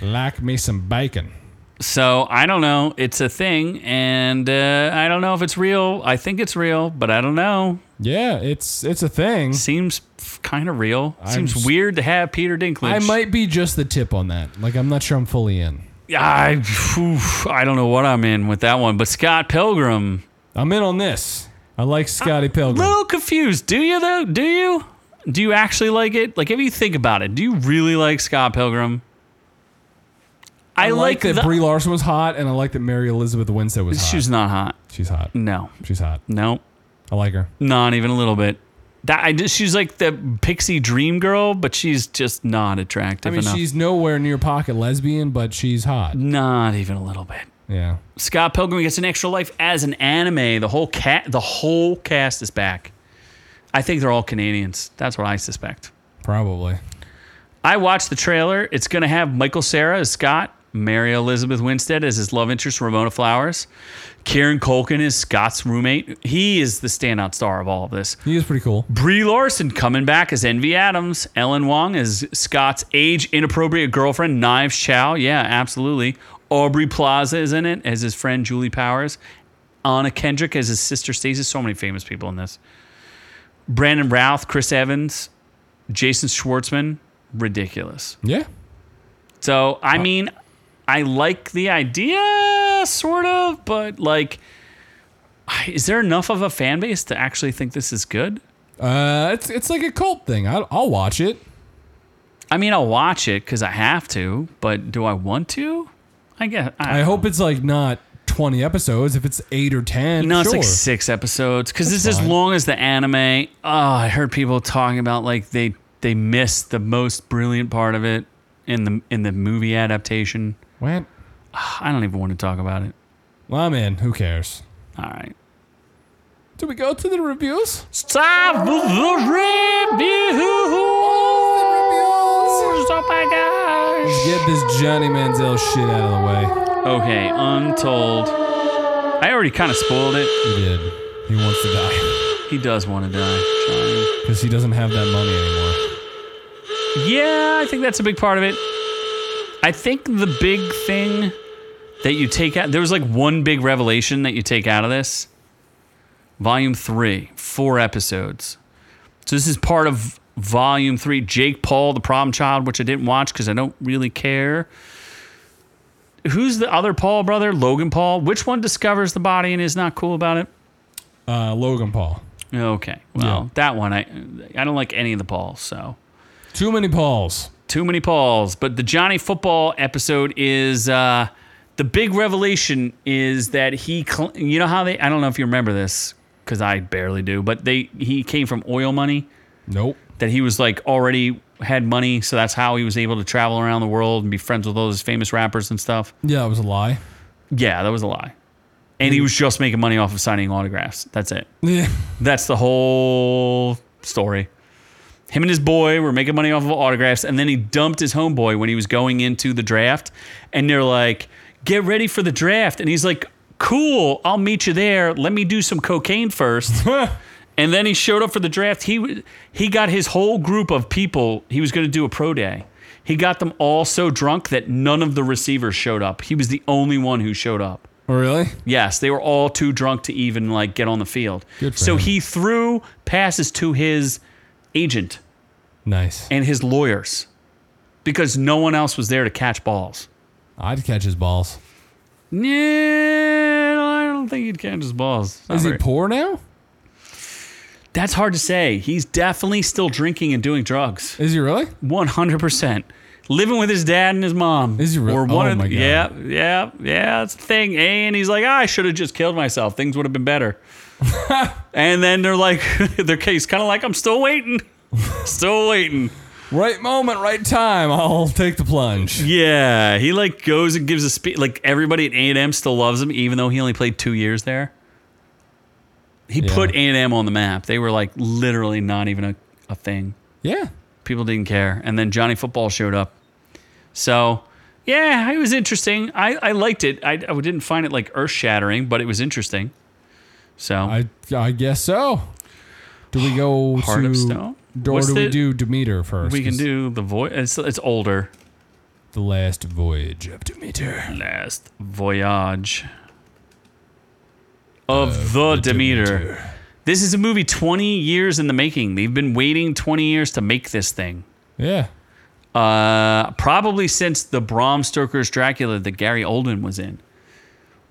[SPEAKER 3] Like me some bacon.
[SPEAKER 1] So I don't know. It's a thing, and uh, I don't know if it's real. I think it's real, but I don't know.
[SPEAKER 3] Yeah, it's it's a thing.
[SPEAKER 1] seems kind of real. seems
[SPEAKER 3] s-
[SPEAKER 1] weird to have Peter Dinklage.
[SPEAKER 3] I might be just the tip on that. Like I'm not sure I'm fully in.
[SPEAKER 1] I, oof, I don't know what I'm in with that one, but Scott Pilgrim.
[SPEAKER 3] I'm in on this. I like Scotty Pilgrim.
[SPEAKER 1] Little confused. Do you though? Do you? Do you actually like it? Like, if you think about it, do you really like Scott Pilgrim? I,
[SPEAKER 3] I like,
[SPEAKER 1] like,
[SPEAKER 3] that
[SPEAKER 1] the.
[SPEAKER 3] Brie Larson was hot, and I like that Mary Elizabeth Winstead was hot.
[SPEAKER 1] she's Mm. not hot.
[SPEAKER 3] She's hot.
[SPEAKER 1] No,
[SPEAKER 3] She's hot.
[SPEAKER 1] no,
[SPEAKER 3] I like her.
[SPEAKER 1] not even a little bit. That I just, she's like the pixie dream girl, but she's just not
[SPEAKER 3] I
[SPEAKER 1] attractive
[SPEAKER 3] mean,
[SPEAKER 1] enough.
[SPEAKER 3] she's nowhere near pocket lesbian, but she's hot.
[SPEAKER 1] Mm. not even a little bit.
[SPEAKER 3] Yeah.
[SPEAKER 1] Scott Pilgrim gets an extra life as an anime. The whole cat, the whole cast is back. I think they're all Canadians. That's what I suspect.
[SPEAKER 3] Probably.
[SPEAKER 1] I watched the trailer. It's going to have Michael Sarah as Scott, Mary Elizabeth Winstead as his love interest Ramona Flowers, Kieran Culkin is Scott's roommate. He is the standout star of all of this.
[SPEAKER 3] He is pretty cool.
[SPEAKER 1] Brie Larson coming back as Envy Adams. Ellen Wong as Scott's age inappropriate girlfriend, Knives Chow. Yeah, absolutely. Aubrey Plaza is in it as his friend Julie Powers. Anna Kendrick as his sister Stacey. So many famous people in this. Brandon Routh, Chris Evans, Jason Schwartzman. Ridiculous.
[SPEAKER 3] Yeah.
[SPEAKER 1] So, I mean, I like the idea, sort of, but like, I- is there enough of a fan base to actually think this is good?
[SPEAKER 3] Uh, it's it's like a cult thing. I, I'll watch it.
[SPEAKER 1] I mean, I'll watch it because I have to, but do I want to? I guess. I,
[SPEAKER 3] I hope it's like not twenty episodes. If it's eight or ten,
[SPEAKER 1] No, it's
[SPEAKER 3] sure.
[SPEAKER 1] like six episodes because it's as
[SPEAKER 3] fine.
[SPEAKER 1] long as the anime. Oh, I heard people talking about like they they missed the most brilliant part of it in the in the movie adaptation.
[SPEAKER 3] What?
[SPEAKER 1] I don't even want to talk about it.
[SPEAKER 3] Well, I'm in. Who cares?
[SPEAKER 1] All right.
[SPEAKER 3] Do we go to the reviews?
[SPEAKER 1] It's time for the reviews. Oh my gosh.
[SPEAKER 3] Get this Johnny Manziel shit out of the way.
[SPEAKER 1] Okay, Untold. I already kind of spoiled it.
[SPEAKER 3] He did. He wants to die
[SPEAKER 1] He does want to die, Johnny.
[SPEAKER 3] because he doesn't have that money anymore.
[SPEAKER 1] Yeah, I think that's a big part of it. I think the big thing that you take out there was like one big revelation that you take out of this. Volume 3, 4 episodes. So this is part of volume 3 Jake Paul the Problem Child which I didn't watch cuz I don't really care. Who's the other Paul brother? Logan Paul. Which one discovers the body and is not cool about it?
[SPEAKER 3] Uh, Logan Paul.
[SPEAKER 1] Okay. Well, that one I I don't like any of the Pauls, so
[SPEAKER 3] Too many Pauls.
[SPEAKER 1] Too many Pauls. But the Johnny Football episode is uh, the big revelation is that he, cl- you know how they, I don't know if you remember this because I barely do, but they he came from oil money
[SPEAKER 3] Nope.
[SPEAKER 1] that he was like already had money, so that's how he was able to travel around the world and be friends with all those famous rappers and stuff.
[SPEAKER 3] Yeah, it was a lie.
[SPEAKER 1] Yeah, that was a lie. And he was just making money off of signing autographs. That's it.
[SPEAKER 3] Yeah.
[SPEAKER 1] That's the whole story. Him and his boy were making money off of autographs, and then he dumped his homeboy when he was going into the draft. And they're like, get ready for the draft. And he's like, cool, I'll meet you there. Let me do some cocaine first. and then he showed up for the draft. He, w- he got his whole group of people, he was going to do a pro day. He got them all so drunk that none of the receivers showed up. He was the only one who showed up.
[SPEAKER 3] Oh, really?
[SPEAKER 1] Yes, they were all too drunk to even like get on the field.
[SPEAKER 3] Good for
[SPEAKER 1] so
[SPEAKER 3] him.
[SPEAKER 1] he threw passes to his agent
[SPEAKER 3] Nice.
[SPEAKER 1] and his lawyers because no one else was there to catch balls.
[SPEAKER 3] I'd catch his balls.
[SPEAKER 1] No, I don't think he'd catch his balls.
[SPEAKER 3] Is he
[SPEAKER 1] Not very-
[SPEAKER 3] poor now?
[SPEAKER 1] That's hard to say. He's definitely still drinking and doing drugs.
[SPEAKER 3] Is he really?
[SPEAKER 1] One hundred percent. Living with his dad and his mom.
[SPEAKER 3] Is he real-
[SPEAKER 1] Or one
[SPEAKER 3] oh
[SPEAKER 1] of-
[SPEAKER 3] my God.
[SPEAKER 1] Yeah, yeah, yeah. That's the thing. And he's like, I should have just killed myself. Things would have been better. and then they're like, their case kind of like, I'm still waiting, still waiting.
[SPEAKER 3] Right moment, right time. I'll take the plunge.
[SPEAKER 1] Yeah, he like goes and gives a speech. Like everybody at A and M still loves him, even though he only played two years there. He
[SPEAKER 3] Yeah.
[SPEAKER 1] put A and M on the map. They were like literally not even a, a thing.
[SPEAKER 3] Yeah.
[SPEAKER 1] people didn't care and then johnny football showed up so yeah it was interesting i, I liked it I, I didn't find it like earth shattering but it was interesting so
[SPEAKER 3] I I guess so. Do we go
[SPEAKER 1] Heart
[SPEAKER 3] to
[SPEAKER 1] of Stone?
[SPEAKER 3] or
[SPEAKER 1] What's
[SPEAKER 3] do
[SPEAKER 1] the-
[SPEAKER 3] we do Demeter first?
[SPEAKER 1] we can
[SPEAKER 3] 'Cause
[SPEAKER 1] do the voice it's, it's older
[SPEAKER 3] the last voyage of Demeter.
[SPEAKER 1] last voyage of
[SPEAKER 3] Uh,
[SPEAKER 1] the, demeter. this is a movie 20 years in the making they've been waiting 20 years to make this thing
[SPEAKER 3] Yeah.
[SPEAKER 1] Uh, probably since the Bram Stoker's Dracula that Gary Oldman was in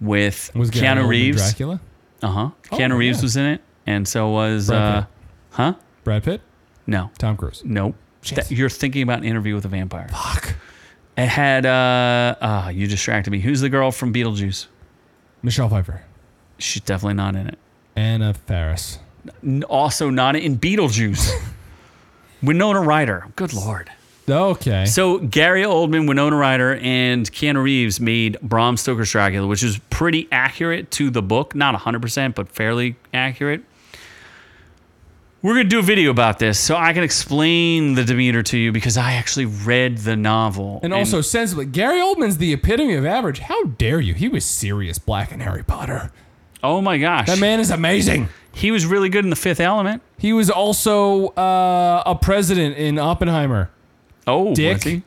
[SPEAKER 1] with
[SPEAKER 3] Was Gary
[SPEAKER 1] Keanu
[SPEAKER 3] Oldman
[SPEAKER 1] Reeves.
[SPEAKER 3] Dracula?
[SPEAKER 1] Uh huh. Keanu Reeves
[SPEAKER 3] Oh, yeah.
[SPEAKER 1] was in it, and so was uh,
[SPEAKER 3] Brad
[SPEAKER 1] huh?
[SPEAKER 3] Brad Pitt,
[SPEAKER 1] No,
[SPEAKER 3] Tom Cruise.
[SPEAKER 1] nope.
[SPEAKER 3] Jeez.
[SPEAKER 1] That- you're thinking about Interview with a Vampire.
[SPEAKER 3] Fuck.
[SPEAKER 1] It had uh, ah, you distracted me. Who's the girl from Beetlejuice?
[SPEAKER 3] Michelle Pfeiffer,
[SPEAKER 1] She's definitely not in it.
[SPEAKER 3] Anna Faris.
[SPEAKER 1] N- Also not in Beetlejuice. Winona Ryder. Good lord.
[SPEAKER 3] Okay.
[SPEAKER 1] So Gary Oldman, Winona Ryder, and Keanu Reeves made Bram Stoker's Dracula, which is pretty accurate to the book. Not 100%, but fairly accurate. We're going to do a video about this so I can explain the Demeter to you because I actually read the novel.
[SPEAKER 3] and also sensibly, Gary Oldman's the epitome of average. How dare you? He was serious black in Harry Potter.
[SPEAKER 1] oh my gosh.
[SPEAKER 3] That man is amazing.
[SPEAKER 1] he was really good in The Fifth Element.
[SPEAKER 3] He was also uh, a president in Oppenheimer.
[SPEAKER 1] Oh, was
[SPEAKER 3] Dick.
[SPEAKER 1] he?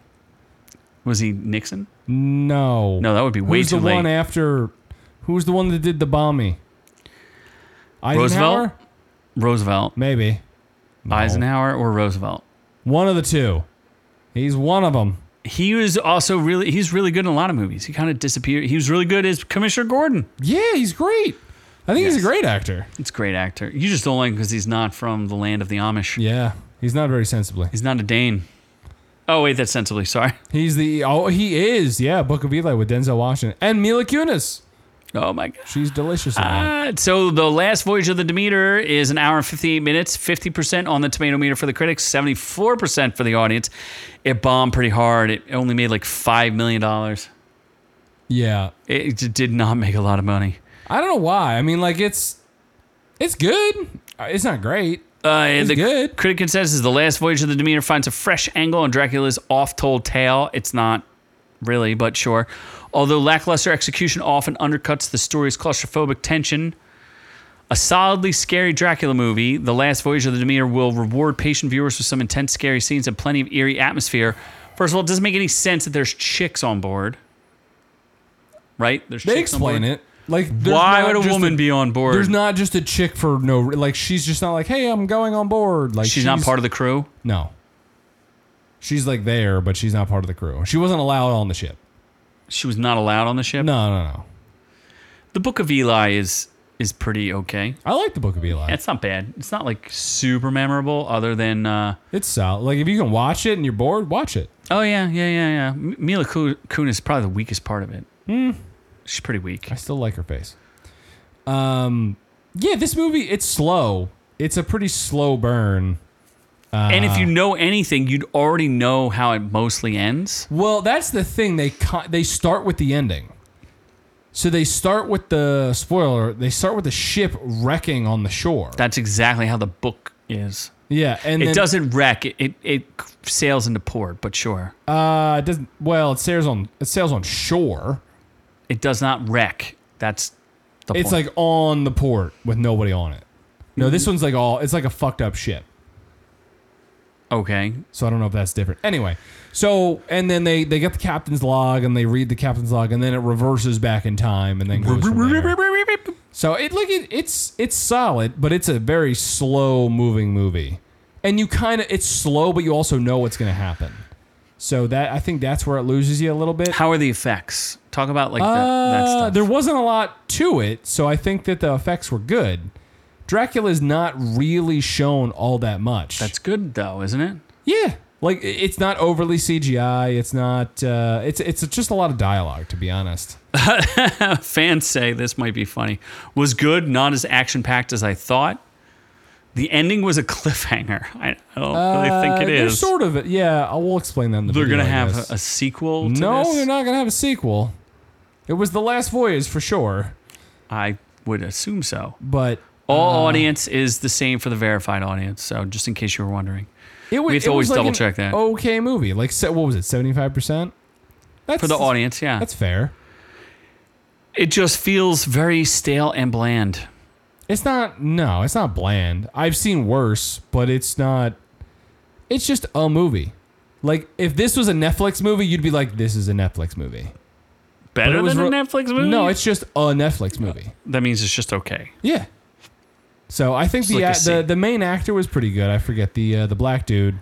[SPEAKER 1] Was he Nixon?
[SPEAKER 3] No.
[SPEAKER 1] No, that would be way
[SPEAKER 3] Who's
[SPEAKER 1] too
[SPEAKER 3] the
[SPEAKER 1] late.
[SPEAKER 3] one after? Who's the one that did the bombing? Eisenhower?
[SPEAKER 1] Roosevelt? Roosevelt.
[SPEAKER 3] Maybe.
[SPEAKER 1] Eisenhower or Roosevelt?
[SPEAKER 3] One of the two. He's one of them.
[SPEAKER 1] He was also really he's really good in a lot of movies. He kind of disappeared. He was really good as Commissioner Gordon.
[SPEAKER 3] Yeah, he's great. I think
[SPEAKER 1] Yes.
[SPEAKER 3] he's a great actor.
[SPEAKER 1] It's a great actor. You just don't like him because he's not from the land of the Amish.
[SPEAKER 3] Yeah, he's not very sensibly.
[SPEAKER 1] He's not a Dane. Oh wait, that's sensibly. Sorry.
[SPEAKER 3] He's the oh he is yeah Book of Eli with Denzel Washington and Mila Kunis.
[SPEAKER 1] Oh my gosh.
[SPEAKER 3] She's delicious. in that.
[SPEAKER 1] Uh, so the last voyage of the Demeter is an hour and 58 minutes, 50% on the tomato meter for the critics, 74% for the audience. It bombed pretty hard. It only made like $5 million.
[SPEAKER 3] yeah.
[SPEAKER 1] It it just did not make a lot of money.
[SPEAKER 3] I don't know why. I mean, like it's it's good. Uh, It's not great.
[SPEAKER 1] Uh, and the
[SPEAKER 3] good.
[SPEAKER 1] critic consensus is the last voyage of the Demeter finds a fresh angle on Dracula's oft-told tale. It's not really, but sure. Although lackluster execution often undercuts the story's claustrophobic tension, a solidly scary Dracula movie, The Last Voyage of the Demeter will reward patient viewers with some intense, scary scenes and plenty of eerie atmosphere. First of all, it doesn't make any sense that there's chicks on board, right? There's
[SPEAKER 3] They
[SPEAKER 1] chicks on board.
[SPEAKER 3] explain it. Like there's
[SPEAKER 1] Why
[SPEAKER 3] not
[SPEAKER 1] would a
[SPEAKER 3] just
[SPEAKER 1] woman be on board?
[SPEAKER 3] There's not just a chick for no. re- Like she's just not like, hey, I'm going on board. Like
[SPEAKER 1] She's not part of the crew.
[SPEAKER 3] No. She's like there, but she's not part of the crew. She wasn't allowed on the ship.
[SPEAKER 1] She was not allowed on the ship.
[SPEAKER 3] No, no, no.
[SPEAKER 1] The Book of Eli is is pretty okay.
[SPEAKER 3] I like the Book of Eli.
[SPEAKER 1] It's not bad. It's not like super memorable, other than uh,
[SPEAKER 3] It's solid. Like if you can watch it and you're bored, watch it.
[SPEAKER 1] oh yeah, yeah, yeah, yeah. M- Mila Kun Kun is probably the weakest part of it.
[SPEAKER 3] Hmm.
[SPEAKER 1] She's pretty weak.
[SPEAKER 3] I still like her face. Um, yeah, this movie it's slow. It's a pretty slow burn.
[SPEAKER 1] and if you know anything, you'd already know how it mostly ends.
[SPEAKER 3] Well, that's the thing. They co- they start with the ending. So they start with the spoiler. They start with the ship wrecking on the shore.
[SPEAKER 1] That's exactly how the book is.
[SPEAKER 3] yeah, and
[SPEAKER 1] It
[SPEAKER 3] then,
[SPEAKER 1] doesn't wreck. It, it it sails into port, but sure,
[SPEAKER 3] Uh, it doesn't. Well, it sails on it sails on shore.
[SPEAKER 1] it does not wreck. That's the
[SPEAKER 3] It's
[SPEAKER 1] point.
[SPEAKER 3] like on the port with nobody on it. No, this one's like all. It's like a fucked up ship.
[SPEAKER 1] okay.
[SPEAKER 3] So I don't know if that's different. Anyway, so and then they they get the captain's log and they read the captain's log and then it reverses back in time and then goes from there. So it like it, it's it's solid, but it's a very slow moving movie, and you kind of it's slow, but you also know what's going to happen. So that I think that's where it loses you a little bit.
[SPEAKER 1] How are the effects? Talk about like that, that
[SPEAKER 3] Uh,
[SPEAKER 1] stuff.
[SPEAKER 3] there wasn't a lot to it, so I think that the effects were good. Dracula's not really shown all that much.
[SPEAKER 1] That's good though, isn't it?
[SPEAKER 3] Yeah, like i- it's not overly CGI. It's not. Uh, it's it's just a lot of dialogue, to be honest.
[SPEAKER 1] Fans say this might be funny. Was good, not as action packed as I thought. The ending was a cliffhanger. I I don't really think it
[SPEAKER 3] Uh, they're
[SPEAKER 1] is.
[SPEAKER 3] sort of. Yeah, I will explain that. In the
[SPEAKER 1] They're
[SPEAKER 3] video,
[SPEAKER 1] gonna
[SPEAKER 3] I
[SPEAKER 1] have
[SPEAKER 3] guess.
[SPEAKER 1] a, a sequel. To
[SPEAKER 3] no,
[SPEAKER 1] this?
[SPEAKER 3] they're not gonna have a sequel. It was the last voyage for sure,
[SPEAKER 1] I would assume so.
[SPEAKER 3] but Uh.
[SPEAKER 1] All audience is the same for the verified audience. So just in case you were wondering,
[SPEAKER 3] it was.
[SPEAKER 1] We have to
[SPEAKER 3] it
[SPEAKER 1] always
[SPEAKER 3] was like
[SPEAKER 1] double
[SPEAKER 3] an
[SPEAKER 1] check that.
[SPEAKER 3] Okay, movie. Like se- what was it? Seventy five percent. That's
[SPEAKER 1] for the audience, yeah,
[SPEAKER 3] That's fair.
[SPEAKER 1] it just feels very stale and bland.
[SPEAKER 3] It's not. No, it's not bland. I've seen worse, but it's not. It's just a movie. Like if this was a Netflix movie, you'd be like, "This is a Netflix movie."
[SPEAKER 1] Better
[SPEAKER 3] was
[SPEAKER 1] than a
[SPEAKER 3] re-
[SPEAKER 1] Netflix movie?
[SPEAKER 3] No, it's just a Netflix movie.
[SPEAKER 1] that means it's just okay.
[SPEAKER 3] Yeah. So I think the,
[SPEAKER 1] like a
[SPEAKER 3] a- the
[SPEAKER 1] scene.
[SPEAKER 3] the main actor was pretty good. I forget the uh, the black dude.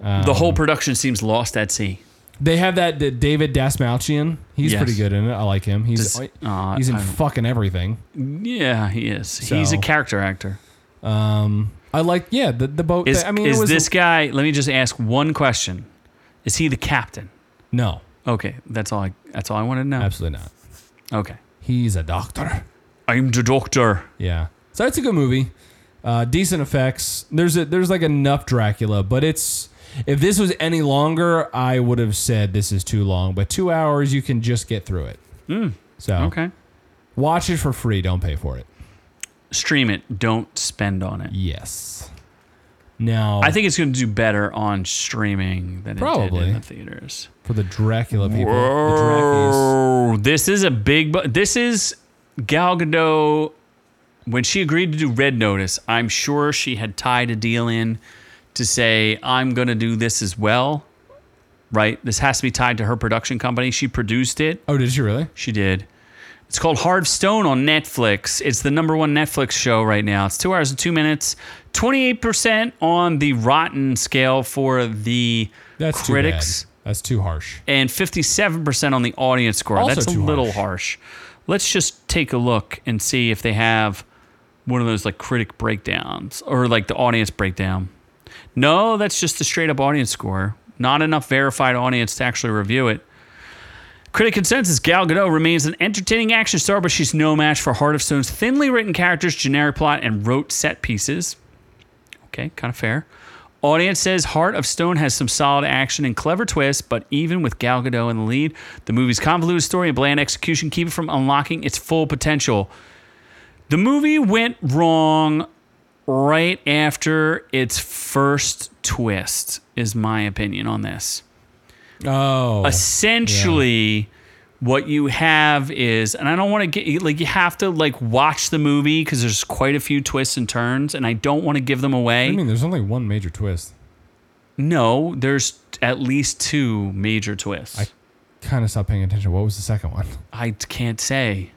[SPEAKER 3] Um.
[SPEAKER 1] the whole production seems lost at sea.
[SPEAKER 3] They have that uh, David Dasmalchian. He's
[SPEAKER 1] Yes.
[SPEAKER 3] pretty good in it. I like him. He's
[SPEAKER 1] Does- aw,
[SPEAKER 3] he's in
[SPEAKER 1] I-
[SPEAKER 3] fucking everything.
[SPEAKER 1] Yeah, he is. He's a
[SPEAKER 3] So-
[SPEAKER 1] character actor.
[SPEAKER 3] Um, I like yeah the the boat.
[SPEAKER 1] Is,
[SPEAKER 3] I mean,
[SPEAKER 1] is
[SPEAKER 3] it was
[SPEAKER 1] this guy? Let me just ask one question: Is he the captain?
[SPEAKER 3] no,
[SPEAKER 1] Okay, that's all. I, that's all I wanted to know.
[SPEAKER 3] absolutely not.
[SPEAKER 1] Okay,
[SPEAKER 3] He's a doctor.
[SPEAKER 1] I'm the doctor.
[SPEAKER 3] Yeah. So it's a good movie. Uh, decent effects. There's a there's like enough Dracula, but it's if this was any longer, I would have said this is too long. But two hours, you can just get through it. So
[SPEAKER 1] Hmm. Okay,
[SPEAKER 3] watch it for free. Don't pay for it.
[SPEAKER 1] stream it. Don't spend on it.
[SPEAKER 3] Yes. Now
[SPEAKER 1] I think it's going to do better on streaming than it did
[SPEAKER 3] Probably.
[SPEAKER 1] in the theaters.
[SPEAKER 3] for the Dracula people, the Dracula's-
[SPEAKER 1] Whoa, this is a big. Bu- this is Gal Gadot. When she agreed to do Red Notice, I'm sure she had tied a deal in to say, "I'm going to do this as well." Right? This has to be tied to her production company. She produced it.
[SPEAKER 3] oh, did you really?
[SPEAKER 1] She did. It's called Heart of Stone on Netflix. It's the number one Netflix show right now. It's two hours and two minutes, 28% on the Rotten scale for the
[SPEAKER 3] That's
[SPEAKER 1] critics,
[SPEAKER 3] Too bad. That's too harsh.
[SPEAKER 1] and 57% on the audience score.
[SPEAKER 3] Also
[SPEAKER 1] That's a
[SPEAKER 3] too
[SPEAKER 1] little harsh.
[SPEAKER 3] harsh.
[SPEAKER 1] Let's just take a look and see if they have one of those like critic breakdowns or like the audience breakdown. No, that's just the straight up audience score. Not enough verified audience to actually review it. Critic consensus Gal Gadot remains an entertaining action star, but she's no match for Heart of Stone's thinly written characters, generic plot, and rote set pieces. Okay, kind of fair. Audience says Heart of Stone has some solid action and clever twists, but even with Gal Gadot in the lead, the movie's convoluted story and bland execution keep it from unlocking its full potential. The movie went wrong right after its first twist, is my opinion on this
[SPEAKER 3] Oh,
[SPEAKER 1] essentially what you have is and i don't want to get like you have to like watch the movie because there's quite a few twists and turns and i don't want to give them away
[SPEAKER 3] I mean, there's only one major twist.
[SPEAKER 1] no there's at least two major twists I,
[SPEAKER 3] Kind of stopped paying attention. What was the second one?
[SPEAKER 1] can't say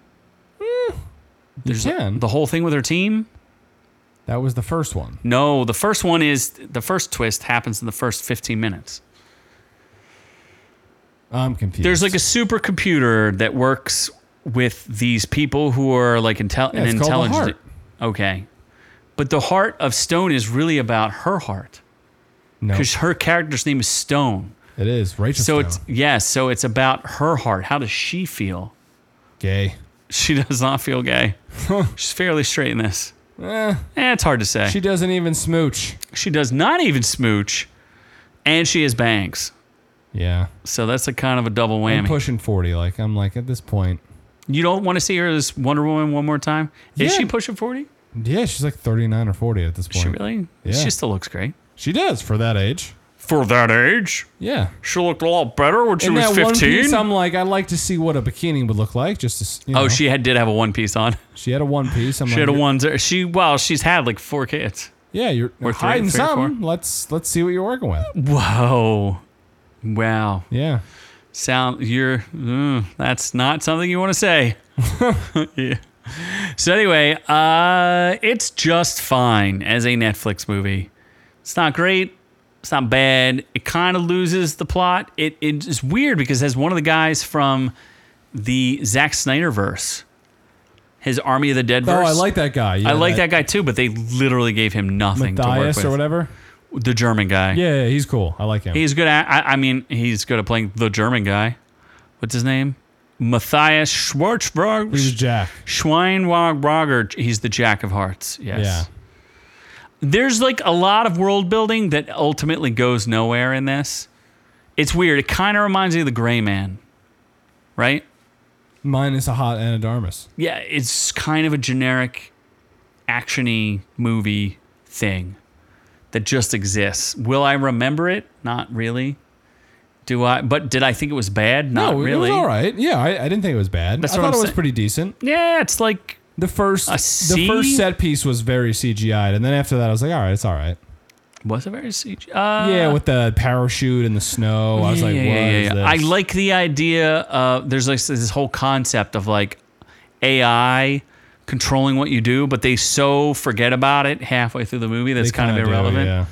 [SPEAKER 1] there's
[SPEAKER 3] Hmm. can.
[SPEAKER 1] the whole thing with her team
[SPEAKER 3] That was the first one.
[SPEAKER 1] no the first one is the first twist happens in the first 15 minutes
[SPEAKER 3] I'm confused.
[SPEAKER 1] there's like a supercomputer that works with these people who are like intel-
[SPEAKER 3] it's
[SPEAKER 1] an
[SPEAKER 3] called the
[SPEAKER 1] intelligent.
[SPEAKER 3] heart.
[SPEAKER 1] Okay, but the heart of Stone is really about her heart
[SPEAKER 3] no.
[SPEAKER 1] because her character's name is Stone.
[SPEAKER 3] It is Rachel.
[SPEAKER 1] So
[SPEAKER 3] So
[SPEAKER 1] it's yes, so it's about her heart. How does she feel?
[SPEAKER 3] gay.
[SPEAKER 1] She does not feel gay. She's fairly straight in this.
[SPEAKER 3] Eh,
[SPEAKER 1] Eh, it's hard to say.
[SPEAKER 3] she
[SPEAKER 1] She,
[SPEAKER 3] doesn't even smooch.
[SPEAKER 1] does not even smooch, and she has bangs.
[SPEAKER 3] Yeah,
[SPEAKER 1] So that's a kind of a double
[SPEAKER 3] I'm
[SPEAKER 1] whammy.
[SPEAKER 3] pushing forty. Like I'm like at this point.
[SPEAKER 1] you don't want to see her as Wonder Woman one more time. Is
[SPEAKER 3] Yeah.
[SPEAKER 1] she pushing forty?
[SPEAKER 3] Yeah, she's like 39 or 40 at this point.
[SPEAKER 1] She really?
[SPEAKER 3] Yeah.
[SPEAKER 1] She still looks great.
[SPEAKER 3] She does for that age.
[SPEAKER 1] For that age,
[SPEAKER 3] Yeah.
[SPEAKER 1] she looked a lot better when she
[SPEAKER 3] In
[SPEAKER 1] was
[SPEAKER 3] that one piece, um,
[SPEAKER 1] 15.
[SPEAKER 3] I'm like, I'd like to see what a bikini would look like. Just to, s- you
[SPEAKER 1] oh,
[SPEAKER 3] know.
[SPEAKER 1] she had, did have a one piece on.
[SPEAKER 3] she had a one piece. I'm
[SPEAKER 1] She
[SPEAKER 3] like,
[SPEAKER 1] had a one. She well, she's had like four kids.
[SPEAKER 3] Yeah, you're
[SPEAKER 1] Or three-
[SPEAKER 3] hiding
[SPEAKER 1] three or four.
[SPEAKER 3] some. Let's let's see what you're working with.
[SPEAKER 1] Whoa, wow.
[SPEAKER 3] Yeah,
[SPEAKER 1] Sound you're mm, that's not something you want to say. yeah. So anyway, uh, it's just fine as a Netflix movie. It's not great. It's not bad. It kind of loses the plot. It it is weird because as one of the guys from the Zack Snyder verse, his Army of the Dead
[SPEAKER 3] Oh,
[SPEAKER 1] verse.
[SPEAKER 3] I like that guy. Yeah,
[SPEAKER 1] I like that guy too, but they literally gave him nothing
[SPEAKER 3] Matthias
[SPEAKER 1] to
[SPEAKER 3] or
[SPEAKER 1] work
[SPEAKER 3] whatever.
[SPEAKER 1] with. The German guy.
[SPEAKER 3] Yeah, yeah, he's cool. I like him.
[SPEAKER 1] He's good at. I, I mean, he's good at playing the German guy. What's his name? Matthias
[SPEAKER 3] he was
[SPEAKER 1] Schwarzberg.
[SPEAKER 3] Jack.
[SPEAKER 1] Schweinwager. He's the jack of hearts. Yes.
[SPEAKER 3] Yeah,
[SPEAKER 1] There's like a lot of world building that ultimately goes nowhere in this. It's weird. It kind of reminds me of the Gray Man, right?
[SPEAKER 3] mine is a hot Anadarmus.
[SPEAKER 1] Yeah, it's kind of a generic actiony movie thing that just exists. Will I remember it? Not really. Do I? But did I think it was bad? Not
[SPEAKER 3] no, it
[SPEAKER 1] really.
[SPEAKER 3] was all right. Yeah, I, I didn't think it was bad.
[SPEAKER 1] That's
[SPEAKER 3] I
[SPEAKER 1] what
[SPEAKER 3] thought
[SPEAKER 1] I'm
[SPEAKER 3] it was
[SPEAKER 1] saying.
[SPEAKER 3] pretty decent.
[SPEAKER 1] Yeah, it's like
[SPEAKER 3] The first
[SPEAKER 1] C?
[SPEAKER 3] the first set piece was very CGI'd, and then after that, I was like, all right, it's all right.
[SPEAKER 1] was it very CG? Uh,
[SPEAKER 3] Yeah, with the parachute and the snow. I was like,
[SPEAKER 1] yeah,
[SPEAKER 3] what
[SPEAKER 1] yeah, yeah,
[SPEAKER 3] is
[SPEAKER 1] yeah.
[SPEAKER 3] this?
[SPEAKER 1] I like the idea. Of, there's like this whole concept of like AI controlling what you do, but they so forget about it halfway through the movie that's
[SPEAKER 3] They
[SPEAKER 1] kind of
[SPEAKER 3] kinda do,
[SPEAKER 1] irrelevant.
[SPEAKER 3] yeah.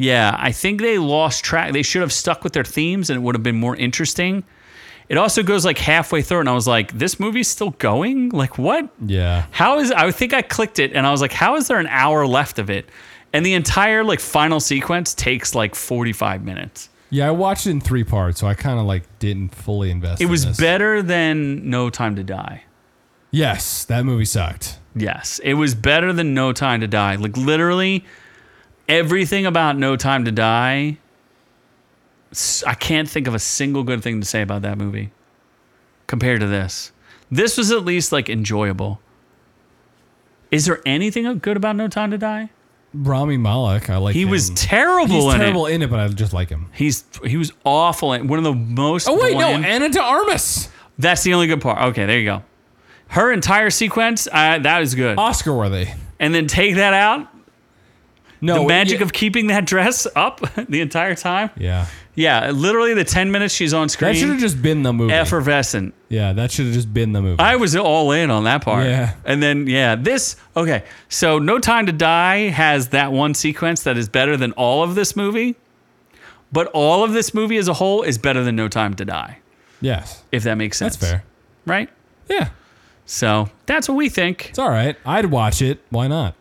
[SPEAKER 1] Yeah, I think they lost track. They should have stuck with their themes and it would have been more interesting. It also goes like halfway through, and I was like, this movie's still going? Like, what?
[SPEAKER 3] Yeah.
[SPEAKER 1] How is, I think I clicked it and I was like, how is there an hour left of it? And the entire like final sequence takes like 45 minutes.
[SPEAKER 3] Yeah, I watched it in three parts, so I kind of like didn't fully invest.
[SPEAKER 1] It
[SPEAKER 3] in
[SPEAKER 1] was
[SPEAKER 3] this.
[SPEAKER 1] better than No Time to Die.
[SPEAKER 3] Yes, that movie sucked.
[SPEAKER 1] Yes, it was better than No Time to Die. Like literally, everything about No Time to Die. s- I can't think of a single good thing to say about that movie compared to this. This was at least like enjoyable. Is there anything good about No Time to Die?
[SPEAKER 3] Rami Malek, I like.
[SPEAKER 1] He
[SPEAKER 3] him.
[SPEAKER 1] was terrible
[SPEAKER 3] He's
[SPEAKER 1] in
[SPEAKER 3] terrible
[SPEAKER 1] it.
[SPEAKER 3] in it, but I just like him.
[SPEAKER 1] He's he was awful in one of the most.
[SPEAKER 3] Oh,
[SPEAKER 1] bland-
[SPEAKER 3] Anna de Armas,
[SPEAKER 1] that's the only good part. Okay, there you go. Her entire sequence, uh, that is good.
[SPEAKER 3] Oscar worthy.
[SPEAKER 1] And then take that out,
[SPEAKER 3] No
[SPEAKER 1] the magic
[SPEAKER 3] yeah,
[SPEAKER 1] of keeping that dress up the entire time.
[SPEAKER 3] yeah.
[SPEAKER 1] Yeah, literally the 10 minutes she's on
[SPEAKER 3] That should have
[SPEAKER 1] screen,
[SPEAKER 3] just been the movie.
[SPEAKER 1] effervescent.
[SPEAKER 3] Yeah, that should have just been the movie.
[SPEAKER 1] I was all in on that part.
[SPEAKER 3] Yeah.
[SPEAKER 1] And then, yeah, this, okay. So, No Time to Die has that one sequence that is better than all of this movie, but all of this movie as a whole is better than No Time to Die,
[SPEAKER 3] yes,
[SPEAKER 1] if that makes sense.
[SPEAKER 3] that's fair.
[SPEAKER 1] Right?
[SPEAKER 3] Yeah,
[SPEAKER 1] So, that's what we think.
[SPEAKER 3] it's all right. I'd watch it. Why not?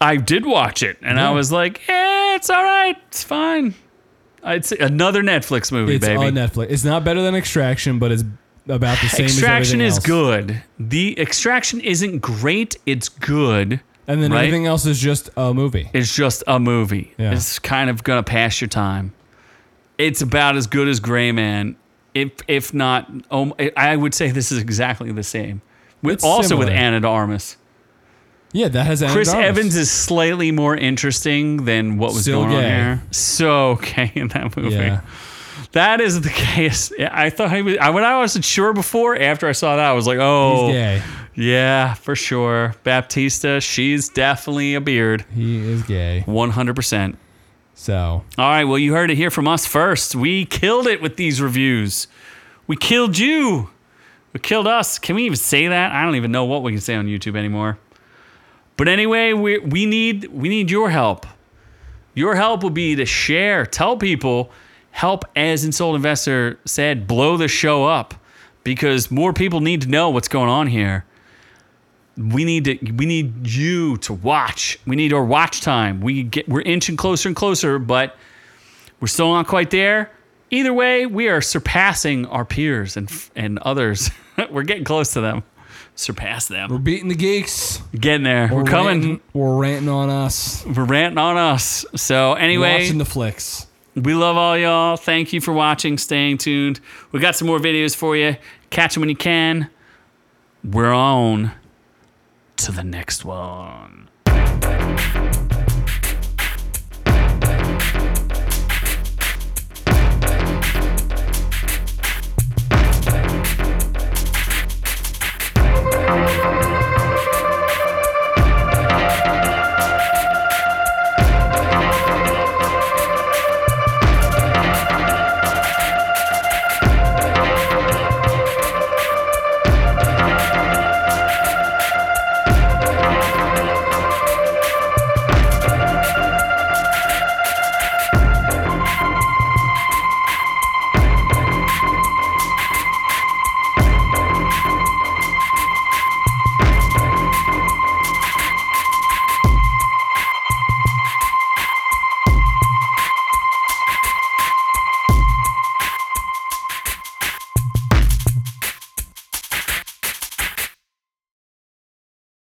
[SPEAKER 1] I did watch it and I
[SPEAKER 3] Yeah.
[SPEAKER 1] was like, eh, it's all right. It's fine. It's another Netflix movie,
[SPEAKER 3] It's
[SPEAKER 1] baby.
[SPEAKER 3] on Netflix. It's not better than Extraction, but it's about the same. as
[SPEAKER 1] Extraction
[SPEAKER 3] everything
[SPEAKER 1] is
[SPEAKER 3] else.
[SPEAKER 1] good. The extraction isn't great. It's good.
[SPEAKER 3] and then
[SPEAKER 1] right?
[SPEAKER 3] everything else is just a movie.
[SPEAKER 1] It's just a movie.
[SPEAKER 3] Yeah.
[SPEAKER 1] It's kind of gonna pass your time. It's about as good as Gray Man, if if not. Oh, I would say this is exactly the same. With
[SPEAKER 3] It's
[SPEAKER 1] also with
[SPEAKER 3] similar.
[SPEAKER 1] Anna de Armas.
[SPEAKER 3] Yeah, that has Anna
[SPEAKER 1] Chris
[SPEAKER 3] de Armas.
[SPEAKER 1] Evans is slightly more interesting than what was
[SPEAKER 3] Still
[SPEAKER 1] going on
[SPEAKER 3] gay.
[SPEAKER 1] here. So okay in that movie.
[SPEAKER 3] Yeah,
[SPEAKER 1] That is the case. I thought he was. I, when I wasn't sure before, after I saw that, I was like, oh,
[SPEAKER 3] he's gay.
[SPEAKER 1] yeah, for sure. Baptista, she's definitely a beard.
[SPEAKER 3] He is gay.
[SPEAKER 1] 100%.
[SPEAKER 3] So
[SPEAKER 1] All right, well, you heard it here from us first. We killed it with these reviews. We killed you. We killed us. Can we even say that? I don't even know what we can say on YouTube anymore. But anyway, we, we need we need your help. Your help would be to share, tell people, help as Insult Investor said, blow the show up because more people need to know what's going on here. We need to we need you to watch. We need our watch time. We get we're inching closer and closer, but we're still not quite there. Either way, we are surpassing our peers and and others. we're getting close to them. Surpass them.
[SPEAKER 3] we're beating the geeks.
[SPEAKER 1] Getting there. We're,
[SPEAKER 3] We're
[SPEAKER 1] coming.
[SPEAKER 3] ranting- we're ranting on us.
[SPEAKER 1] We're ranting on us. So anyway,
[SPEAKER 3] Watching the flicks.
[SPEAKER 1] we love all y'all. Thank you for watching, staying tuned. We got some more videos for you. Catch them when you can. We're on to the next one.